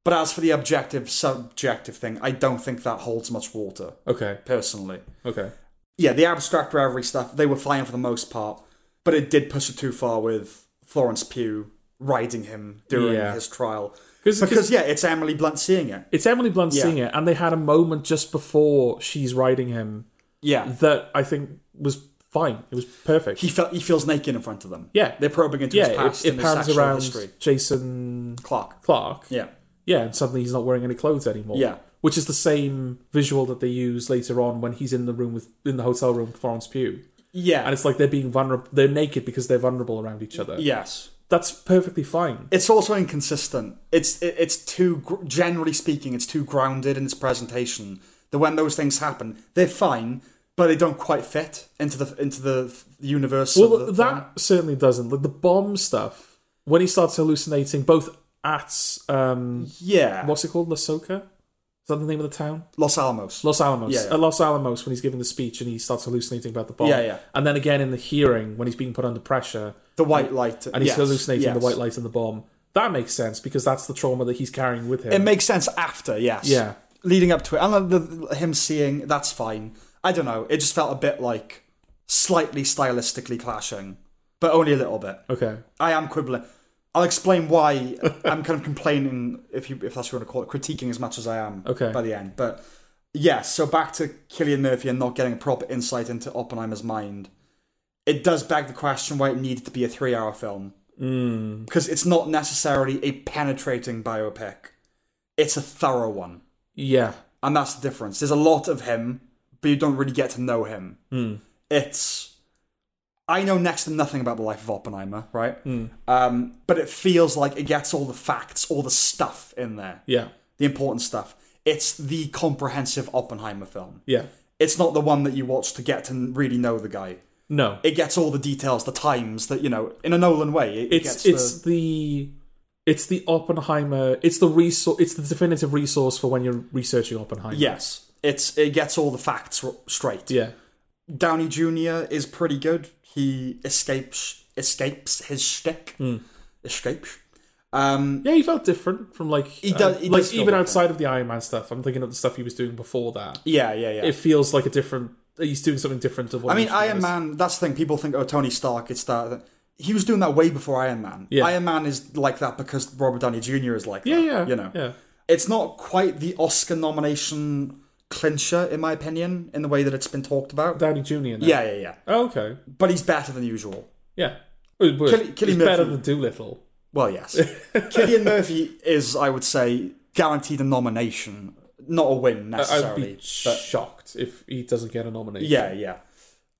A: But as for the objective subjective thing, I don't think that holds much water
B: Okay.
A: personally.
B: Okay.
A: Yeah, the abstract reverie stuff they were fine for the most part, but it did push it too far with Florence Pugh riding him during
B: Yeah.
A: his trial.
B: Because
A: Because yeah, it's Emily Blunt seeing it.
B: it's Emily Blunt seeing it, and they had a moment just before she's riding him
A: Yeah,
B: that I think was fine. It was perfect.
A: he felt he feels naked in front of them.
B: Yeah.
A: they're probing into his
B: yeah,
A: past
B: it, it
A: and his
B: pans
A: sexual
B: around
A: history.
B: Jason
A: Clark.
B: Clark.
A: Yeah,
B: Yeah, and suddenly he's not wearing any clothes anymore.
A: Yeah.
B: Which is the same visual that they use later on when he's in the room with in the hotel room with Florence Pugh.
A: yeah,
B: And it's like they're being vulnerable they're naked because they're vulnerable around each other.
A: yes.
B: That's perfectly fine.
A: it's also inconsistent. It's it, it's too gr- generally speaking, it's too grounded in its presentation. That when those things happen, they're fine, but they don't quite fit into the into the universe. of
B: Well,
A: the
B: that
A: film.
B: certainly doesn't. Like the bomb stuff, when he starts hallucinating, both at um,
A: yeah,
B: what's it called, La Soca? Is that the name of the town?
A: Los Alamos.
B: Los Alamos.
A: Yeah, yeah.
B: At Los Alamos, when he's giving the speech and he starts hallucinating about the bomb.
A: Yeah, yeah.
B: And then again in the hearing when he's being put under pressure
A: the white light,
B: and he's
A: yes,
B: hallucinating the
A: yes.
B: white light and the bomb. That makes sense because that's the trauma that he's carrying with him.
A: It makes sense after, yes.
B: Yeah.
A: leading up to it, and the, the- him seeing that's fine. I don't know. It just felt a bit like slightly stylistically clashing, but only a little bit.
B: okay.
A: I am quibbling. I'll explain why I'm kind of [LAUGHS] complaining, if you if that's what you want to call it, critiquing as much as I am
B: Okay.
A: by the end. But yeah, so back to Killian Murphy and not getting a proper insight into Oppenheimer's mind. It does beg the question why it needed to be a three hour film. Because it's not necessarily a penetrating biopic, it's a thorough one.
B: Yeah.
A: And that's the difference. There's a lot of him, but you don't really get to know him.
B: Hmm.
A: It's. I know next to nothing about the life of Oppenheimer, right?
B: Hmm.
A: Um, but it feels like it gets all the facts, all the stuff in there,
B: Yeah.
A: the important stuff. It's the comprehensive Oppenheimer film.
B: Yeah.
A: It's not the one that you watch to get to really know the guy.
B: No.
A: It gets all the details, the times, that you know, in a Nolan way. It, it
B: it's
A: gets
B: it's
A: the,
B: the it's the Oppenheimer. It's the resource. It's the definitive resource for when you're researching Oppenheimer.
A: yes, it's it gets all the facts r- straight.
B: yeah,
A: Downey Jr. is pretty good. He escapes escapes his shtick. Escapes. Um,
B: yeah. He felt different from like he
A: does- he
B: like
A: does feel
B: even
A: different.
B: outside of the Iron Man stuff. I'm thinking of the stuff he was doing before that.
A: yeah, yeah, yeah.
B: It feels like a different. He's doing something different to what
A: I mean,
B: usually
A: Iron
B: is.
A: Man. That's the thing. People think, oh, Tony Stark. It's that. He was doing that way before Iron Man.
B: Yeah.
A: Iron Man is like that because Robert Downey Jr. is like
B: Yeah,
A: that.
B: yeah.
A: You know,
B: Yeah.
A: it's not quite the Oscar nomination clincher, in my opinion, in the way that it's been talked about.
B: Downey Jr. now.
A: yeah, yeah, yeah.
B: Oh, okay.
A: But he's better than usual.
B: Yeah. It was-
A: Killi- Killian
B: it's better
A: Murphy.
B: than Doolittle.
A: Well,
B: [LAUGHS]
A: yes. Killian Murphy is, I would say, guaranteed a nomination, not a win
B: I'd
A: necessarily.
B: be shocked if he doesn't get a nomination.
A: yeah, yeah.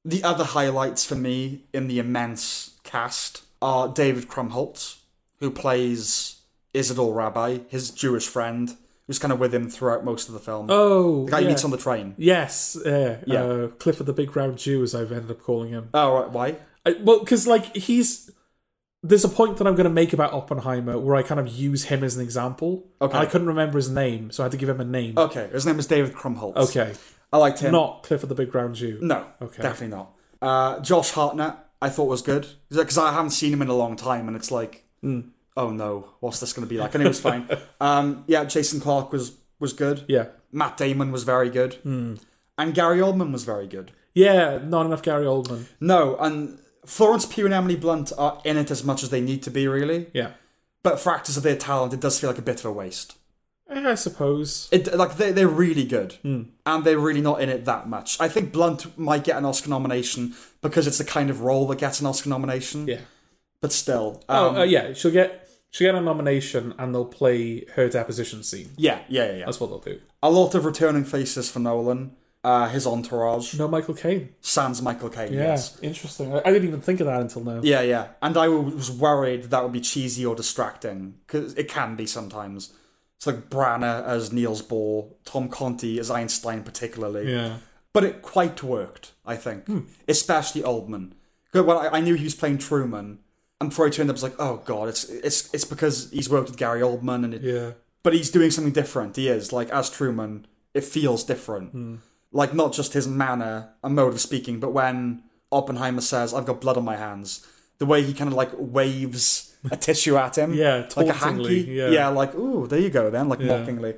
A: The other highlights for me in the immense cast are David Krumholtz, who plays Isidore Rabbi, his Jewish friend, who's kind of with him throughout most of the film.
B: Oh,
A: the guy
B: yeah.
A: he meets on the train.
B: Yes, yeah.
A: Yeah.
B: Uh, Clifford the Big Round Jew, as I've ended up calling him.
A: Oh, right, why?
B: I, well, because like he's there's a point that I'm going to make about Oppenheimer where I kind of use him as an example.
A: Okay. Oh.
B: And I couldn't remember his name, so I had to give him a name.
A: Okay, his name is David Krumholtz.
B: Okay.
A: I liked him.
B: Not Clifford the Big Round Jew.
A: No,
B: Okay.
A: definitely not. Uh, Josh Hartnett, I thought was good because I haven't seen him in a long time, and it's like,
B: Hmm.
A: oh no, what's this going to be like? And it was
B: [LAUGHS]
A: fine. um, yeah, Jason Clark was was good.
B: Yeah. Hmm.
A: Matt Damon was very good, and Gary Oldman was very good.
B: Yeah. Not enough Gary Oldman.
A: No, and Florence Pugh and Emily Blunt are in it as much as they need to be, really.
B: Yeah.
A: But for actors of their talent, it does feel like a bit of a waste.
B: Eh, I suppose.
A: It, like they they're really good,
B: Hmm.
A: and they're really not in it that much. I think Blunt might get an Oscar nomination because it's the kind of role that gets an Oscar nomination.
B: Yeah.
A: But still, um,
B: Oh uh, yeah. She'll get she'll get a nomination and they'll play her deposition scene.
A: yeah, yeah, yeah, yeah.
B: That's what they'll do.
A: A lot of returning faces for Nolan. uh, his entourage,
B: No Michael Caine.
A: sans Michael Caine.
B: Yeah,
A: Yes.
B: interesting. I, I didn't even think of that until now.
A: Yeah, yeah. And I was worried that would be cheesy or distracting because it can be sometimes. It's like Branagh as Niels Bohr, Tom Conti as Einstein, particularly.
B: Yeah.
A: But it quite worked, I think.
B: Hmm.
A: Especially Oldman. 'Cause When I, I knew he was playing Truman, and before I turned up, I was like, oh god, it's it's it's because he's worked with Gary Oldman, and it,
B: Yeah.
A: but he's doing something different. He is like as Truman, it feels different.
B: Hmm.
A: Like not just his manner and mode of speaking, but when Oppenheimer says, "I've got blood on my hands," the way he kind of like waves a tissue at him,
B: [LAUGHS] Yeah,
A: like a
B: tauntingly,
A: hanky,
B: yeah.
A: like ooh, there you go, then, like mockingly.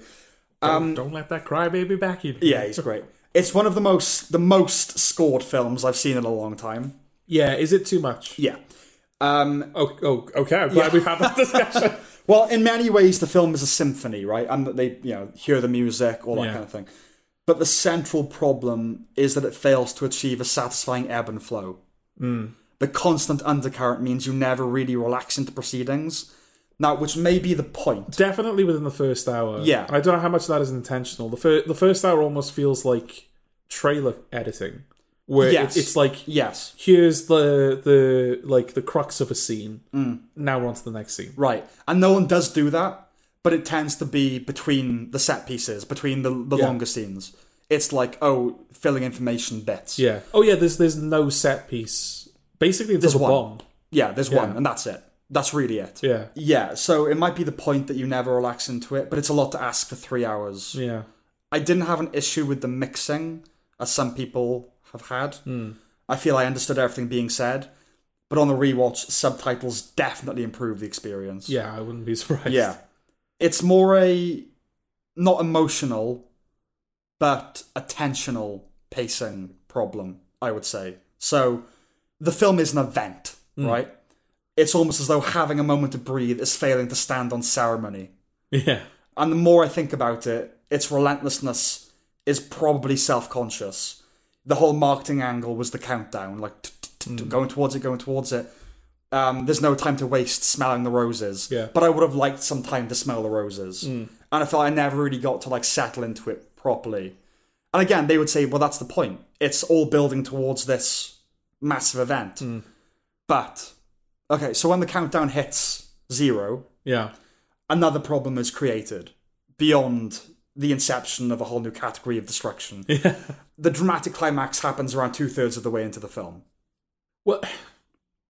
B: Don't let that crybaby back you.
A: Um, Yeah, he's great. It's one of the most the most scored films I've seen in a long time.
B: Yeah, is it too much?
A: Yeah. Um,
B: Oh, oh okay. I'm glad we've
A: [LAUGHS]
B: had that discussion.
A: Well, in many ways, the film is a symphony, right? And that they, you know, hear the music, all that
B: Yeah.
A: kind of thing. But the central problem is that it fails to achieve a satisfying ebb and flow. The constant undercurrent means you never really relax into proceedings. Now, which may be the point.
B: Definitely within the first hour.
A: Yeah.
B: And I don't know how much of that is intentional. The, fir- the first hour almost feels like trailer editing, where it-
A: Yes.
B: it's like
A: Yes,
B: here's the the like the crux of a scene.
A: Mm.
B: Now we're on to the next scene.
A: right. And no one does do that, but it tends to be between the set pieces, between the, the longer scenes. It's like, oh, filling information bits.
B: Yeah. Oh yeah. There's there's no set piece basically until the
A: one.
B: bomb.
A: Yeah, there's one, and that's it. That's really it.
B: Yeah.
A: Yeah, so it might be the point that you never relax into it, but it's a lot to ask for three hours.
B: Yeah.
A: I didn't have an issue with the mixing, as some people have had.
B: Hmm.
A: I feel I understood everything being said, but on the rewatch, subtitles definitely improve the experience.
B: Yeah. I wouldn't be surprised.
A: Yeah. It's more a not emotional, but attentional pacing problem, I would say. So the film is an event, right? It's almost as though having a moment to breathe is failing to stand on ceremony.
B: [LAUGHS] Yeah.
A: And the more I think about it, its relentlessness is probably self conscious. The whole marketing angle was the countdown, like t- t- t- going towards it, going towards it. Um, there's no time to waste smelling the roses.
B: Yeah.
A: But I would have liked some time to smell the roses. And I felt I never really got to like settle into it properly. And again, they would say, well, that's the point. It's all building towards this massive event. But, okay, so when the countdown hits zero,
B: Yeah.
A: another problem is created beyond the inception of a whole new category of destruction. [LAUGHS] The dramatic climax happens around two thirds of the way into the film.
B: Well,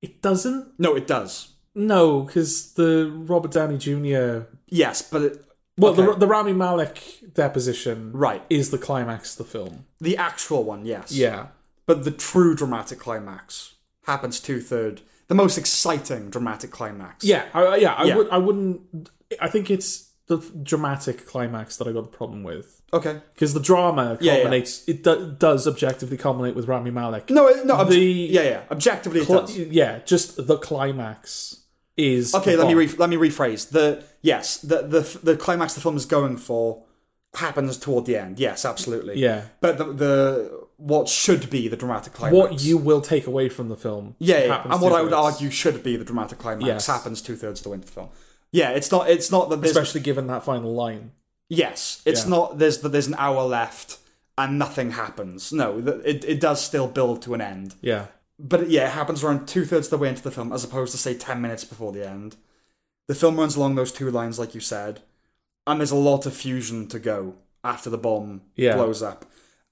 B: it doesn't.
A: No, it does.
B: No, because the Robert Downey Jr.
A: Yes, but it,
B: Well, the,
A: Okay.
B: the Rami Malek deposition
A: Right.
B: is the climax of the film.
A: the actual one, yes.
B: Yeah.
A: But the true dramatic climax happens two third. The most exciting dramatic climax.
B: Yeah. I, I- yeah. I
A: Yeah.
B: would. I wouldn't. I think it's the dramatic climax that I got the problem with
A: Okay.
B: because the drama
A: yeah.
B: culminates. It do, does objectively culminate with Rami Malek.
A: No, it- no. ob-
B: The-
A: yeah, yeah. Objectively, it
B: Cl-
A: does.
B: yeah. Just the climax is
A: Okay,
B: the
A: let me
B: bomb.
A: re- let me rephrase. The yes, the the the climax the film is going for happens toward the end. Yes, absolutely.
B: Yeah.
A: But the, the what should be the dramatic climax.
B: What you will take away from the film.
A: yeah, yeah.
B: happens
A: and what I
B: to
A: would
B: it.
A: argue should be the dramatic climax
B: Yes.
A: happens two thirds of the way into the film. Yeah, it's not. It's not that there's
B: especially given that final line.
A: yes, it's
B: Yeah.
A: not there's that there's an hour left and nothing happens. No, th- it it does still build to an end.
B: Yeah.
A: But yeah, it happens around two thirds of the way into the film, as opposed to say ten minutes before the end. The film runs along those two lines, like you said, and there's a lot of fusion to go after the bomb
B: Yeah.
A: blows up.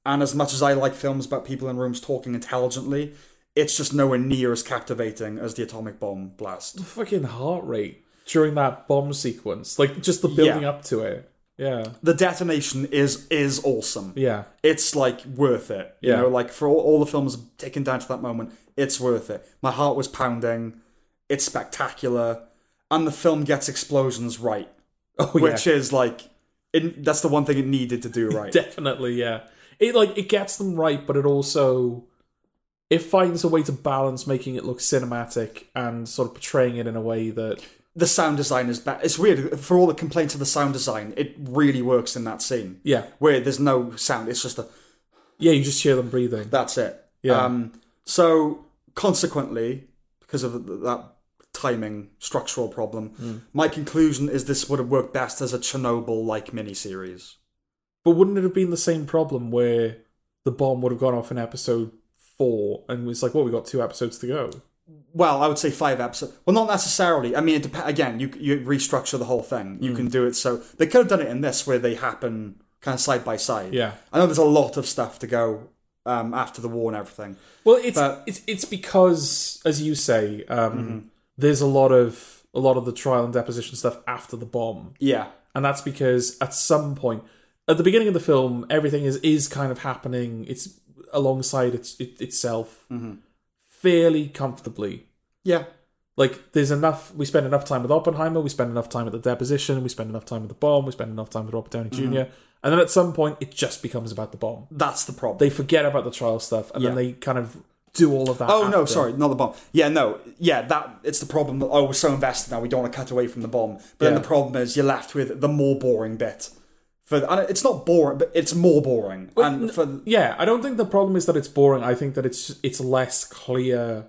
A: And as much as I like films about people in rooms talking intelligently, it's just nowhere near as captivating as the atomic bomb blast.
B: fucking heart rate during that bomb sequence, like just the building up to it. Yeah,
A: The detonation is is awesome.
B: yeah,
A: It's like worth it. You
B: Yeah.
A: know, like for all, all the films taken down to that moment, it's worth it. My heart was pounding. It's spectacular. And the film gets explosions right.
B: [LAUGHS] oh
A: which is like it, that's the one thing it needed to
B: [LAUGHS]
A: do right
B: yeah, definitely, yeah. It like it gets them right, but it also it finds a way to balance making it look cinematic and sort of portraying it in a way that
A: the sound design is bad it's weird for all the complaints of the sound design it really works in that scene
B: yeah,
A: where there's no sound it's just a
B: yeah, you just hear them breathing.
A: that's it
B: Yeah.
A: um, so consequently because of th- that timing structural problem
B: Mm.
A: my conclusion is this would have worked best as a chernobyl like miniseries
B: But wouldn't it have been the same problem where the bomb would have gone off in episode four, and it's like, well, we got two episodes to go.
A: Well, I would say five episodes. Well, not necessarily. I mean, it dep- again, you you restructure the whole thing.
B: Mm.
A: You can do it so they could have done it in this where they happen kind of side by side.
B: Yeah.
A: I know there's a lot of stuff to go um, after the war and everything.
B: Well, it's
A: But- Mm-hmm.
B: it's it's because, as you say, um, there's a lot of a lot of the trial and deposition stuff after the bomb,
A: Yeah,
B: and that's because at some point, at the beginning of the film, everything is is kind of happening. It's alongside its it, itself
A: Mm-hmm.
B: fairly comfortably.
A: yeah,
B: Like there's enough. We spend enough time with Oppenheimer. We spend enough time at the deposition. We spend enough time with the bomb. We spend enough time with Robert Downey
A: Mm-hmm.
B: Jr. And then at some point, it just becomes about the bomb.
A: that's the problem.
B: They forget about the trial stuff, and then
A: Yeah.
B: they kind of do all of that.
A: Oh no,
B: after.
A: sorry, not the bomb. Yeah, no, yeah, that it's the problem. that, Oh, we're so invested now, we don't want to cut away from the bomb. But
B: Yeah.
A: then the problem is you're left with the more boring bit. For and it's not boring, but it's more boring. and for
B: yeah i don't think the problem is that it's boring i think that it's it's less clear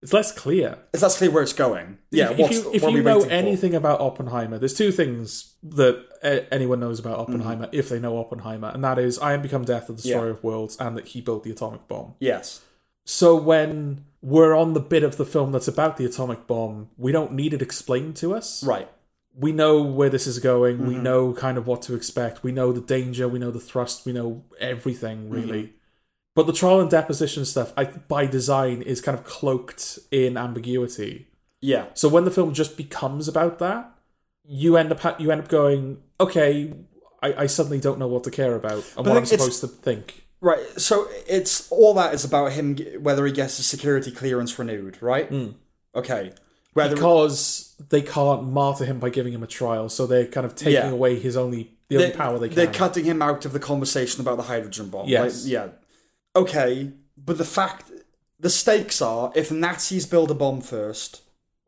B: it's less clear
A: it's that's clear where it's going. Yeah,
B: if,
A: what's,
B: if you,
A: what
B: if
A: are
B: you
A: we
B: know
A: waiting for?
B: anything about oppenheimer there's two things that uh, anyone knows about oppenheimer if they know oppenheimer and that is i am become death the destroyer of worlds and that he built the atomic bomb
A: Yes,
B: so when we're on the bit of the film that's about the atomic bomb we don't need it explained to us
A: right.
B: we know where this is going. We know kind of what to expect. We know the danger. We know the thrust. We know everything really. But the trial and deposition stuff, I, by design, is kind of cloaked in ambiguity.
A: Yeah,
B: So when the film just becomes about that, you end up ha- you end up going, okay, I, I suddenly don't know what to care about and what I'm
A: it's-
B: supposed to think.
A: right. So it's all that is about him g- whether he gets his security clearance renewed, right?
B: Hmm.
A: Okay. Whether
B: Because they can't martyr him by giving him a trial, so they're kind of taking
A: Yeah.
B: away his only the only power they can.
A: are cutting him out of the conversation about the hydrogen bomb.
B: Yes.
A: Like, yeah. Okay, but the fact, the stakes are if Nazis build a bomb first,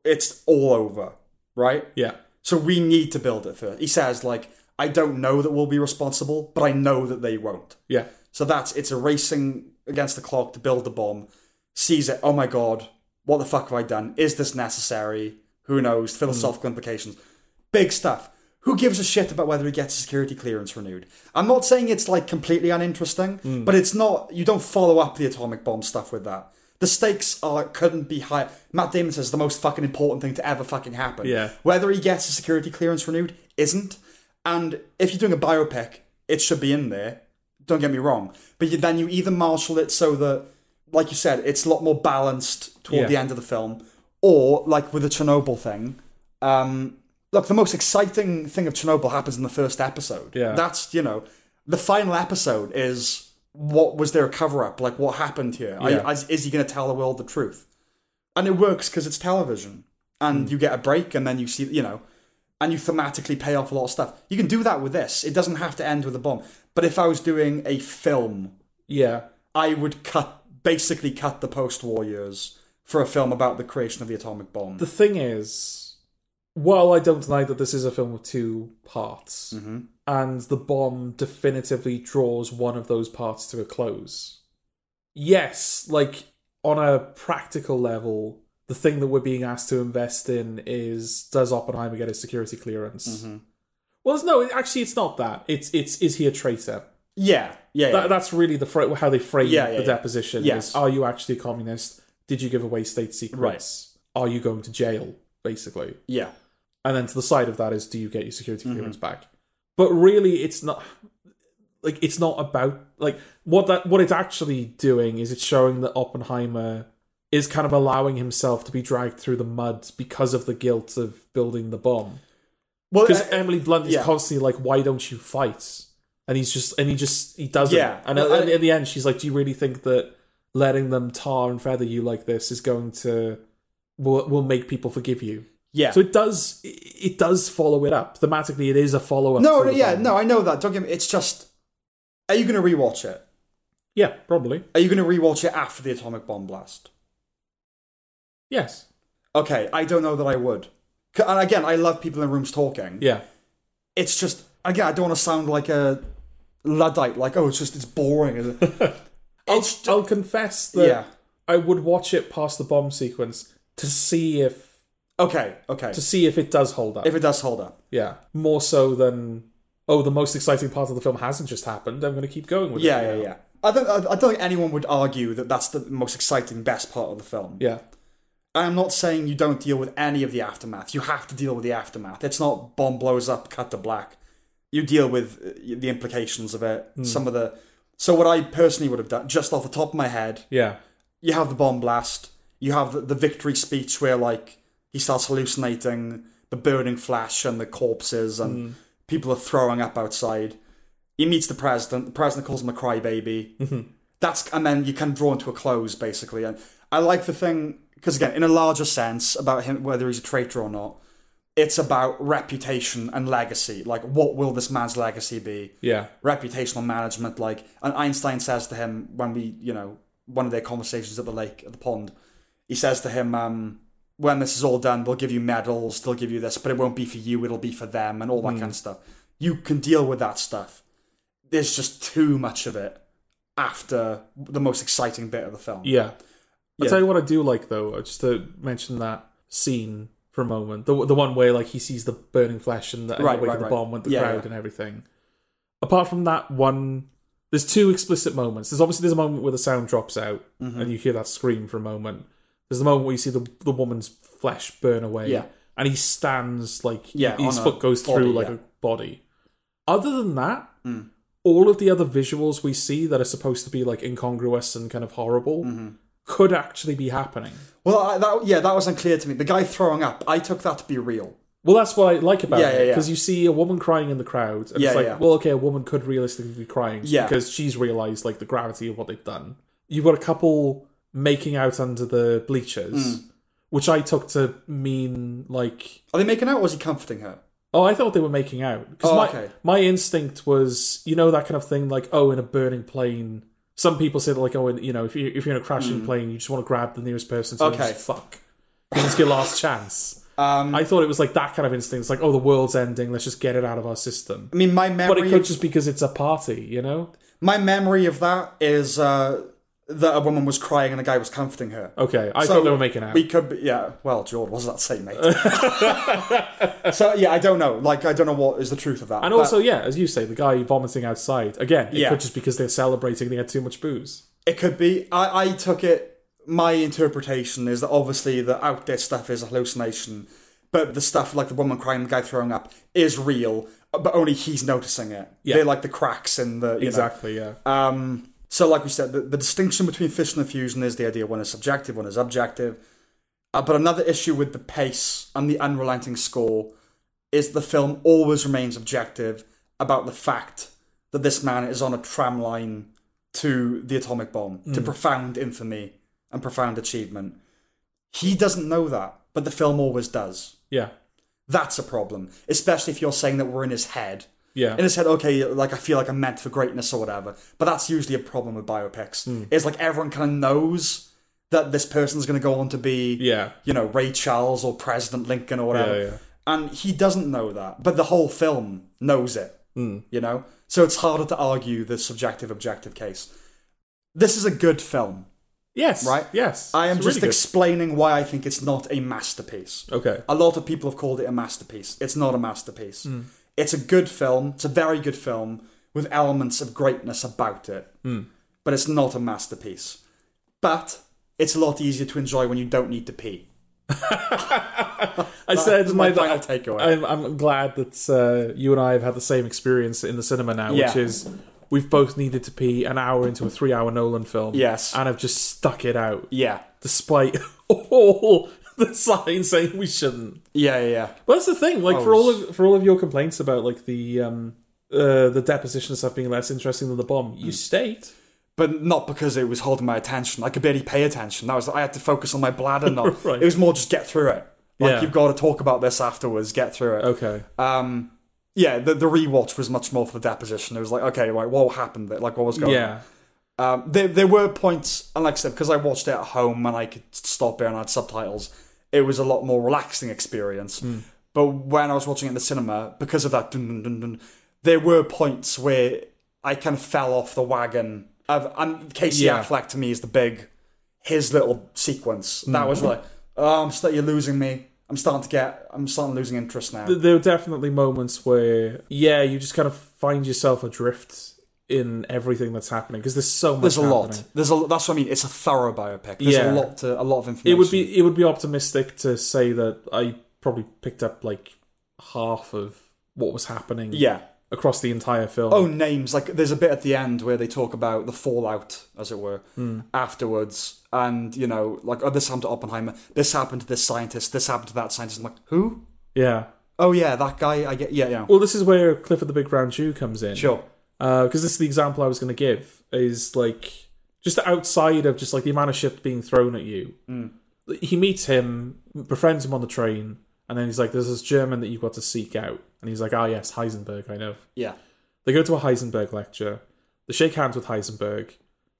A: it's all over, right?
B: yeah,
A: So we need to build it first. He says, like, I don't know that we'll be responsible, but I know that they won't.
B: yeah,
A: So that's it's a racing against the clock to build the bomb. Sees it. Oh my god, what the fuck have I done? Is this necessary? Who knows? Philosophical
B: Mm.
A: implications. Big stuff. Who gives a shit about whether he gets his security clearance renewed? I'm not saying it's like completely uninteresting,
B: Hmm.
A: but it's not. You don't follow up the atomic bomb stuff with that. The stakes are couldn't be high. Matt Damon says the most fucking important thing to ever fucking happen.
B: Yeah.
A: Whether he gets his security clearance renewed isn't. And if you're doing a biopic, it should be in there. Don't get me wrong. But you, then you either marshal it so that, like you said, it's a lot more balanced toward
B: Yeah.
A: the end of the film, or like with the Chernobyl thing. Um, look, the most exciting thing of Chernobyl happens in the first episode.
B: Yeah.
A: That's, you know, the final episode is what was there a cover up? Like, what happened here? Are-
B: Yeah.
A: is- is he going to tell the world the truth? and it works because it's television and
B: Hmm.
A: you get a break and then you see you know and you thematically pay off a lot of stuff you can do that with this it doesn't have to end with a bomb but if i was doing a film
B: yeah.
A: i would cut basically cut the post-war years for a film about the creation of the atomic bomb
B: the thing is, while I don't deny that this is a film with two parts, and the bomb definitively draws one of those parts to a close, yes, like on a practical level, the thing that we're being asked to invest in is does Oppenheimer get his security clearance? Well, it's- no, actually, it's not that. It's it's is he a traitor?
A: yeah yeah yeah.
B: That, that's really the fra- how they frame
A: Yeah, yeah,
B: the
A: yeah.
B: deposition. Is
A: Yes.
B: are you actually a communist? Did you give away state secrets? Are you going to jail? Basically,
A: yeah
B: and then to the side of that is do you get your security
A: Mm-hmm.
B: clearance back? But really, it's not like it's not about like what that what it's actually doing is it's showing that Oppenheimer is kind of allowing himself to be dragged through the mud because of the guilt of building the bomb
A: well
B: because
A: uh,
B: Emily Blunt is
A: yeah.
B: constantly like, "Why don't you fight?" And he's just, and he just, he doesn't.
A: Yeah.
B: And
A: Well,
B: at,
A: I-
B: at the end, she's like, "Do you really think that letting them tar and feather you like this is going to will will make people forgive you?"
A: yeah
B: So it does, it it does follow it up thematically. It is a follow up.
A: no no, yeah no i know that don't get me it's just are you going to rewatch it
B: yeah, probably
A: are you going to rewatch it after the atomic bomb blast
B: yes,
A: okay i don't know that i would 'Cause- and again i love people in rooms talking
B: yeah,
A: it's just again I don't want to sound like a luddite like oh it's just it's boring is it? it's
B: I'll confess that
A: yeah
B: I would watch it past the bomb sequence to see if
A: okay okay
B: to see if it does hold up.
A: if it does hold up
B: Yeah, more so than oh, the most exciting part of the film hasn't just happened. I'm going to keep going with it.
A: yeah
B: you
A: yeah
B: know?
A: yeah I don't. I I don't think anyone would argue that that's the most exciting, best part of the film.
B: Yeah.
A: I'm not saying you don't deal with any of the aftermath. You have to deal with the aftermath. It's not bomb blows up, cut to black. You deal with uh, the implications of it. Some of the. So what I personally would have done, just off the top of my head,
B: Yeah.
A: you have the bomb blast. You have the, the victory speech where like he starts hallucinating the burning flesh and the corpses and people are throwing up outside. He meets the president. The president calls him a crybaby. That's and then you can draw into a close basically. And I like the thing because again, in a larger sense about him whether he's a traitor or not, it's about reputation and legacy. Like, what will this man's legacy be?
B: Yeah.
A: reputational management. Like, and Einstein says to him when we, you know, one of their conversations at the lake, at the pond, he says to him, um, when this is all done, they'll give you medals, they'll give you this, but it won't be for you, it'll be for them, and all
B: Hmm.
A: that kind of stuff. You can deal with that stuff. There's just too much of it after the most exciting bit of the film.
B: Yeah. I'll
A: Yeah.
B: tell you what I do like though, uh, just to mention that scene for a moment. The the one where like he sees the burning flesh and the, and the
A: Right,
B: wake
A: right,
B: of the
A: right.
B: bomb with the
A: Yeah,
B: crowd
A: yeah.
B: and everything. Apart from that one there's two explicit moments. There's obviously there's a moment where the sound drops out
A: Mm-hmm.
B: and you hear that scream for a moment. There's the moment where you see the the woman's flesh burn away.
A: Yeah.
B: And he stands like
A: Yeah,
B: his
A: on a
B: foot goes
A: body,
B: through like
A: yeah. Hmm.
B: a body. Other than that, all of the other visuals we see that are supposed to be like incongruous and kind of horrible
A: Mm-hmm.
B: could actually be happening.
A: Well, I, that yeah, that was unclear to me. The guy throwing up, I took that to be real.
B: Well, that's what I like about
A: Yeah,
B: it
A: yeah,
B: because
A: yeah.
B: you see a woman crying in the crowd, and
A: Yeah,
B: it's like,
A: yeah.
B: well, okay, a woman could realistically be crying just
A: Yeah.
B: because she's realised like the gravity of what they've done. You've got a couple making out under the bleachers,
A: Hmm.
B: which I took to mean like,
A: Are they making out, or is he comforting her?
B: oh, I thought they were making out because
A: Oh,
B: my
A: okay.
B: my instinct was, you know, that kind of thing, like, oh, in a burning plane. Some people say that, like, oh, in, you know, if you if you're in a crashing plane, you just want to grab the nearest person. So
A: Hmm. Okay.
B: just fuck, 'Cause it's your last chance.
A: Um,
B: I thought it was like that kind of instinct. It's like, oh, the world's ending. Let's just get it out of our system.
A: I mean, my memory.
B: But it could just because it's a party, you know?
A: My memory of that is uh, that a woman was crying and a guy was comforting her.
B: Okay, I
A: So,
B: thought they were making out.
A: We could be, yeah. Well, George, what does that say, mate? [LAUGHS] so yeah, I don't know. Like, I don't know what is the truth of that.
B: and
A: But
B: also, yeah, as you say, the guy vomiting outside. Again, it
A: Yeah.
B: could just because they're celebrating. They had too much booze.
A: it could be. I, I took it. My interpretation is that obviously the out there stuff is a hallucination, but the stuff like the woman crying, the guy throwing up, is real. But only he's noticing it.
B: Yeah.
A: They're like the cracks in the you know,
B: Exactly. Yeah.
A: Um, so, like we said, the, the distinction between fiction and fusion is the idea one is subjective, one is objective. Uh, but another issue with the pace and the unrelenting score is the film always remains objective about the fact that this man is on a tram line to the atomic bomb, to profound infamy and profound achievement. He doesn't know that, but the film always does.
B: yeah.
A: That's a problem, especially if you're saying that we're in his head
B: Yeah.
A: and it said, okay, like I feel like I'm meant for greatness or whatever. But that's usually a problem with biopics.
B: Hmm.
A: Is like everyone kind of knows that this person's going to go on to be,
B: yeah.
A: you know, Ray Charles or President Lincoln or whatever.
B: Yeah, yeah.
A: And he doesn't know that, but the whole film knows it.
B: Hmm.
A: You know, so it's harder to argue the subjective objective case. This is a good film.
B: Yes.
A: Right?
B: Yes.
A: I am
B: It's
A: just
B: really
A: explaining why I think it's not a masterpiece.
B: good. okay.
A: A lot of people have called it a masterpiece. It's not a masterpiece.
B: Hmm.
A: It's a good film. It's a very good film with elements of greatness about it.
B: Hmm.
A: But it's not a masterpiece. But it's a lot easier to enjoy when you don't need to pee.
B: I said
A: That's my
B: my
A: final takeaway.
B: I'm, I'm glad that uh, you and I have had the same experience in the cinema now, which
A: Yeah.
B: is we've both needed to pee an hour into a three-hour Nolan film.
A: Yes.
B: and have just stuck it out.
A: yeah.
B: despite [LAUGHS] all the signs saying we shouldn't.
A: Yeah, yeah, yeah.
B: But that's the thing,
A: Oh,
B: like for all of for all of your complaints about like the um uh the deposition stuff being less interesting than the bomb,
A: Mm.
B: you state.
A: But not because it was holding my attention. I could barely pay attention. That was I had to focus on my bladder. Not
B: [LAUGHS] Right.
A: it was more just get through it. Like
B: Yeah.
A: you've got to talk about this afterwards. Get through it.
B: Okay.
A: Um, yeah, the the rewatch was much more for the deposition. It was like, okay, right, what happened? there? Like, what was going on?
B: yeah.
A: Um, there, there were points, and like I said, because I watched it at home and I could stop it and I had subtitles, it was a lot more relaxing experience.
B: Hmm.
A: But when I was watching it in the cinema, because of that, dun, dun, dun, dun, there were points where I kind of fell off the wagon. Of, and Casey
B: Yeah.
A: Affleck to me is the big, his little sequence.
B: Hmm.
A: That was like, oh, I'm st- you're losing me. I'm starting to get, I'm starting losing interest now.
B: There were definitely moments where yeah, you just kind of find yourself adrift in everything that's happening because there's so much.
A: There's a lot.
B: happening.
A: There's a that's what I mean. It's a thorough biopic. There's
B: Yeah.
A: a lot to a lot of information.
B: It would be it would be optimistic to say that I probably picked up like half of what was happening
A: yeah.
B: across the entire film.
A: Oh, names like there's a bit at the end where they talk about the fallout, as it were,
B: Hmm.
A: afterwards, and you know, like oh, this happened to Oppenheimer, this happened to this scientist, this happened to that scientist. I'm like, who?
B: yeah.
A: Oh yeah, that guy. I get yeah, yeah.
B: Well, this is where Clifford the Big Brown Jew comes in.
A: Sure.
B: because Uh, this is the example I was going to give is like just outside of just like the amount of shit being thrown at you.
A: Mm.
B: He meets him, befriends him on the train, and then he's like, "There's this German that you've got to seek out," and he's like, "Ah, yes, Heisenberg, I know."
A: Yeah.
B: They go to a Heisenberg lecture. They shake hands with Heisenberg.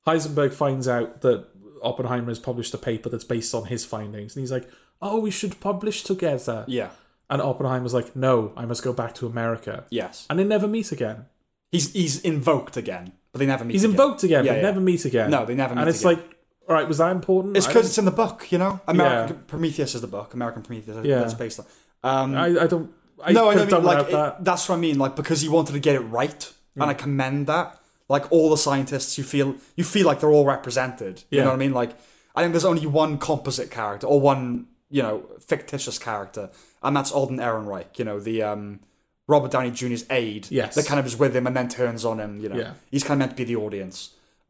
B: Heisenberg finds out that Oppenheimer has published a paper that's based on his findings, and he's like, "Oh, we should publish together."
A: Yeah.
B: And Oppenheimer's like, "No, I must go back to America,"
A: Yes.
B: and they never meet again.
A: He's he's invoked again, but they never meet.
B: He's
A: again.
B: invoked again,
A: Yeah,
B: but
A: yeah.
B: never meet again.
A: No, they never
B: And
A: meet
B: it's
A: again.
B: like, all right, was that important?
A: It's
B: I
A: because
B: don't-
A: it's in the book, you know. American Prometheus is the book. American Prometheus.
B: Yeah.
A: That's based on. Um,
B: I, I don't. I
A: no, I know. what
B: could have
A: you
B: done
A: mean, Like
B: without that. Mm.
A: it- that's what I mean. Like because he wanted to get it right, and I commend that. Like all the scientists, you feel you feel like they're all represented. You
B: Yeah.
A: know what I mean? Like I think there's only one composite character or one you know fictitious character, and that's Alden Ehrenreich. You know the um, Robert Downey Jr.'s aide.
B: Yes.
A: that kind of is with him and then turns on him. You know,
B: Yeah.
A: he's kind of meant to be the audience,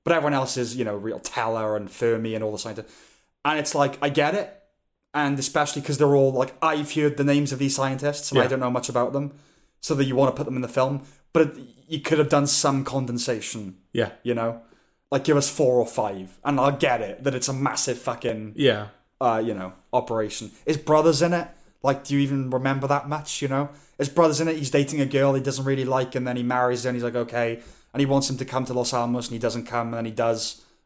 A: but everyone else is you know real Teller and Fermi and all the scientists. And it's like I get it, and especially because they're all like I've heard the names of these scientists and I
B: Yeah.
A: don't know much about them, so that you want to put them in the film. But it, you could have done some condensation,
B: Yeah,
A: you know, like give us four or five, and I'll get it that it's a massive fucking
B: yeah.
A: uh, you know operation. His brother's in it. Like, do you even remember that much? You know, his brother's in it. He's dating a girl he doesn't really like, and then he marries her, and he's like, okay, and he wants him to come to Los Alamos, and he doesn't come, and then he does,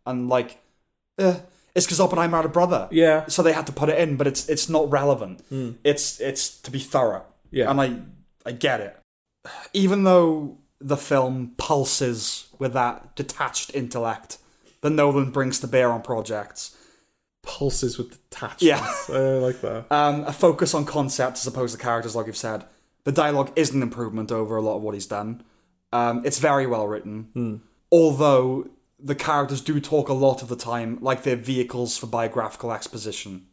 A: and like, eh. it's because Oppenheimer had a brother
B: Yeah, Hmm.
A: so they had to put it in, but it's it's not relevant. It's it's to be thorough.
B: Yeah.
A: and I I get it. Even though the film pulses with that detached intellect that Nolan brings to bear on projects,
B: pulses with detachment.
A: Yeah.
B: [LAUGHS] I like that.
A: um, a focus on concept as opposed to characters, like you've said, the dialogue is an improvement over a lot of what he's done. Um, it's very well written, although the characters do talk a lot of the time like they're vehicles for biographical exposition.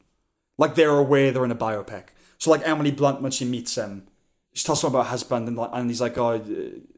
A: Like they're aware they're in a biopic. So like Emily Blunt when she meets him, she tells him about her husband and like, and he's like, "Oh,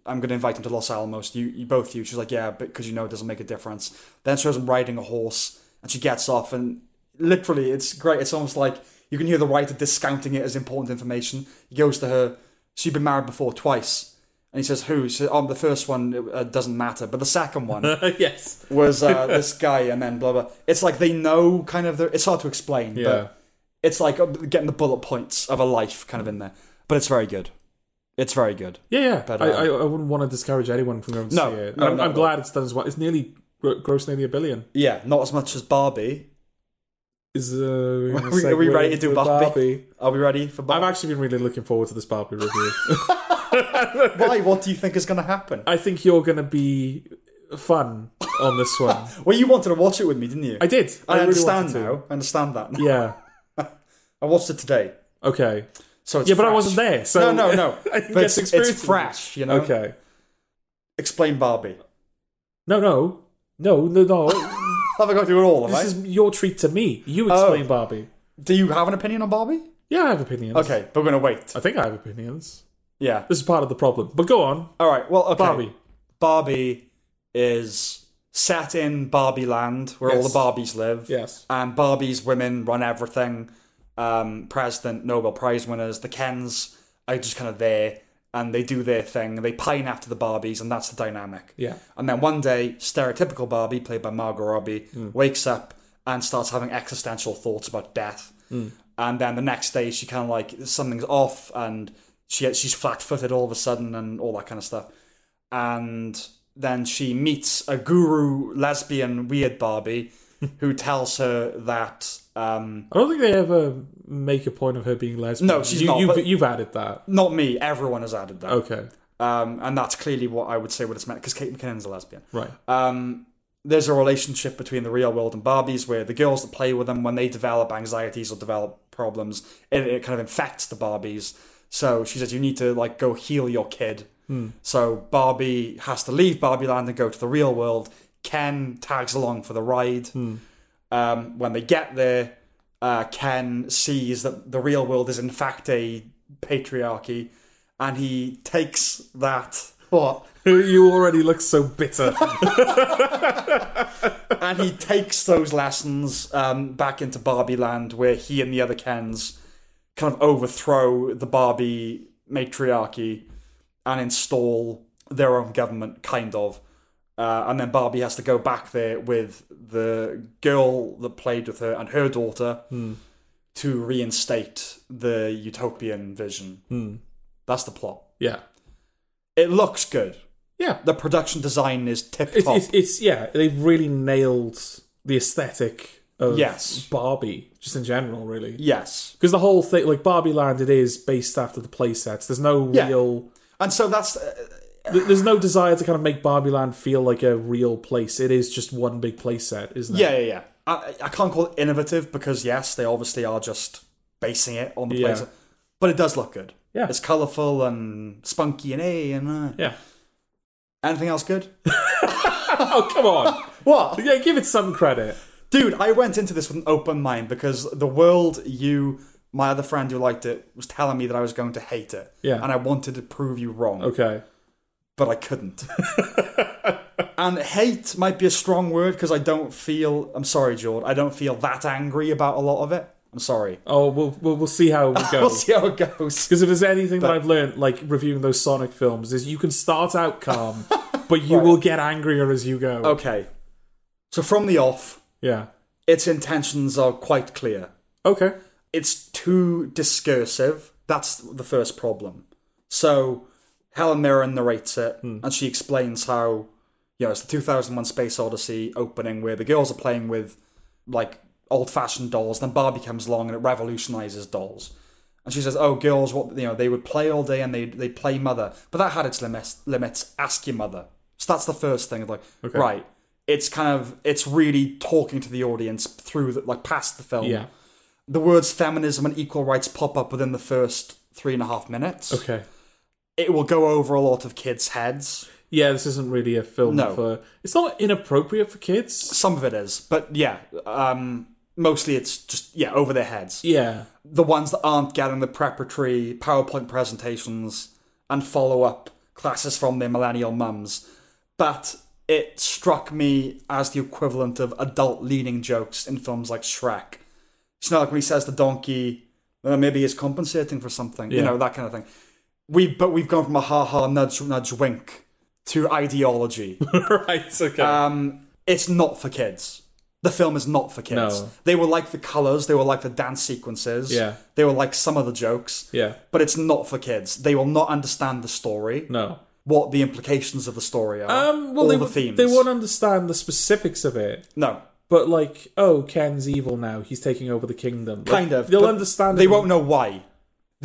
A: I'm going to invite him to Los Alamos. You, you both you." She's like, "Yeah, but because you know it doesn't make a difference." Then shows him riding a horse, and she gets off, and literally, it's great. It's almost like you can hear the writer discounting it as important information. He goes to her. So you've been married before twice, and he says, "Who?" So oh, the first one uh, doesn't matter, but the second one
B: [LAUGHS] yes.
A: was uh, this guy, and then blah blah. It's like they know kind of. their- It's hard to explain.
B: Yeah.
A: But it's like uh, getting the bullet points of a life kind of in there, but it's very good. It's very good.
B: Yeah, yeah.
A: But,
B: I,
A: uh,
B: I, I wouldn't want to discourage anyone from going to
A: No,
B: see it.
A: no,
B: I'm,
A: no,
B: I'm
A: no.
B: glad it's done as well. It's nearly gro- gross, nearly a billion.
A: Yeah, not as much as Barbie.
B: Is uh, we're gonna
A: Are [LAUGHS] we- are we
B: segue
A: ready to do
B: into
A: Barbie? Are we ready for
B: I've
A: Barbie?
B: actually been really looking forward to this Barbie review.
A: [LAUGHS] Why? What do you think is going to happen?
B: I think you're going to be fun on
A: [LAUGHS]
B: this one.
A: Well, you wanted to watch it with me, didn't you?
B: I did.
A: I,
B: really
A: understand
B: wanted to.
A: now. I understand that. [LAUGHS] now.
B: Yeah.
A: I watched it today,
B: Okay.
A: so it's
B: Yeah, but I
A: fresh.
B: wasn't there, so
A: no, no, no.
B: [LAUGHS] I didn't
A: But
B: get
A: it's,
B: to experience
A: it's
B: it.
A: fresh, you know.
B: Okay.
A: Explain Barbie.
B: No, no, no, no,
A: [LAUGHS]
B: no.
A: Have I got to do it all? Have I?
B: this is your treat to me. You explain
A: Oh.
B: Barbie.
A: Do you have an opinion on Barbie?
B: Yeah, I have opinions.
A: Okay, but we're gonna wait.
B: I think I have opinions.
A: Yeah.
B: This is part of the problem. But go on,
A: All right. Well, okay.
B: Barbie.
A: Barbie is set in Barbie Land, where all
B: Yes.
A: the Barbies live.
B: Yes.
A: And Barbie's women run everything. Um, president, Nobel Prize winners, the Kens are just kind of there, and they do their thing. They pine after the Barbies, and that's the dynamic.
B: Yeah.
A: And then one day, stereotypical Barbie, played by Margot Robbie, wakes up and starts having existential thoughts about death. And then the next day, she kind of like something's off, and she she's flat footed all of a sudden, and all that kind of stuff. And then she meets a guru lesbian weird Barbie, who tells her that um,
B: I don't think they ever make a point of her being lesbian.
A: No, she's
B: you,
A: not,
B: You've,
A: but-
B: you've added that.
A: not me, everyone has added that,
B: Okay.
A: um, and that's clearly what I would say what it's meant because Kate McKinnon's a lesbian.
B: Right.
A: um, there's a relationship between the real world and Barbies where the girls that play with them, when they develop anxieties or develop problems, it, it kind of infects the Barbies. So she says, you need to like go heal your kid So Barbie has to leave Barbie Land and go to the real world. Ken tags along for the ride. Um, when they get there, uh, Ken sees that the real world is in fact a patriarchy, and he takes that what
B: [LAUGHS] You already look so
A: [LAUGHS]
B: bitter.
A: and he takes those lessons um, back into Barbie Land, where he and the other Kens kind of overthrow the Barbie matriarchy and install their own government, kind of. Uh, and then Barbie has to go back there with the girl that played with her and her daughter
B: Hmm.
A: to reinstate the utopian vision.
B: Hmm.
A: That's the plot.
B: yeah.
A: It looks good.
B: Yeah.
A: The production design is tip
B: It's,
A: top.
B: it's, it's yeah, they've really nailed the aesthetic of
A: Yes.
B: Barbie, just in general, really.
A: Yes.
B: Because the whole thing, like Barbie Land, it is based after the playsets. There's no
A: Yeah.
B: real,
A: And so that's uh,
B: th- there's no desire to kind of make Barbie Land feel like a real place. It is just one big playset, isn't it?
A: yeah, yeah, yeah. I, I can't call it innovative because yes, they obviously are just basing it on the
B: Yeah.
A: place, but it does look good.
B: Yeah.
A: it's colourful and spunky and a and uh.
B: Yeah.
A: anything else [LAUGHS] good?
B: Oh come on!
A: What,
B: yeah, give it some credit.
A: dude? I went into this with an open mind because the world you, my other friend who liked it, was telling me that I was going to hate it.
B: Yeah.
A: and I wanted to prove you wrong,
B: Okay.
A: but I [LAUGHS] couldn't. And hate might be a strong word because I don't feel. I'm sorry, Jord. I don't feel that angry about a lot of it. I'm sorry.
B: Oh, we'll we'll, we'll see
A: [LAUGHS]
B: how we
A: We'll
B: go.
A: see how it goes.
B: Because if there's anything that I've learned, like reviewing those Sonic films, is you can start
A: [LAUGHS]
B: out calm, but you will get angrier as you go.
A: Okay. So from the off,
B: Yeah.
A: its intentions are quite clear.
B: Okay.
A: It's too discursive. That's the first problem. So Helen Mirren narrates it, and she explains how you know it's the 2001 Space Odyssey opening where the girls are playing with like old-fashioned dolls. Then Barbie comes along and it revolutionizes dolls. And she says, "Oh, girls, what you know? They would play all day and they they play mother, but that had its limits. Limits. Ask your mother. So that's the first thing. Like, right? It's kind of it's really talking to the audience through the, like past the film.
B: Yeah.
A: The words feminism and equal rights pop up within the first three and a half minutes.
B: Okay.
A: It will go over a lot of kids' heads.
B: Yeah, this isn't really a film
A: No.
B: for. It's not inappropriate for kids.
A: Some of it is, but yeah, um, mostly it's just yeah over their heads.
B: Yeah.
A: the ones that aren't getting the preparatory PowerPoint presentations and follow up classes from their millennial mums. But it struck me as the equivalent of adult leaning jokes in films like Shrek. It's not like when he says the donkey, "Uh, maybe he's compensating for something, you
B: Yeah.
A: know, that kind of thing. We but we've gone from a ha ha nudge nudge wink to ideology.
B: [LAUGHS] right. Okay.
A: um, it's not for kids. The film is not for kids.
B: No.
A: They were like the colors, they were like the dance sequences.
B: Yeah.
A: They were like some of the jokes.
B: yeah.
A: But it's not for kids. They will not understand the story,
B: No.
A: what the implications of the story are,
B: Um. Well,
A: all
B: they
A: the
B: w-
A: themes.
B: they won't understand the specifics of it,
A: no,
B: but like, oh, Ken's evil now. He's taking over the kingdom. Like,
A: kind of.
B: They'll
A: but
B: understand.
A: They
B: it.
A: won't know why.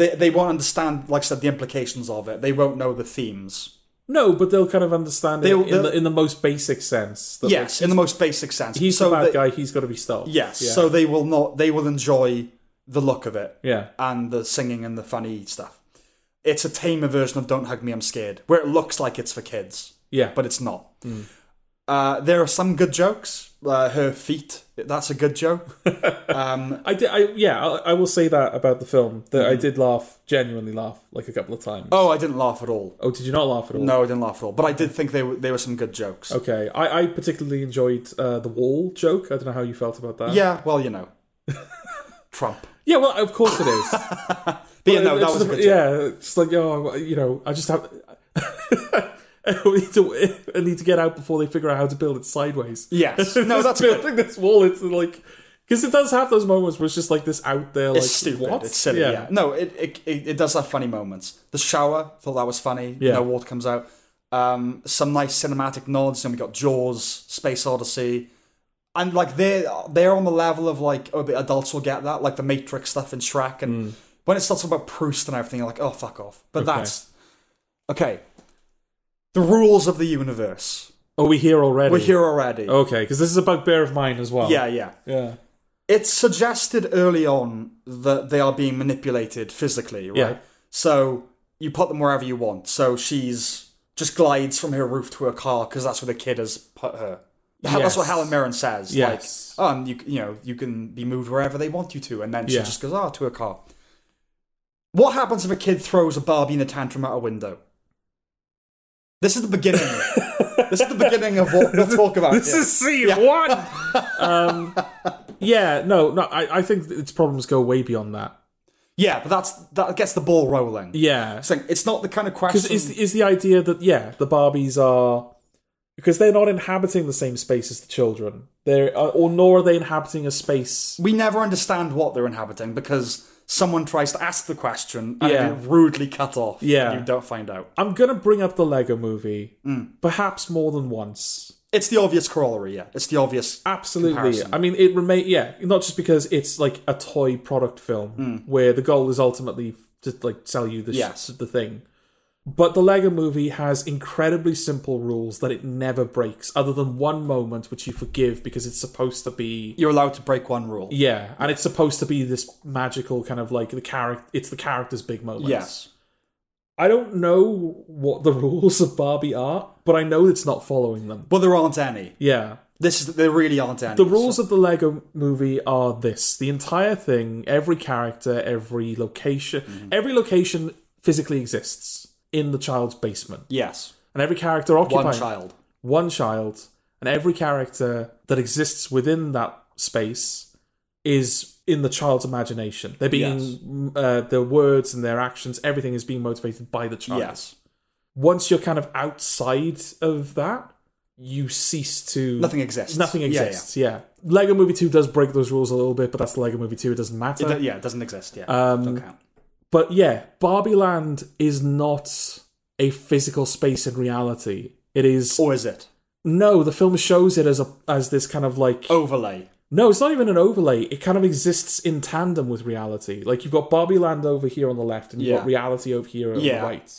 A: They, they won't understand, like I said, the implications of it. They won't know the themes.
B: No, but they'll kind of understand it
A: They'll-
B: in the
A: they'll-
B: in the most basic sense. that, like,
A: Yes, in the most basic sense.
B: he's
A: so
B: the bad
A: they-
B: guy. He's got to be stopped.
A: Yes,
B: Yeah.
A: so they will not. They will enjoy the look of it.
B: yeah.
A: and the singing and the funny stuff. It's a tamer version of Don't Hug Me, I'm Scared, where it looks like it's for kids,
B: Yeah.
A: but it's not. Uh, there are some good jokes. Uh, her feet, that's a good joke.
B: I did. I yeah. I, I will say that about the film that
A: Mm-hmm.
B: I did laugh, genuinely laugh, like a couple of times.
A: [LAUGHS] Oh, I didn't laugh at all.
B: Oh, did you not laugh at all?
A: No, I didn't laugh at all. But I did think there were, there were some good jokes.
B: Okay. I, I particularly enjoyed uh, the wall joke. I don't know how you felt about that.
A: Yeah, well, you know. [LAUGHS] Trump.
B: Yeah. Well, of course it is.
A: But yeah, no,
B: It's
A: that was a
B: just-
A: good joke.
B: yeah. It's just like oh, you know, I just have. [LAUGHS] I need to. [LAUGHS] I need to get out before they figure out how to build it sideways. [LAUGHS]
A: Yes. No,
B: Just
A: that's good.
B: building this wall. It's like because it does have those moments where it's just like this out there. Like
A: It's stupid.
B: What?
A: It's silly. Yeah. No, it, it it it does have funny moments. The shower thought that was funny.
B: Yeah.
A: No water comes out. Um, some nice cinematic nods, and we got Jaws, Space Odyssey, and like they're they're on the level of like oh the adults will get that like the Matrix stuff in Shrek,
B: Mm.
A: and when it starts about Proust and everything, you're like oh fuck off. But that's okay. The rules of the universe.
B: Are we here already?
A: We're here already.
B: Okay, because this is a bugbear of mine as well.
A: Yeah, yeah.
B: Yeah.
A: it's suggested early on that they are being manipulated physically, right?
B: Yeah.
A: So you put them wherever you want. So she's just glides from her roof to her car because that's where the kid has put her. That's what
B: Yes.
A: Helen Mirren says.
B: Yes.
A: Like, um, you c- you know you can be moved wherever they want you to, and then she
B: Yeah.
A: just goes ah to her car. What happens if a kid throws a Barbie in a tantrum out a window? This is the
B: [LAUGHS]
A: beginning. this is the beginning of what we'll talk about.
B: This
A: here.
B: is scene one.
A: [LAUGHS]
B: um, yeah, no, no. I, I think its problems go way beyond that.
A: yeah, but that's that gets the ball rolling.
B: Yeah,
A: It's, like, it's not the kind of question.
B: because is is the idea that yeah, the Barbies are because they're not inhabiting the same space as the children. They're uh, or nor are they inhabiting a space.
A: we never understand what they're inhabiting because someone tries to ask the question and
B: Yeah.
A: it rudely cut off.
B: Yeah.
A: and you don't find out.
B: I'm gonna bring up the Lego Movie,
A: Mm.
B: perhaps more than once.
A: It's the obvious corollary. Yeah, it's the obvious.
B: Absolutely.
A: comparison.
B: I mean, it remain yeah, not just because it's like a toy product film where the goal is ultimately to like sell you the sh-
A: Mm. Yes.
B: the thing. But the Lego Movie has incredibly simple rules that it never breaks, other than one moment which you forgive because it's supposed to be
A: You're allowed to break one rule.
B: yeah, and it's supposed to be this magical kind of like the character. It's the character's big moment.
A: Yes.
B: I don't know what the [LAUGHS] rules of Barbie are, but I know it's not following them.
A: Well, there aren't any.
B: Yeah,
A: This is there really aren't any.
B: The rules of the Lego movie are this the entire thing, every character, every location,
A: Mm-hmm.
B: every location physically exists in the child's basement.
A: Yes.
B: And every character occupies
A: One child.
B: one child, and every character that exists within that space is in the child's imagination. They're being, uh, their words and their actions, everything is being motivated by the child
A: Yes.
B: once you're kind of outside of that, you cease to
A: Nothing exists.
B: Nothing
A: Yeah,
B: exists. Yeah, Lego Movie Two does break those rules a little bit, but that's Lego Movie Two. It doesn't matter.
A: It do- yeah, it doesn't exist. Yeah.
B: Um,
A: don't count.
B: but yeah, Barbie Land is not a physical space in reality. It is
A: Or is it
B: no. The film shows it as a as this kind of like
A: overlay?
B: no. It's not even an overlay. It kind of exists in tandem with reality. Like you've got Barbie Land over here on the left, and you've
A: Yeah.
B: got reality over here on
A: Yeah.
B: the right.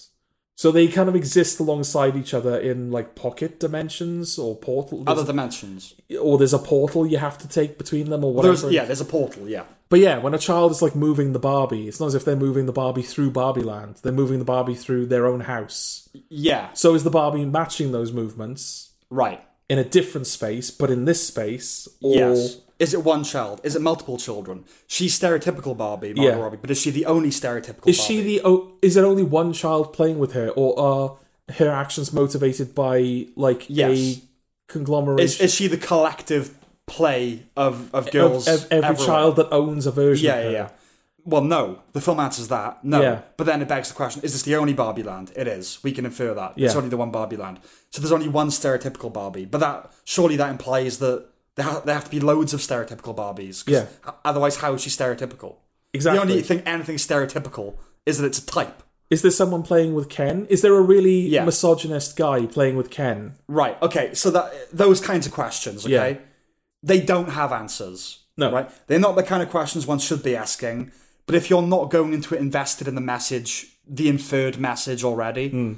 B: So they kind of exist alongside each other in like pocket dimensions or portal,
A: Other dimensions.
B: or there's a portal you have to take between them or whatever.
A: There's yeah. There's a portal. Yeah.
B: But yeah, when a child is like moving the Barbie, it's not as if they're moving the Barbie through Barbie Land. They're moving the Barbie through their own house.
A: Yeah.
B: So is the Barbie matching those movements
A: Right.
B: in a different space, but in this space? Or
A: Yes. Is it one child? Is it multiple children? She's stereotypical Barbie, Margot
B: Yeah.
A: Robbie, but is she the only stereotypical
B: is she the? Oh, is there only one child playing with her, or are her actions motivated by like
A: Yes.
B: a conglomeration?
A: is, is she the collective play of, of
B: of,
A: girls?
B: ev- every
A: everywhere?
B: child that owns a version
A: Yeah,
B: of
A: yeah,
B: her.
A: yeah. Well, no. The film answers that. No.
B: Yeah.
A: But then it begs the question is this the only Barbie land? It is. We can infer that. It's
B: Yeah.
A: only the one Barbie land. So there's only one stereotypical Barbie. But that surely that implies that there, ha- there have to be loads of stereotypical Barbies. 'cause
B: Yeah.
A: h- Otherwise, how is she stereotypical?
B: Exactly.
A: The only thing anything stereotypical is that it's a type.
B: is there someone playing with Ken? Is there a really
A: Yeah.
B: misogynist guy playing with Ken?
A: Right. Okay. So that those kinds of questions, okay,
B: Yeah.
A: they don't have answers.
B: No.
A: Right. They're not the kind of questions one should be asking. But if you're not going into it invested in the message, the inferred message already,
B: Hmm.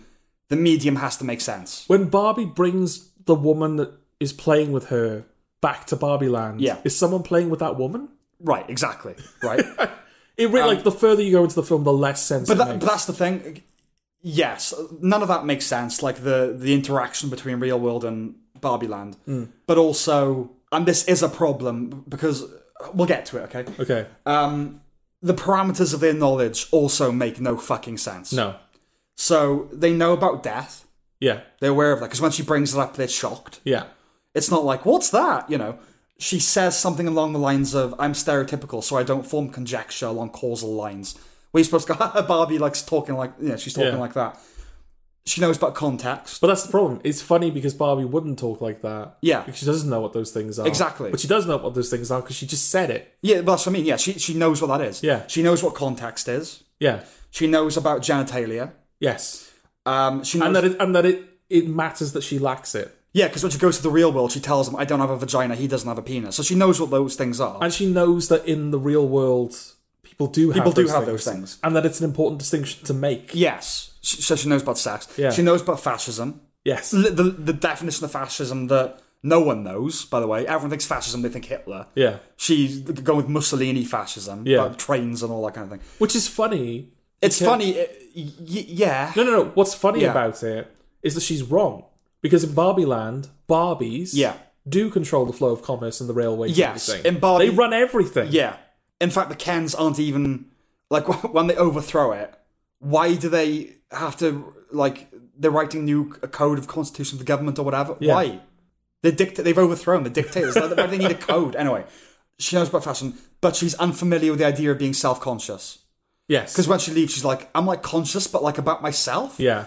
A: the medium has to make sense.
B: When Barbie brings the woman that is playing with her back to Barbie Land,
A: Yeah.
B: is someone playing with that woman?
A: Right. Exactly.
B: [LAUGHS]
A: Right.
B: It really like the further you go into the film, the less sense.
A: Um, but,
B: it
A: that,
B: makes.
A: but that's the thing. Yes, none of that makes sense. Like the the interaction between real world and Barbie Land,
B: Hmm.
A: but also, and this is a problem because we'll get to it. Okay.
B: okay,
A: Uh, the parameters of their knowledge also make no fucking sense.
B: no,
A: So they know about death.
B: yeah,
A: They're aware of that because when she brings it up, they're shocked.
B: yeah,
A: It's not like, what's that? You know, she says something along the lines of, I'm stereotypical, so I don't form conjecture along causal lines. Where you're supposed to go, [LAUGHS] "Haha, Barbie likes talking like, yeah, she's talking
B: Yeah.
A: like that. She knows about context.
B: but that's the problem. It's funny because Barbie wouldn't talk like that.
A: Yeah.
B: because she doesn't know what those things are.
A: Exactly.
B: but she does know what those things are because she just said it.
A: Yeah, well, that's what I mean. Yeah, she, she knows what that is.
B: Yeah.
A: She knows what context is.
B: Yeah,
A: She knows about genitalia.
B: yes,
A: Um, she knows
B: and that it, and that it it matters that she lacks it.
A: Yeah, because when she goes to the real world, she tells him, I don't have a vagina, he doesn't have a penis. So she knows what those things are.
B: and she knows that in the real world people do have
A: People do
B: those
A: have
B: things,
A: those things.
B: and that it's an important distinction to make
A: yes. Sh- So she knows about sex.
B: Yeah.
A: She knows about fascism.
B: yes
A: L- The, the definition of fascism that no one knows, by the way. Everyone thinks fascism, they think Hitler.
B: yeah
A: She's going with Mussolini fascism,
B: Yeah.
A: about trains and all that kind of thing.
B: which is funny
A: It's funny. It, y- y- yeah.
B: No, no, no. What's funny
A: Yeah.
B: about it is that she's wrong. Because in Barbie Land, Barbies
A: Yeah.
B: do control the flow of commerce and the railways
A: Yes,
B: and everything.
A: in Barbie-
B: they run everything.
A: Yeah. In fact, the Kens aren't even like [LAUGHS] when they overthrow it. Why do they have to like? They're writing new a code of constitution for government or whatever. Why? They dictate. They've overthrown the dictators. Why do they need a code anyway? She knows about fashion, but she's unfamiliar with the idea of being self-conscious.
B: Yes.
A: Because when she leaves, she's like, "I'm like conscious, but like about myself."
B: yeah.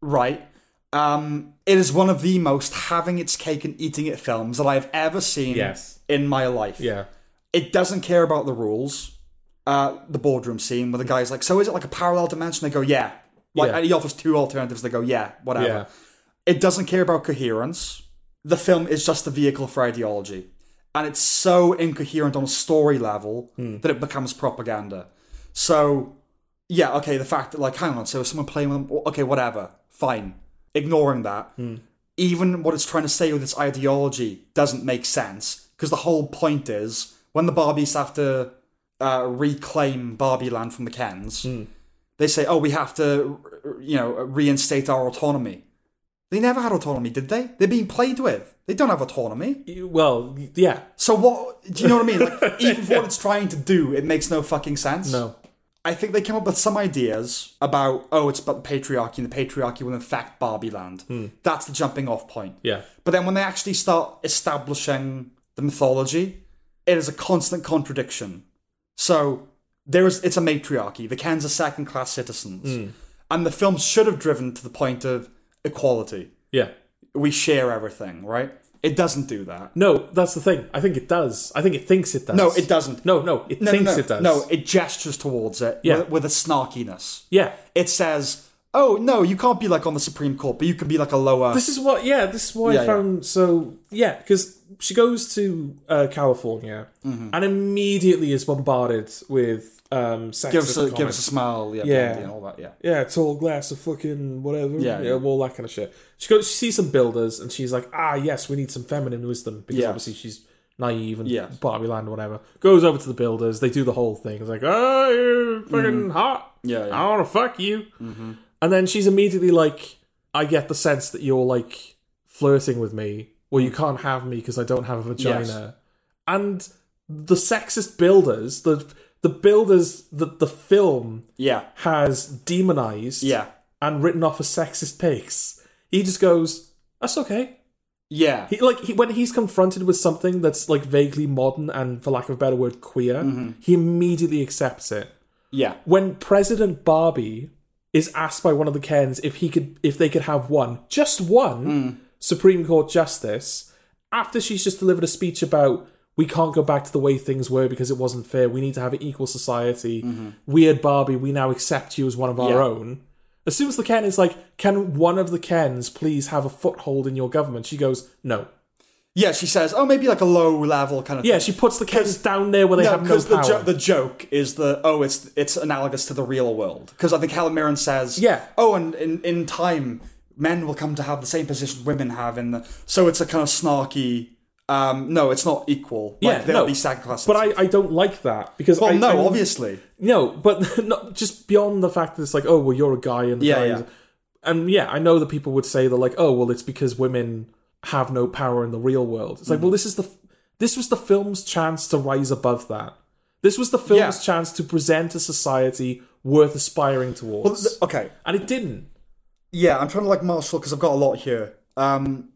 A: right? Um, it is one of the most having its cake and eating it films that I have ever seen
B: Yes.
A: in my life.
B: Yeah.
A: It doesn't care about the rules. Uh, the boardroom scene where the guy's like, "So is it like a parallel dimension?" They go, "Yeah." Like
B: Yeah.
A: and he offers two alternatives. They go, "Yeah, whatever."
B: Yeah.
A: It doesn't care about coherence. The film is just a vehicle for ideology, and it's so incoherent on a story level that it becomes propaganda. So yeah, okay, the fact that like, hang on, so is someone playing with them? Okay, whatever, fine. Ignoring that, even what it's trying to say with its ideology doesn't make sense because the whole point is when the Barbies have to uh, reclaim Barbie Land from the Kens, they say, oh, we have to, you know, reinstate our autonomy. They never had autonomy, did they? They're being played with. They don't have autonomy.
B: You- Well, yeah.
A: So what? Do you know what I mean?
B: [LAUGHS]
A: Like, even for what it's trying to do, it makes no fucking sense.
B: No.
A: I think they came up with some ideas about, oh, it's about the patriarchy, and the patriarchy will infect Barbie land. That's the jumping off point.
B: Hmm. Yeah.
A: But then when they actually start establishing the mythology, it is a constant contradiction. So there is it's a matriarchy. The Kens are second class citizens.
B: Hmm.
A: And the film should have driven to the point of equality.
B: Yeah.
A: We share everything, right? It doesn't do that.
B: No, that's the thing. I think it does. I think it thinks it does.
A: No, it doesn't.
B: No, no, it
A: No, no,
B: thinks
A: no,
B: it does.
A: No, it gestures towards it
B: Yeah.
A: with, with a snarkiness.
B: yeah.
A: It says, "Oh no, you can't be like on the Supreme Court, but you can be like a lower."
B: This is what, yeah, this is what
A: Yeah,
B: I
A: yeah.
B: found so, yeah, because she goes to uh, California
A: Mm-hmm.
B: and immediately is bombarded with um,
A: [LAUGHS]
B: sexist
A: give us a
B: comments.
A: give us a smile, yeah,
B: Yeah.
A: yeah, and all that, yeah.
B: yeah, tall glass of fucking whatever, yeah,
A: Yeah, yeah.
B: all that kind of shit. She goes, she sees some builders, and she's like, ah, yes, we need some feminine wisdom because
A: Yeah.
B: obviously she's naive and
A: Yeah.
B: Barbie Land or whatever. Goes over to the builders, they do the whole thing. It's like, oh, you're fucking hot.
A: Mm. Yeah, Mm-hmm. yeah.
B: I want to fuck you. And then she's immediately like, I get the sense that you're like flirting with me, or you can't have me because I don't have a vagina.
A: Mm. Yes.
B: And the sexist builders, the the builders that the film
A: Yeah,
B: has demonized
A: yeah,
B: and written off as sexist pigs, he just goes, "That's okay."
A: yeah,
B: He like he, when he's confronted with something that's like vaguely modern and, for lack of a better word, queer, he immediately accepts it.
A: yeah,
B: When President Barbie is asked by one of the Kens if he could if they could have one, just one
A: Hmm.
B: Supreme Court justice, after she's just delivered a speech about we can't go back to the way things were because it wasn't fair. We need to have an equal society. Weird Barbie, we now accept you as one of our
A: Mm-hmm. Yeah.
B: own. As soon as the Ken is like, can one of the Kens please have a foothold in your government? She goes, no.
A: yeah. She says, "Oh, maybe like a low level kind of."
B: Yeah, she puts the Kens down there where they have no
A: because
B: power.
A: the, jo- the joke is the oh, it's it's analogous to the real world. Because I think Helen Mirren says,
B: Yeah.
A: oh, and in in time, men will come to have the same position women have in the. So it's a kind of snarky. Um, no, it's not equal. Like,
B: yeah,
A: they'll
B: no.
A: be second class.
B: But I, I don't like that because
A: well,
B: I,
A: no,
B: I'm-
A: obviously,
B: No, but [LAUGHS] not just beyond the fact that it's like, oh, well, you're a guy and the
A: Yeah,
B: guy
A: yeah.
B: is- and yeah, I know that people would say they're like, oh, well, it's because women have no power in the real world. It's
A: Mm-hmm.
B: like, well, this is the f- this was the film's chance to rise above that. This was the film's
A: Yeah.
B: chance to present a society worth aspiring towards,
A: Th- okay.
B: and it didn't.
A: Yeah, I'm trying to like Marshall because I've got a lot here. Um,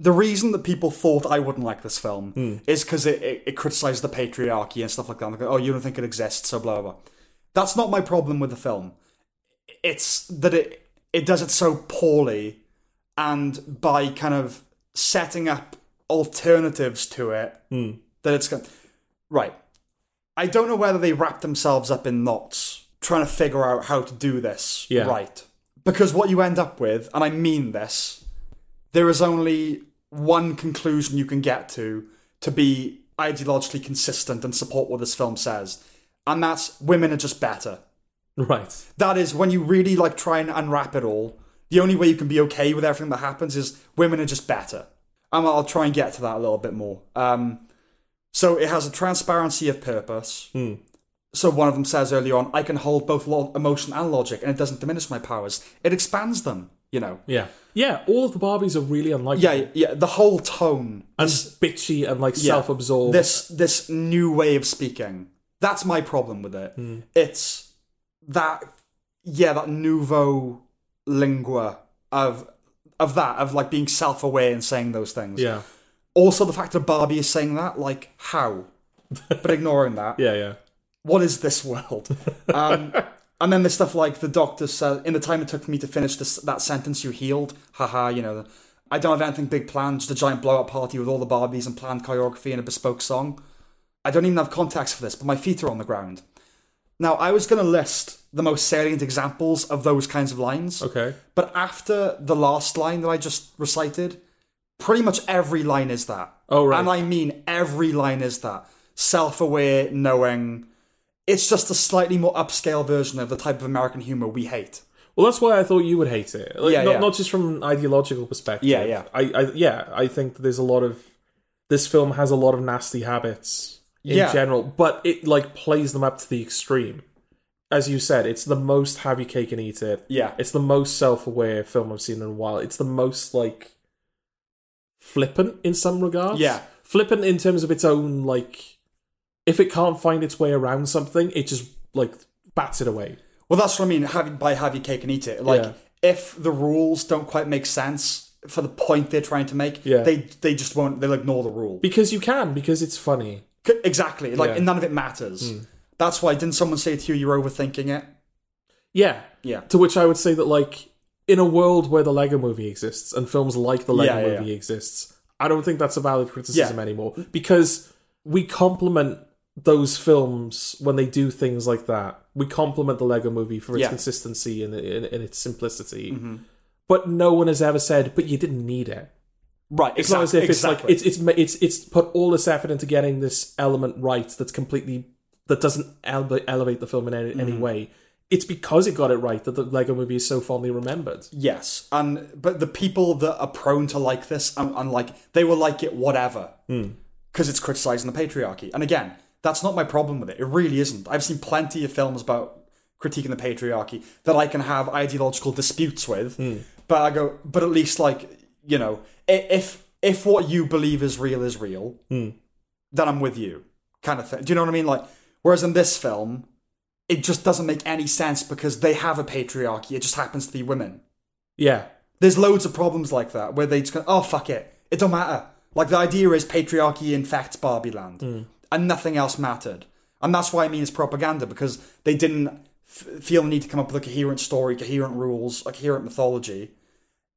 A: the reason that people thought I wouldn't like this film
B: Hmm.
A: is because it, it, it criticized the patriarchy and stuff like that. I'm like, oh, you don't think it exists, so blah, blah, blah. That's not my problem with the film. It's that it it does it so poorly and by kind of setting up alternatives to it that it's going right. I don't know whether they wrap themselves up in knots trying to figure out how to do this
B: Yeah.
A: right. Because what you end up with, and I mean this, there is only one conclusion you can get to to be ideologically consistent and support what this film says, and that's women are just better.
B: Right.
A: That is when you really like try and unwrap it all. The only way you can be okay with everything that happens is women are just better, and I'll try and get to that a little bit more. Um, so it has a transparency of purpose. So one of them says earlier on, I can hold both lo- emotion and logic, and it doesn't diminish my powers. It expands them, you know.
B: Yeah. Yeah, all of the Barbies are really unlikable.
A: Yeah, yeah. The whole tone,
B: And bitchy and like self absorbed.
A: this this new way of speaking. That's my problem with it. It's that yeah, that nouveau lingua of of that of like being self aware and saying those things.
B: Yeah.
A: Also, the fact that Barbie is saying that, like how, but ignoring that.
B: Yeah, yeah.
A: what is this world? Um, and then there's stuff like the doctor said, in the time it took for me to finish this, that sentence, you healed. Haha, you know, I don't have anything big planned, just a giant blow up party with all the Barbies and planned choreography and a bespoke song. I don't even have context for this, but my feet are on the ground. Now, I was going to list the most salient examples of those kinds of lines,
B: Okay.
A: but after the last line that I just recited, pretty much every line is that.
B: Oh, right.
A: And I mean every line is that. Self aware, knowing. It's just a slightly more upscale version of the type of American humor we hate.
B: Well, that's why I thought you would hate it. Like,
A: Yeah,
B: not,
A: yeah.
B: not just from an ideological perspective.
A: Yeah, yeah.
B: I, I, yeah, I think that there's a lot of this film has a lot of nasty habits in
A: Yeah.
B: general, but it like plays them up to the extreme. As you said, it's the most have your cake and eat it.
A: Yeah.
B: It's the most self-aware film I've seen in a while. It's the most like flippant in some regards.
A: Yeah.
B: flippant in terms of its own like, if it can't find its way around something, it just like bats it away.
A: Well, that's what I mean have, by have your cake and eat it. Like,
B: Yeah.
A: if the rules don't quite make sense for the point they're trying to make,
B: Yeah.
A: they they just won't, they'll ignore the rule.
B: Because you can, because it's funny.
A: C- exactly. Like,
B: Yeah. Hmm.
A: and none of it matters. That's why, didn't someone say to you, you're overthinking it?
B: Yeah.
A: Yeah.
B: To which I would say that, like, in a world where the Lego movie exists and films like the Lego
A: Yeah, yeah,
B: movie exists, I don't think that's a valid criticism
A: Yeah.
B: anymore because we compliment those films when they do things like that. We compliment the Lego movie for its
A: Yeah. Mm-hmm.
B: consistency and, and, and its simplicity. But no one has ever said, but you didn't need it.
A: Right.
B: It's not as if it's like
A: exactly.
B: it's it's ma- it's it's put all this effort into getting this element right that's completely that doesn't ele- elevate the film in any, any
A: Mm.
B: way. It's because it got it right that the Lego Movie is so fondly remembered.
A: Yes, and but the people that are prone to like this and, and like they will like it whatever because it's criticizing the patriarchy. And again, that's not my problem with it. It really isn't. I've seen plenty of films about critiquing the patriarchy that I can have ideological disputes with, but I go, but at least like you know, i- if if what you believe is real is real, then I'm with you, kind of thing. Do you know what I mean? Like, whereas in this film. It just doesn't make any sense because they have a patriarchy. It just happens to be women.
B: Yeah,
A: There's loads of problems like that where they just go, oh fuck it, it don't matter. Like the idea is patriarchy infects Barbie Land, and nothing else mattered. And that's why I mean it's propaganda because they didn't f- feel the need to come up with a coherent story, coherent rules, a coherent mythology.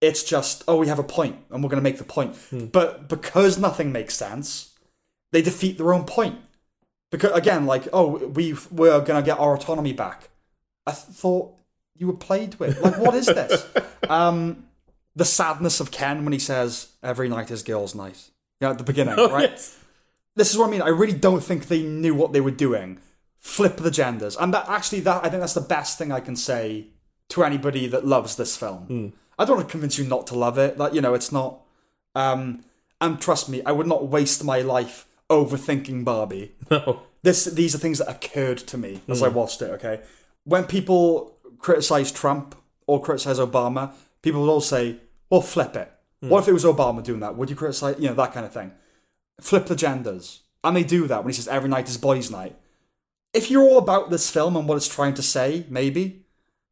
A: It's just oh we have a point and we're going to make the point. But because nothing makes sense, they defeat their own point. Because again, like oh we we're going to get our autonomy back. I th- thought you were played with. Like what is this? um, the sadness of Ken when he says every night is girls' night. You know, at the beginning,
B: Oh,
A: right?
B: Yes.
A: This is what I mean. I really don't think they knew what they were doing. Flip the genders, and that actually, that I think that's the best thing I can say to anybody that loves this film. I don't want to convince you not to love it. That you know, it's not. Um, and trust me, I would not waste my life overthinking Barbie
B: No.
A: this these are things that occurred to me as I watched it. Okay, when people criticize Trump or criticize Obama, people will all say, "Well, flip it. What if it was Obama doing that? Would you criticize? You know that kind of thing. Flip the genders." And they do that when he says, "Every night is boys' night." If you're all about this film and what it's trying to say, maybe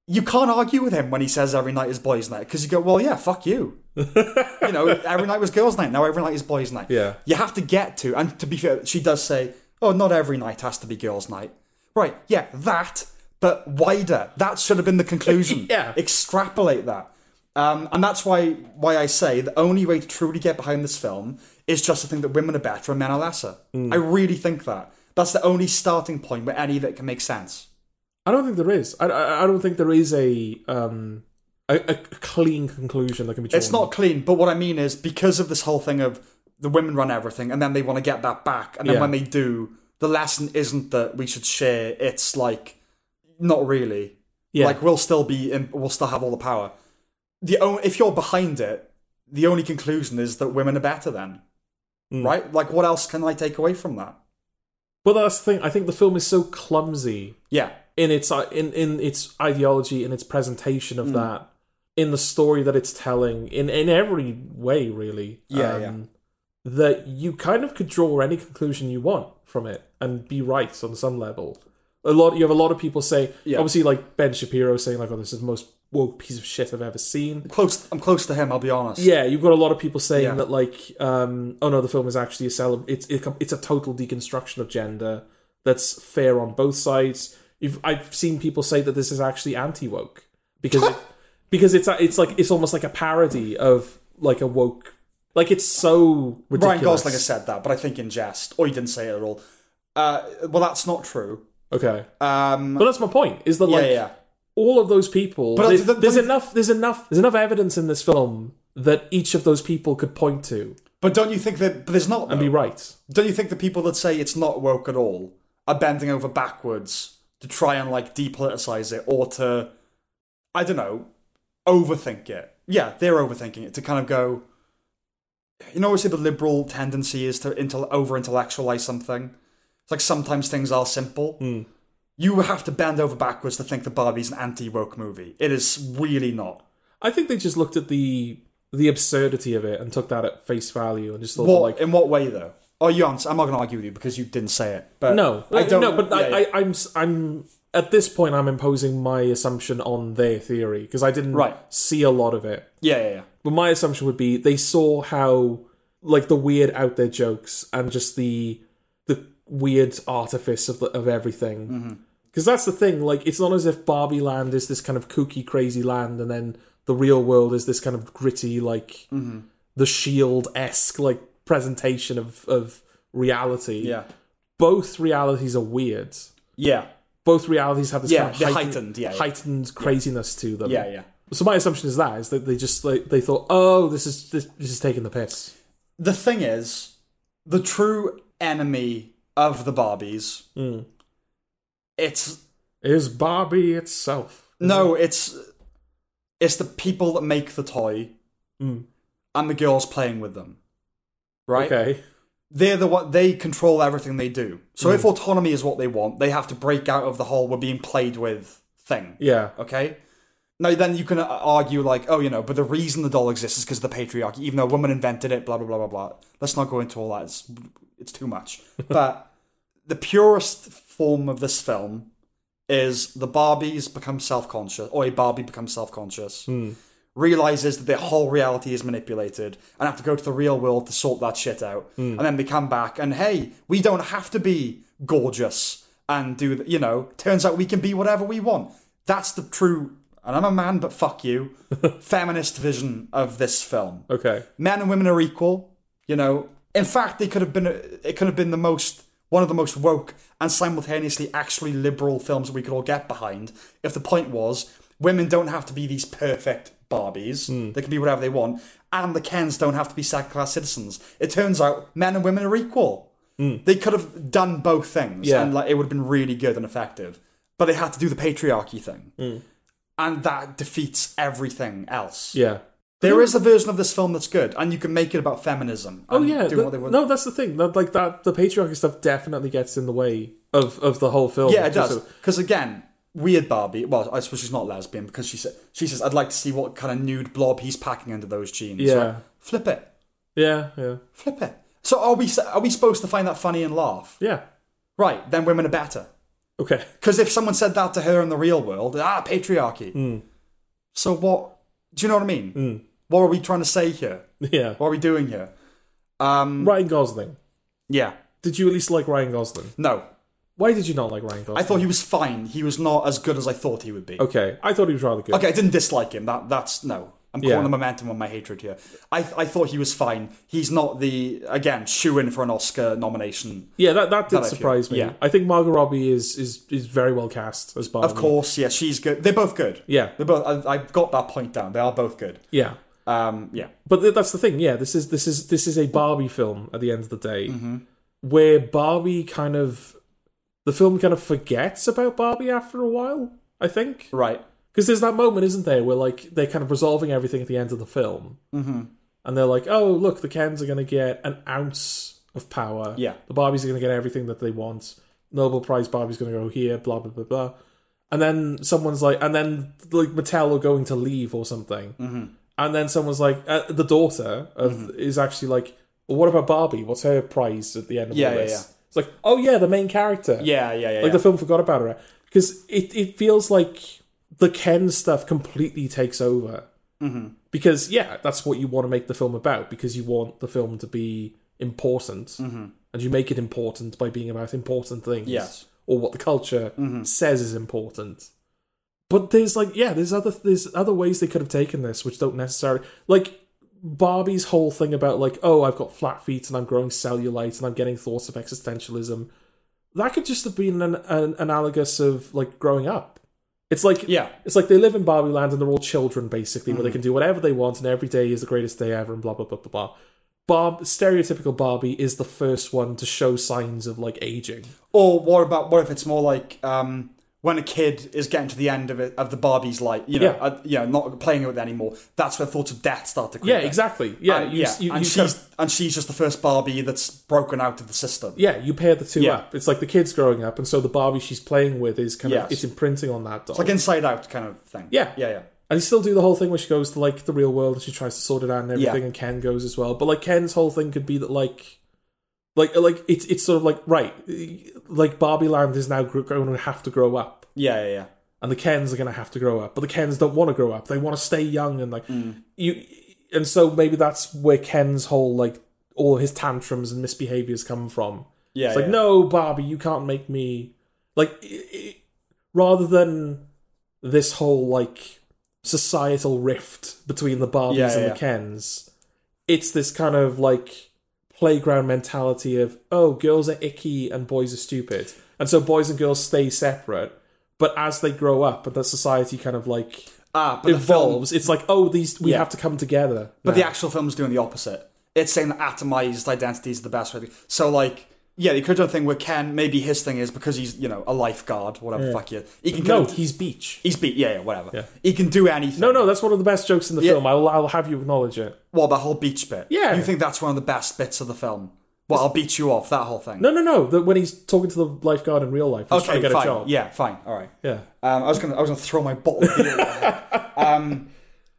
A: you can't argue with him when he says, "Every night is boys' night," because you go, "Well, yeah, fuck you." you know, every night was girls' night. Now every night is boys' night.
B: Yeah.
A: You have to get to, and to be fair, she does say, oh, not every night has to be girls' night. Right, yeah, that, but wider. That should have been the [CLEARS THROAT] conclusion.
B: Yeah.
A: Extrapolate that. Um, and that's why why I say the only way to truly get behind this film is just to think that women are better and men are lesser.
B: Mm.
A: I really think that. That's the only starting point where any of it can make sense.
B: I don't think there is. I, I, I don't think there is a um a, a clean conclusion that can be drawn.
A: It's not clean, but what I mean is because of this whole thing of the women run everything and then they want to get that back. And then
B: Yeah.
A: when they do, the lesson isn't that we should share. It's like, not really.
B: Yeah.
A: Like, we'll still be, in, we'll still have all the power. The only, If you're behind it, the only
B: Hmm.
A: conclusion is that women are better then. Right? Like, what else can I take away from that?
B: But that's the thing. I think the film is so clumsy
A: Yeah.
B: in its uh, in in its ideology in its presentation
A: Hmm.
B: of that in the story that it's telling in in every way really Um,
A: Yeah, yeah.
B: that you kind of could draw any conclusion you want from it and be right on some level a lot you have a lot of people say
A: Yeah.
B: obviously like ben shapiro saying like oh this is the most woke piece of shit i've ever seen
A: Close. I'm close to him. I'll be honest.
B: yeah, you've got a lot of people saying
A: Yeah.
B: that like, um, oh no, the film is actually a celeb. It's it, it's a total deconstruction of gender that's fair on both sides. You've, I've seen people say that this is actually anti woke because
A: [LAUGHS]
B: it, because it's a- it's like it's almost like a parody of like a woke like it's so ridiculous.
A: Ryan Gosling has said that, but I think in jest. Or he didn't say it at all. Uh, well, that's not true.
B: okay,
A: Um,
B: but that's my point. Is that
A: yeah,
B: like
A: yeah, yeah.
B: all of those people?
A: But
B: there's,
A: the- the-
B: there's
A: but-
B: enough. There's enough. There's enough evidence in this film that each of those people could point to
A: But don't you think that? But there's not.
B: and
A: though.
B: be right.
A: Don't you think the people that say it's not woke at all are bending over backwards to try and like depoliticize it or to, I don't know, overthink it? Yeah, they're overthinking it to kind of go. You know, obviously the liberal tendency is to intel- over intellectualize something. It's like sometimes things are simple.
B: Hmm.
A: You have to bend over backwards to think that Barbie's an anti woke movie. It is really not.
B: I think they just looked at the the absurdity of it and took that at face value and just thought
A: What,
B: like
A: in what way though? Oh, you answer. I'm not going to argue with you because you didn't say it. But
B: no,
A: I don't.
B: no, but
A: yeah,
B: I,
A: yeah.
B: I, I'm s- I'm at this point I'm imposing my assumption on their theory because I didn't
A: Right.
B: see a lot of it.
A: yeah, yeah, yeah.
B: But my assumption would be they saw how like the weird out there jokes and just the the weird artifice of the, of everything.
A: Mm-hmm.
B: Because that's the thing, like it's not as if Barbie Land is this kind of kooky, crazy land, and then the real world is this kind of gritty, like
A: Mm-hmm.
B: the Shield esque like presentation of of reality.
A: Yeah.
B: Both realities are weird.
A: Yeah.
B: Both realities have this
A: Yeah,
B: kind of
A: they're
B: heightened,
A: heightened, yeah, yeah.
B: heightened craziness to them.
A: Yeah, yeah.
B: So my assumption is that is that they just like they thought, oh, this is this, this is taking the piss.
A: The thing is, the true enemy of the Barbies, it's
B: Is Barbie itself?
A: no, it's it's the people that make the toy
B: Mm.
A: and the girls playing with them. Right?
B: Okay.
A: They're the one they control everything they do. So if autonomy is what they want, they have to break out of the whole we're being played with thing.
B: Yeah.
A: Okay? Now, then you can uh, argue, like, oh, you know, but the reason the doll exists is because of the patriarchy, even though a woman invented it, blah, blah, blah, blah, blah. Let's not go into all that. It's, it's too much. but the purest form of this film is the Barbies become self conscious, or a Barbie becomes self conscious, realizes that their whole reality is manipulated, and have to go to the real world to sort that shit out. And then they come back, and hey, we don't have to be gorgeous and do, th- you know, turns out we can be whatever we want. That's the true, and I'm a man, but fuck you, feminist vision of this film
B: Okay.
A: men and women are equal. You know, in fact, they could have been it could have been the most one of the most woke and simultaneously actually liberal films that we could all get behind. If the point was women don't have to be these perfect Barbies, they can be whatever they want, and the Kens don't have to be second class citizens. It turns out men and women are equal. They could have done both things,
B: Yeah.
A: and like it would have been really good and effective. But they had to do the patriarchy thing, and that defeats everything else.
B: Yeah.
A: There is a version of this film that's good, and you can make it about feminism.
B: Oh yeah.
A: do
B: the-
A: what they want.
B: no, that's the thing. That, like that, the patriarchy stuff definitely gets in the way of of the whole film.
A: yeah, it
B: Just
A: does. Because again, weird Barbie. Well, I suppose she's not lesbian because she said she says, "I'd like to see what kind of nude blob he's packing under those jeans."
B: Yeah.
A: Like, flip it,
B: a- yeah. Yeah.
A: flip it. So are we? s- Are we supposed to find that funny and laugh?
B: Yeah.
A: Right, then women are better.
B: Okay. [LAUGHS]
A: Because if someone said that to her in the real world, ah, patriarchy.
B: Hmm.
A: So what? Do you know what I mean? What are we trying to say here?
B: Yeah.
A: What are we doing here? Um,
B: Ryan Gosling.
A: yeah.
B: Did you at least like Ryan Gosling?
A: No,
B: Why did you not like Ryan Gosling?
A: I thought he was fine. He was not as good as I thought he would be.
B: [LAUGHS] Okay. I thought he was rather good.
A: Okay, I didn't dislike him. That that's no. I'm
B: Yeah.
A: calling the momentum on my hatred here. I I thought he was fine. He's not the again shoe in for an Oscar nomination.
B: Yeah, that, that did
A: I feel-
B: surprise me.
A: yeah.
B: I think Margot Robbie is is is very well cast as Barbie.
A: Of course, yeah, she's good. They're both good.
B: Yeah.
A: They're both. I, I've got that point down. They are both good.
B: Yeah.
A: Um, yeah,
B: But th- that's the thing. Yeah, this is this is this is a Barbie film at the end of the day, where Barbie kind of the film kind of forgets about Barbie after a while. I think
A: right.
B: because there's that moment, isn't there, where like they're kind of resolving everything at the end of the film, mm-hmm. and they're like, "Oh, look, the Kens are going to get an ounce of power.
A: Yeah.
B: The Barbies are going to get everything that they want. Nobel Prize Barbie's going to go here, blah, blah, blah, blah. And then someone's like, and then like Mattel are going to leave or something.
A: Mm-hmm.
B: And then someone's like, uh, the daughter of, is actually like, well, what about Barbie? What's her prize at the end of
A: Yeah,
B: all
A: yeah,
B: this?
A: yeah.
B: It's like, oh yeah, the main character.
A: Yeah, yeah, yeah.
B: Like
A: yeah.
B: the film forgot about her because it, it feels like the Ken stuff completely takes over. Mm-hmm. Because yeah, that's what you want to make the film about because you want the film to be important, and you make it important by being about important things,
A: Mm-hmm. Yes. Mm-hmm.
B: or what the culture says is important. But there's like yeah, there's other there's other ways they could have taken this which don't necessarily like Barbie's whole thing about like oh I've got flat feet and I'm growing cellulite and I'm getting thoughts of existentialism that could just have been an, an analogous of like growing up. It's like
A: Yeah. Mm.
B: it's like they live in Barbie Land and they're all children basically, where they can do whatever they want and every day is the greatest day ever and blah blah blah blah blah. Barb stereotypical Barbie is the first one to show signs of like aging.
A: Or what about what if it's more like um, when a kid is getting to the end of it, of the Barbie's life, you know,
B: Yeah.
A: uh, you know, not playing with it anymore. That's where thoughts of death start to creep.
B: Yeah,
A: in.
B: exactly. Yeah,
A: And,
B: you,
A: Uh, yeah,
B: you,
A: and
B: you
A: she's
B: kind of-
A: and she's just the first Barbie that's broken out of the system.
B: yeah, you pair the two
A: Yeah.
B: up. It's like the kids growing up, and so the Barbie she's playing with is kind
A: Yes.
B: of it's imprinting on that doll.
A: Like Inside Out kind of thing.
B: Yeah.
A: yeah, yeah.
B: And you still do the whole thing where she goes to like the real world and she tries to sort it out and everything,
A: Yeah.
B: and Ken goes as well. But like Ken's whole thing could be that like, like like it's it's sort of like right, like Barbie Land is now gr- going to have to grow up,
A: Yeah, yeah, yeah.
B: and the Kens are going to have to grow up, but the Kens don't want to grow up; they want to stay young and like you. And so maybe that's where Ken's whole like all his tantrums and misbehaviors come from.
A: Yeah,
B: It's like,
A: yeah.
B: no, Barbie, you can't make me like. i i rather than this whole like societal rift between the Barbies
A: Yeah,
B: and
A: yeah.
B: the Kens, it's this kind of like playground mentality of oh, girls are icky and boys are stupid, and so boys and girls stay separate. But as they grow up, and the society kind of like
A: Ah, but the film,
B: evolves, it's like oh, these we
A: Yeah.
B: have to come together.
A: but the
B: now.
A: actual film's doing the opposite. It's saying that atomized identity is the best way. To, so like, yeah, they could have done a thing where Ken maybe his thing is because he's you know a lifeguard, whatever the fuck he is. He can
B: no,
A: kind of-
B: he's beach.
A: he's beat. Yeah, yeah, whatever. He can do anything.
B: No, no, that's one of the best jokes in the film. I'll, I'll have you acknowledge it.
A: Well, the whole beach bit.
B: Yeah.
A: You think that's one of the best bits of the film? Well, I'll beat you off. That whole thing.
B: No, no, no. That when he's talking to the lifeguard in real life, he's trying
A: Okay,
B: to get
A: fine.
B: a job.
A: Yeah, fine. All right.
B: yeah.
A: Um, I was gonna, I was gonna throw my bottle. Of beer at her.
B: [LAUGHS]
A: um,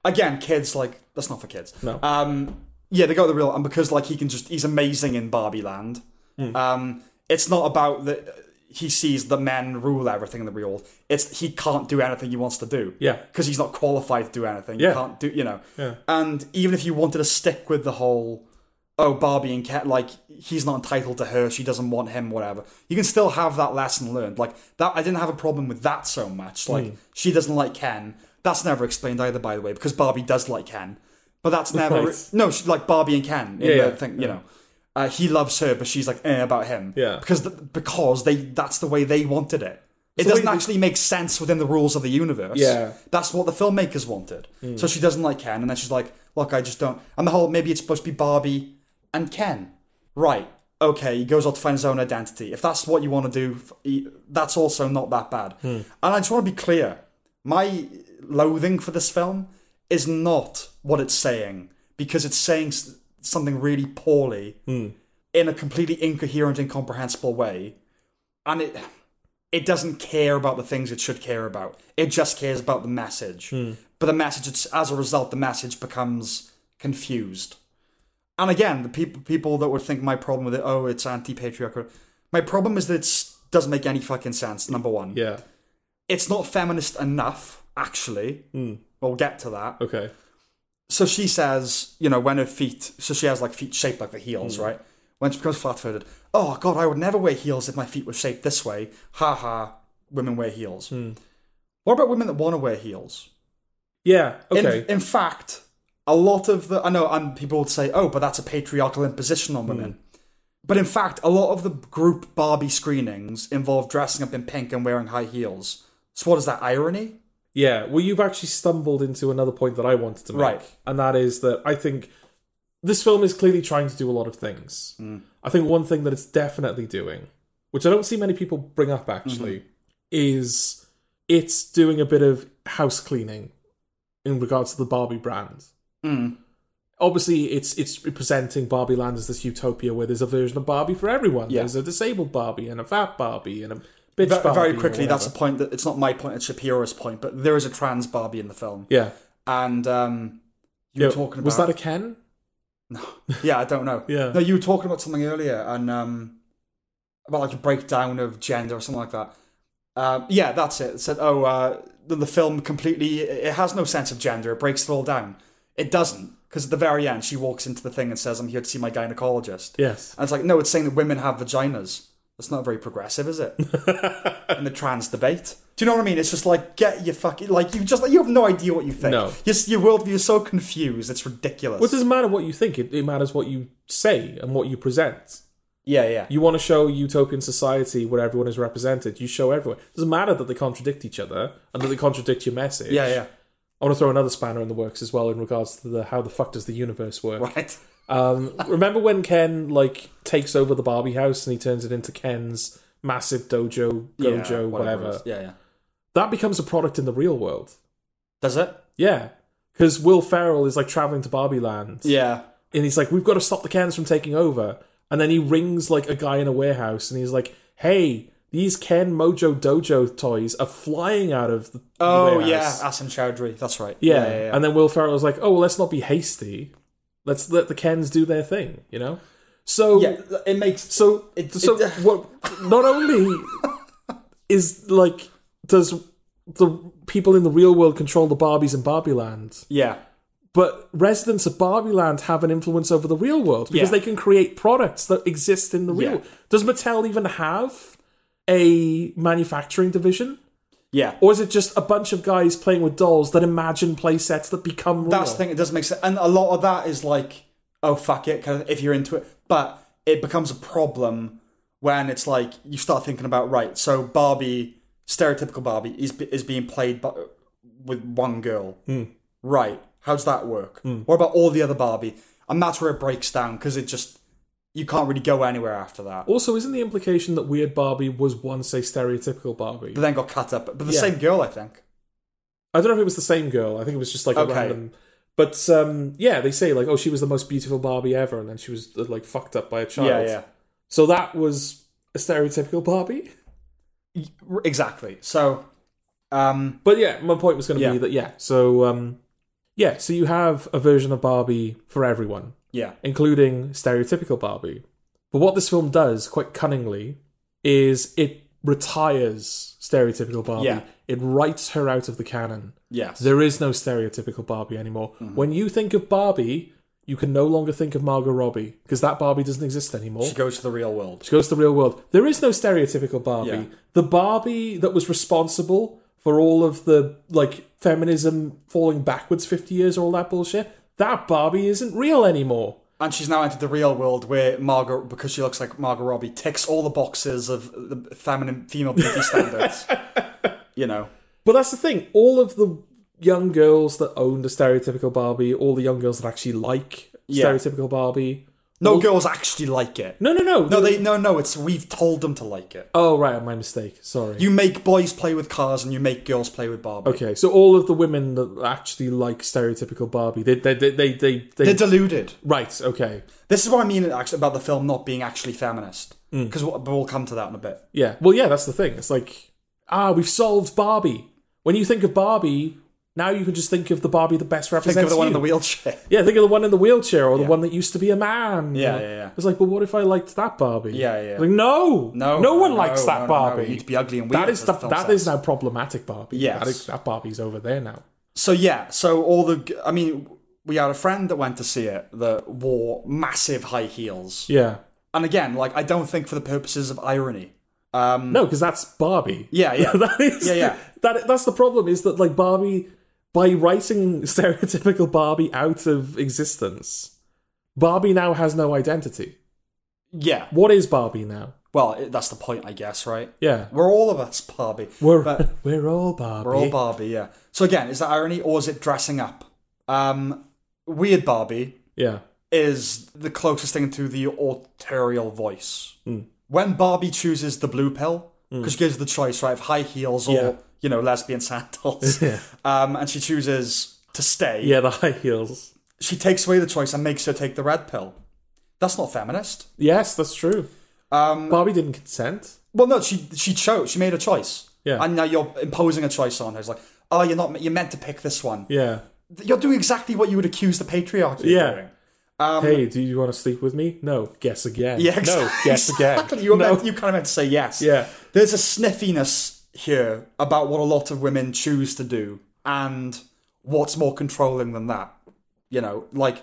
A: again, kids like that's not for kids.
B: No.
A: Um, yeah, they go to the real, and because like he can just, he's amazing in Barbie Land.
B: Hmm.
A: Um, it's not about that he sees the men rule everything in the real. world. It's he can't do anything he wants to do.
B: Yeah.
A: because he's not qualified to do anything.
B: Yeah.
A: You can't do, you know.
B: Yeah.
A: And even if you wanted to stick with the whole, oh, Barbie and Ken, like he's not entitled to her, she doesn't want him, whatever. You can still have that lesson learned. Like that, I didn't have a problem with that so much. Like
B: Hmm.
A: she doesn't like Ken. That's never explained either, by the way, because Barbie does like Ken, but that's never
B: Right.
A: no, she, like Barbie and Ken in
B: Yeah,
A: the
B: yeah,
A: thing, you know. Uh, he loves her, but she's like eh, about him.
B: Yeah.
A: because th- because they that's the way they wanted it. It
B: So
A: doesn't
B: wait,
A: actually make sense within the rules of the universe.
B: Yeah.
A: That's what the filmmakers wanted. So she doesn't like Ken, and then she's like, look, I just don't. And the whole maybe it's supposed to be Barbie and Ken. Right. Okay, he goes out to find his own identity. If that's what you want to do, f- e- that's also not that bad. And I just want to be clear my loathing for this film is not what it's saying, because it's saying s- something really poorly in a completely incoherent, incomprehensible way. And it it doesn't care about the things it should care about. It just cares about the message. But the message, it's, as a result, the message becomes confused. And again, the people people that would think my problem with it, oh, it's anti-patriarchal. My problem is that it doesn't make any fucking sense. Number one,
B: Yeah.
A: it's not feminist enough. Actually, we'll get to that
B: Okay.
A: so she says, you know, when her feet, so she has like feet shaped like the heels, right? When she becomes flat footed, oh God, I would never wear heels if my feet were shaped this way. Ha ha, women wear heels. What about women that want to wear heels?
B: Yeah.
A: In,
B: Okay.
A: in fact, a lot of the, I know, and people would say, oh, but that's a patriarchal imposition on women. But in fact, a lot of the group Barbie screenings involve dressing up in pink and wearing high heels. So what is that, irony?
B: yeah. Well, you've actually stumbled into another point that I wanted to make,
A: Right.
B: and that is that I think this film is clearly trying to do a lot of things.
A: Mm.
B: I think one thing that it's definitely doing, which I don't see many people bring up actually,
A: Mm-hmm.
B: is it's
A: Mm.
B: doing a bit of house cleaning in regards to the Barbie brand. obviously it's it's presenting Barbie Land as this utopia where there's a version of Barbie for everyone.
A: Yeah.
B: There's a disabled Barbie and a fat Barbie and a bitch
A: Ve-
B: Barbie.
A: very
B: or
A: quickly, that's a
B: whatever.
A: point that it's not my point, it's Shapiro's point, but there is a trans Barbie in the film.
B: yeah.
A: And um, you
B: Yeah,
A: were talking about.
B: was that a Ken?
A: yeah, I don't know.
B: Yeah.
A: No, you were talking about something earlier and um, about like a breakdown of gender or something like that. Um, yeah, that's it. It said, oh, uh, the, the film completely, it it has no sense of gender. It breaks it all down. It doesn't. Because at the very end, she walks into the thing and says, I'm here to see my gynecologist.
B: Yes.
A: And it's like, no, it's saying that women have vaginas. That's not very progressive, is
B: [LAUGHS]
A: it? In the trans debate. Do you know what I mean? It's just like, get your fucking, like, you just, like, you have no idea what you think.
B: No.
A: Your, your worldview is so confused, it's ridiculous.
B: Well, it doesn't matter what you think. It, it matters what you say and what you present.
A: yeah, yeah.
B: You want to show a utopian society where everyone is represented. You show everyone. It doesn't matter that they contradict each other and that they contradict your message.
A: Yeah, yeah.
B: I want to throw another spanner in the works as well in regards to the how the fuck does the universe work.
A: Right.
B: Um, remember when Ken like takes over the Barbie house and he turns it into Ken's massive dojo,
A: Yeah,
B: gojo, whatever.
A: it is. Yeah, yeah.
B: That becomes a product in the real world.
A: Does it?
B: Yeah, because Will Ferrell is like traveling to Barbie Land,
A: Yeah.
B: and he's like, "We've got to stop the Kens from taking over." And then he rings like a guy in a warehouse, and he's like, "Hey, these Ken Mojo Dojo toys are flying out of the the
A: Oh,
B: warehouse."
A: yeah. Asim Chowdhury. That's right.
B: Yeah.
A: yeah, yeah.
B: And then Will Ferrell's like, "Oh, well, let's not be hasty. Let's let the Kens do their thing," you know. So
A: yeah, it makes.
B: So,
A: It-
B: so
A: it-
B: what? Not only is like does the people in the real world control the Barbies in Barbie Land,
A: Yeah.
B: but residents of Barbie Land have an influence over the real world because
A: Yeah.
B: they can create products that exist in the real.
A: Yeah.
B: Does Mattel even have a manufacturing division,
A: Yeah.
B: or is it just a bunch of guys playing with dolls that imagine play sets that become real?
A: That's the thing. It doesn't make sense, and a lot of that is like, oh fuck it, kind of, if you're into it. But it becomes a problem when it's like you start thinking about right. So Barbie, stereotypical Barbie, is is being played by, with one girl,
B: Hmm.
A: right? How does that work? What about all the other Barbie? And that's where it breaks down because it just you can't really go anywhere after that.
B: Also, isn't the implication that Weird Barbie was once a stereotypical Barbie?
A: But then got cut up, but the
B: Yeah.
A: same girl, I think.
B: I don't know if it was the same girl. I think it was just like a
A: Okay.
B: random. But um, yeah, they say like, oh, she was the most beautiful Barbie ever, and then she was uh, like fucked up by a child.
A: Yeah, yeah.
B: So that was a stereotypical Barbie.
A: Exactly. So, um,
B: But yeah, my point was going to be
A: Yeah.
B: that yeah. So um, yeah, so you have a version of Barbie for everyone,
A: yeah,
B: including stereotypical Barbie. But what this film does quite cunningly is it retires stereotypical Barbie.
A: Yeah.
B: It writes her out of the canon.
A: yes,
B: There is no stereotypical Barbie anymore.
A: Mm-hmm.
B: When you think of Barbie, you can no longer think of Margot Robbie because that Barbie doesn't exist anymore.
A: she goes to the real world.
B: She goes to the real world. There is no stereotypical Barbie.
A: Yeah.
B: The Barbie that was responsible for all of the like feminism falling backwards 50 years all that bullshit, that Barbie isn't real anymore.
A: And she's now entered the real world where Margot, because she looks like Margot Robbie, ticks all the boxes of the feminine female beauty standards. you know,
B: But that's the thing. All of the young girls that owned a stereotypical Barbie, all the young girls that actually like
A: Yeah.
B: stereotypical Barbie.
A: no girls actually like it.
B: No, no, no.
A: No, they no no. It's we've told them to like it.
B: oh, right. My mistake. Sorry.
A: You make boys play with cars, and you make girls play with Barbie.
B: Okay, so all of the women that actually like stereotypical Barbie, they, they, they, they, they, they-
A: They're deluded.
B: right? Okay,
A: This is what I mean actually about the film not being actually feminist.
B: Mm.
A: Because we'll, but we'll come to that in a bit.
B: yeah. Well, yeah, that's the thing. It's like, ah, we've solved Barbie. When you think of Barbie, now you can just think of the Barbie that best
A: Think of
B: represents
A: the one in
B: you.
A: the wheelchair. [LAUGHS]
B: yeah, think of the one in the wheelchair or the one that used to be a man.
A: Yeah, yeah, yeah.
B: It's like, but what if I liked that Barbie?
A: Yeah, yeah.
B: Like, no,
A: No,
B: no one
A: no,
B: likes
A: no, no,
B: that
A: no,
B: Barbie.
A: You'd be ugly and weird.
B: that is
A: as
B: the,
A: the film
B: that
A: says.
B: is now problematic Barbie.
A: Yes.
B: that, is, that Barbie's over there now.
A: So yeah, so all the I mean, we had a friend that went to see it that wore massive high heels,
B: Yeah,
A: and again, like I don't think for the purposes of irony. Um,
B: no, because that's Barbie.
A: yeah,
B: [LAUGHS]
A: yeah,
B: that is
A: Yeah, yeah.
B: that that's the problem is that like Barbie by writing stereotypical Barbie out of existence, Barbie now has no identity.
A: yeah.
B: What is Barbie now?
A: Well, it, that's the point, I guess, right?
B: Yeah.
A: We're all of us Barbie.
B: We're [LAUGHS]
A: But-
B: we're all Barbie.
A: We're all Barbie, yeah. So again, is that irony or is it dressing up? Um, weird Barbie
B: yeah.
A: is the closest thing to the autorial voice.
B: Hmm.
A: When Barbie chooses the blue pill, because she gives the choice, right, of high heels or,
B: Yeah.
A: you know, lesbian [LAUGHS] sandals,
B: [LAUGHS] Yeah.
A: um, and she chooses to stay,
B: Yeah, the high heels.
A: she takes away the choice and makes her take the red pill. That's not feminist.
B: Yes, that's true.
A: Um,
B: Barbie didn't consent.
A: well, no, she she chose. She made a choice.
B: Yeah.
A: And now you're imposing a choice on her. It's like, oh, you're not. You're meant to pick this one.
B: Yeah.
A: You're doing exactly what you would accuse the patriarchy. of
B: Yeah.
A: doing.
B: hey, do you want to sleep with me? No. Guess again.
A: um, Yeah. [LAUGHS]
B: No. Guess again.
A: Exactly. You were
B: No.
A: meant. You kind of meant to say yes.
B: Yeah.
A: There's a sniffiness here about what a lot of women choose to do and what's more controlling than that. You know, like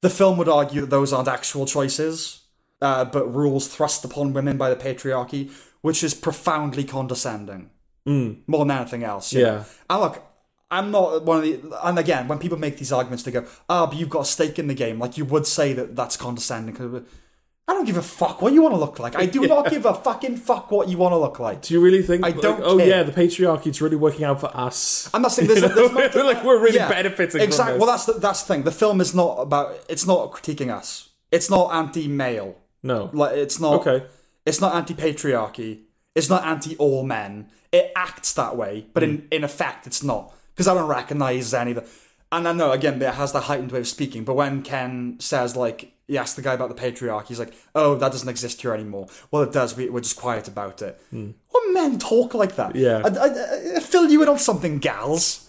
A: the film would argue that those aren't actual choices, uh, but rules thrust upon women by the patriarchy, which is profoundly condescending. More than anything else. you
B: Mm. Yeah.
A: know. And look, I'm not one of the. And again, when people make these arguments, they go, ah, but you've got a stake in the game. Like, you would say that that's condescending. 'cause I don't give a fuck what you want to look like. I do
B: [LAUGHS]
A: not give a fucking fuck what you want to look like.
B: Do you really think? I
A: don't
B: oh
A: care.
B: yeah, the patriarchy's really working out for us.
A: I'm not saying there's,
B: You know,
A: there's not,
B: [LAUGHS] like we're really
A: yeah,
B: benefiting
A: Exactly.
B: from this.
A: Well, that's the, that's the thing. The film is not about. It's not critiquing us. It's not anti-male.
B: no.
A: Like it's not.
B: okay.
A: It's not anti-patriarchy. It's not anti-all men. It acts that way, but in in effect, it's not because I don't recognise any of the. And I know again it has the heightened way of speaking, but when Ken says like he asks the guy about the patriarchy, he's like, "Oh, that doesn't exist here anymore." Well, it does. We, we're just quiet about it. What men talk like that?
B: Yeah.
A: I, I, I fill you in on something, gals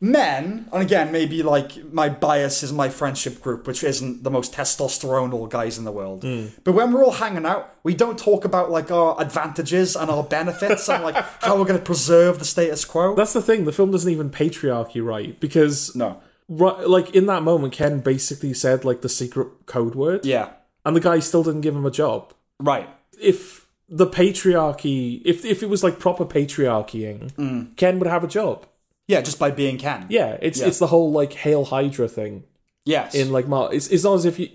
A: men, and again, maybe like my bias is my friendship group, which isn't the most testosteronal guys in the world.
B: Hmm.
A: But when we're all hanging out, we don't talk about like our advantages and our benefits
B: [LAUGHS]
A: and like how we're going to preserve the status quo.
B: That's the thing. The film doesn't even patriarchy right because
A: no.
B: ri- like in that moment, Ken basically said like the secret code word,
A: Yeah.
B: and the guy still didn't give him a job.
A: Right.
B: If the patriarchy, if if it was like proper patriarchying,
A: Mm.
B: Ken would have a job.
A: Yeah, just by being Ken.
B: Yeah, it's it's the whole like hail Hydra thing.
A: Yes.
B: In like Mar, it's it's not as if you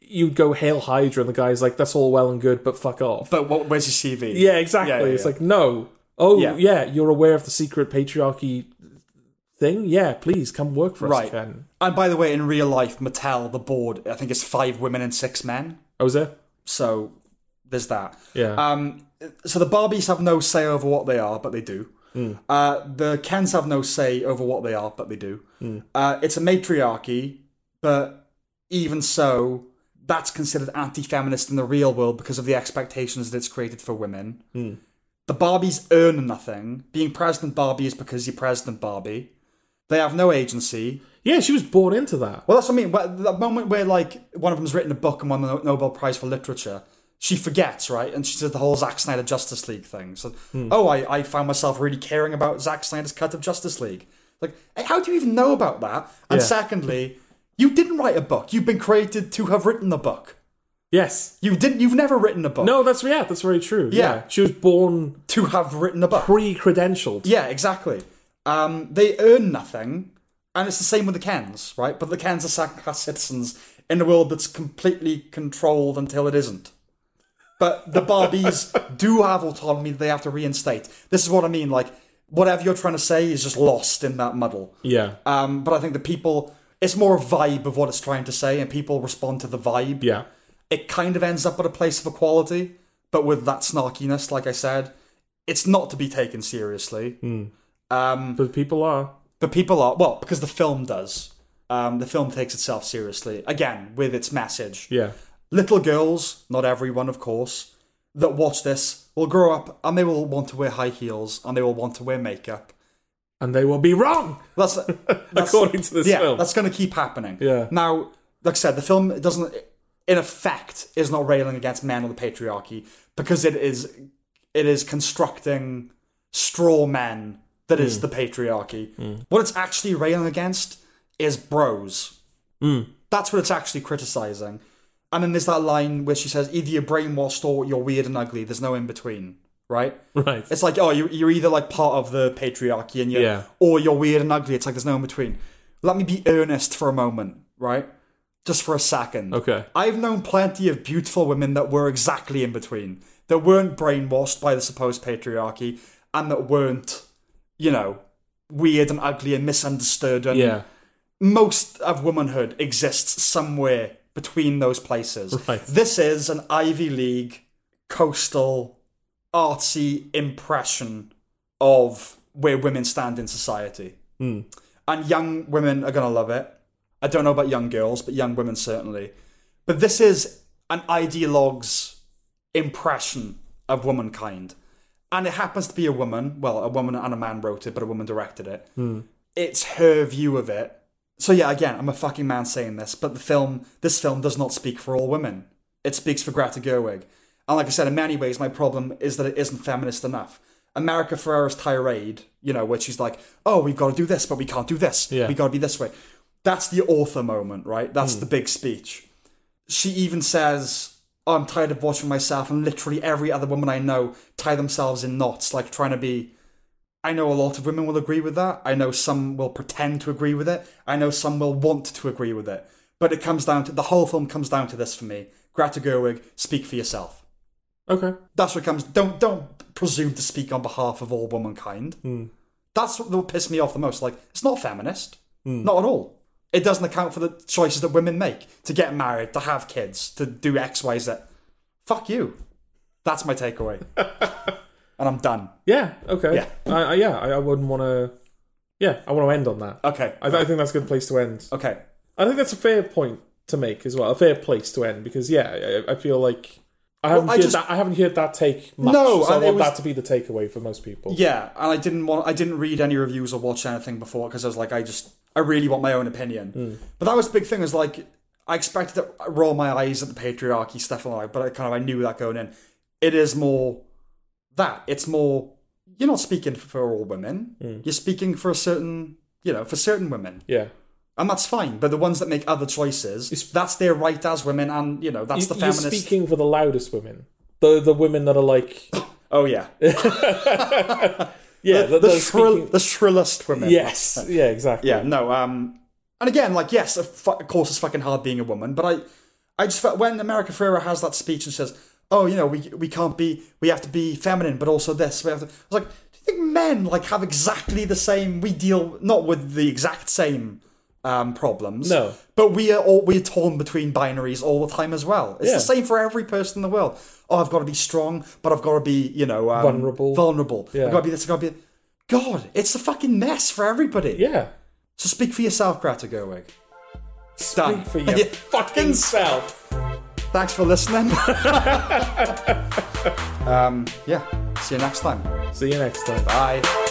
B: you'd go hail Hydra, and the guy's like, that's all well and good, but fuck off.
A: but what, where's your CV?
B: Yeah, exactly.
A: Yeah, yeah,
B: it's
A: yeah.
B: like no. Oh
A: Yeah.
B: yeah. you're aware of the secret patriarchy thing. Yeah, please come work for
A: Right.
B: us, Ken.
A: And by the way, in real life, Mattel, the board, I think it's five women and six men.
B: I was there.
A: So there's that.
B: Yeah,
A: Um, so the Barbies have no say over what they are, but they do. Uh, the Kens have no say over what they are, but they do. Uh, it's a matriarchy, but even so, that's considered anti-feminist in the real world because of the expectations that it's created for women. The Barbies earn nothing. Being President Barbie is because you're President Barbie. They have no agency.
B: yeah. She was born into that.
A: Well, that's what I mean. Well, The moment where like one of them's written a book and won the No- Nobel Prize for Literature, she forgets, right? And she did the whole Zack Snyder Justice League thing. So,
B: Hmm.
A: oh, I, I found myself really caring about Zack Snyder's cut of Justice League. Like, eh, how do you even know about that? And
B: Yeah.
A: secondly, you didn't write a book. You've been created to have written a book.
B: Yes.
A: You didn't. You've never written a book.
B: No, that's yeah. That's very true. Yeah,
A: Yeah.
B: she was born
A: to have written a book.
B: pre-credentialed.
A: Yeah, exactly. Um, they earn nothing, and it's the same with the Kens, right? But the Kens are second-class citizens in a world that's completely controlled until it isn't. But the Barbies do have autonomy that they have to reinstate. This is what I mean. Like, whatever you're trying to say is just lost in that muddle.
B: Yeah,
A: Um, but I think the people, it's more a vibe of what it's trying to say, and people respond to the vibe
B: yeah.
A: it kind of ends up at a place of equality, but with that snarkiness, like I said, it's not to be taken seriously. Um,
B: But people are.
A: but people are well because the film does. Um, the film takes itself seriously again with its message.
B: Yeah,
A: Little girls, not everyone, of course, that watch this will grow up and they will want to wear high heels and they will want to wear makeup.
B: and they will be wrong
A: That's,
B: [LAUGHS]
A: that's
B: according to this
A: yeah,
B: film.
A: that's going to keep happening.
B: Yeah.
A: Now, like I said, the film doesn't, in effect, is not railing against men or the patriarchy because it is, it is constructing straw men that
B: Hmm.
A: is the patriarchy. What it's actually railing against is bros.
B: Hmm.
A: That's what it's actually criticizing. And then there's that line where she says, "Either you're brainwashed or you're weird and ugly. There's no in between." [LAUGHS] Right.
B: right.
A: It's like, oh, you- you're either like part of the patriarchy and you're,
B: Yeah.
A: or you're weird and ugly. It's like there's no in between. Let me be earnest for a moment, right? Just for a second.
B: Okay.
A: I've known plenty of beautiful women that were exactly in between, that weren't brainwashed by the supposed patriarchy and that weren't, you know, weird and ugly and misunderstood. And
B: yeah,
A: most of womanhood exists somewhere between those places.
B: Right.
A: This is an Ivy League coastal artsy impression of where women stand in society. And young women are going to love it. I don't know about young girls, but young women certainly. But this is an ideologue's impression of womankind. And it happens to be a woman. Well, a woman and a man wrote it, but a woman directed it. It's her view of it. So yeah, again, I'm a fucking man saying this, but the film, this film does not speak for all women. It speaks for Greta Gerwig. And like I said, in many ways, my problem is that it isn't feminist enough. America Ferrera's tirade, you know, where she's like, "Oh, we've got to do this, but we can't do this.
B: Yeah.
A: We got to be this way." That's the author moment, right? That's the big speech. She even says, oh, "I'm tired of watching myself and literally every other woman I know tie themselves in knots, like trying to be." I know a lot of women will agree with that. I know some will pretend to agree with it. I know some will want to agree with it. But it comes down to the whole film comes down to this for me. Greta Gerwig, speak for yourself
B: Okay.
A: that's what comes don't don't presume to speak on behalf of all womankind that's what will piss me off the most like it's not feminist not at all it doesn't account for the choices that women make to get married to have kids to do x y z fuck you that's my takeaway and i'm done
B: Yeah. Okay.
A: Yeah.
B: I, I, yeah. I, I wouldn't want to. Yeah. I want to end on that.
A: okay
B: I, I think that's a good place to end.
A: okay
B: I think that's a fair point to make as well. A fair place to end because yeah, I, I feel like I haven't
A: I
B: heard
A: just-
B: that. I haven't heard that take much.
A: No,
B: so I
A: and it
B: want
A: was-
B: that to be the takeaway for most people.
A: yeah and i didn't want i didn't read any reviews or watch anything before because i was like i just i really want my own opinion
B: Hmm.
A: but that was the big thing is like i expected to roll my eyes at the patriarchy stuff and like but i kind of i knew that going in it is more that it's more you're not speaking for all women
B: Hmm.
A: you're speaking for a certain you know for certain women
B: Yeah.
A: and that's fine but the ones that make other choices that's their right as women and you know that's the
B: You're
A: feminist
B: speaking for the loudest women. The the women that are like
A: oh
B: [LAUGHS]
A: yeah
B: yeah
A: the,
B: that-
A: shrill,
B: they're speaking-
A: the shrillest women
B: yes yeah exactly
A: yeah no um and again like yes of, fu- of course it's fucking hard being a woman but i i just felt when america ferrera has that speech and says oh you know we we can't be we have to be feminine but also this we have to i was like do you think men like have exactly the same we deal not with the exact same um problems
B: No.
A: but we are all we're torn between binaries all the time as well it's
B: Yeah.
A: the same for every person in the world oh i've got to be strong but i've got to be you know um,
B: Vulnerable.
A: vulnerable
B: Yeah.
A: i've got to be this i've got to be god it's a fucking mess for everybody
B: yeah.
A: so speak for yourself, Greta Gerwig.
B: Speak
A: Done.
B: for your fucking self.
A: Thanks for listening. um, yeah. See you next time.
B: See you next time.
A: Bye.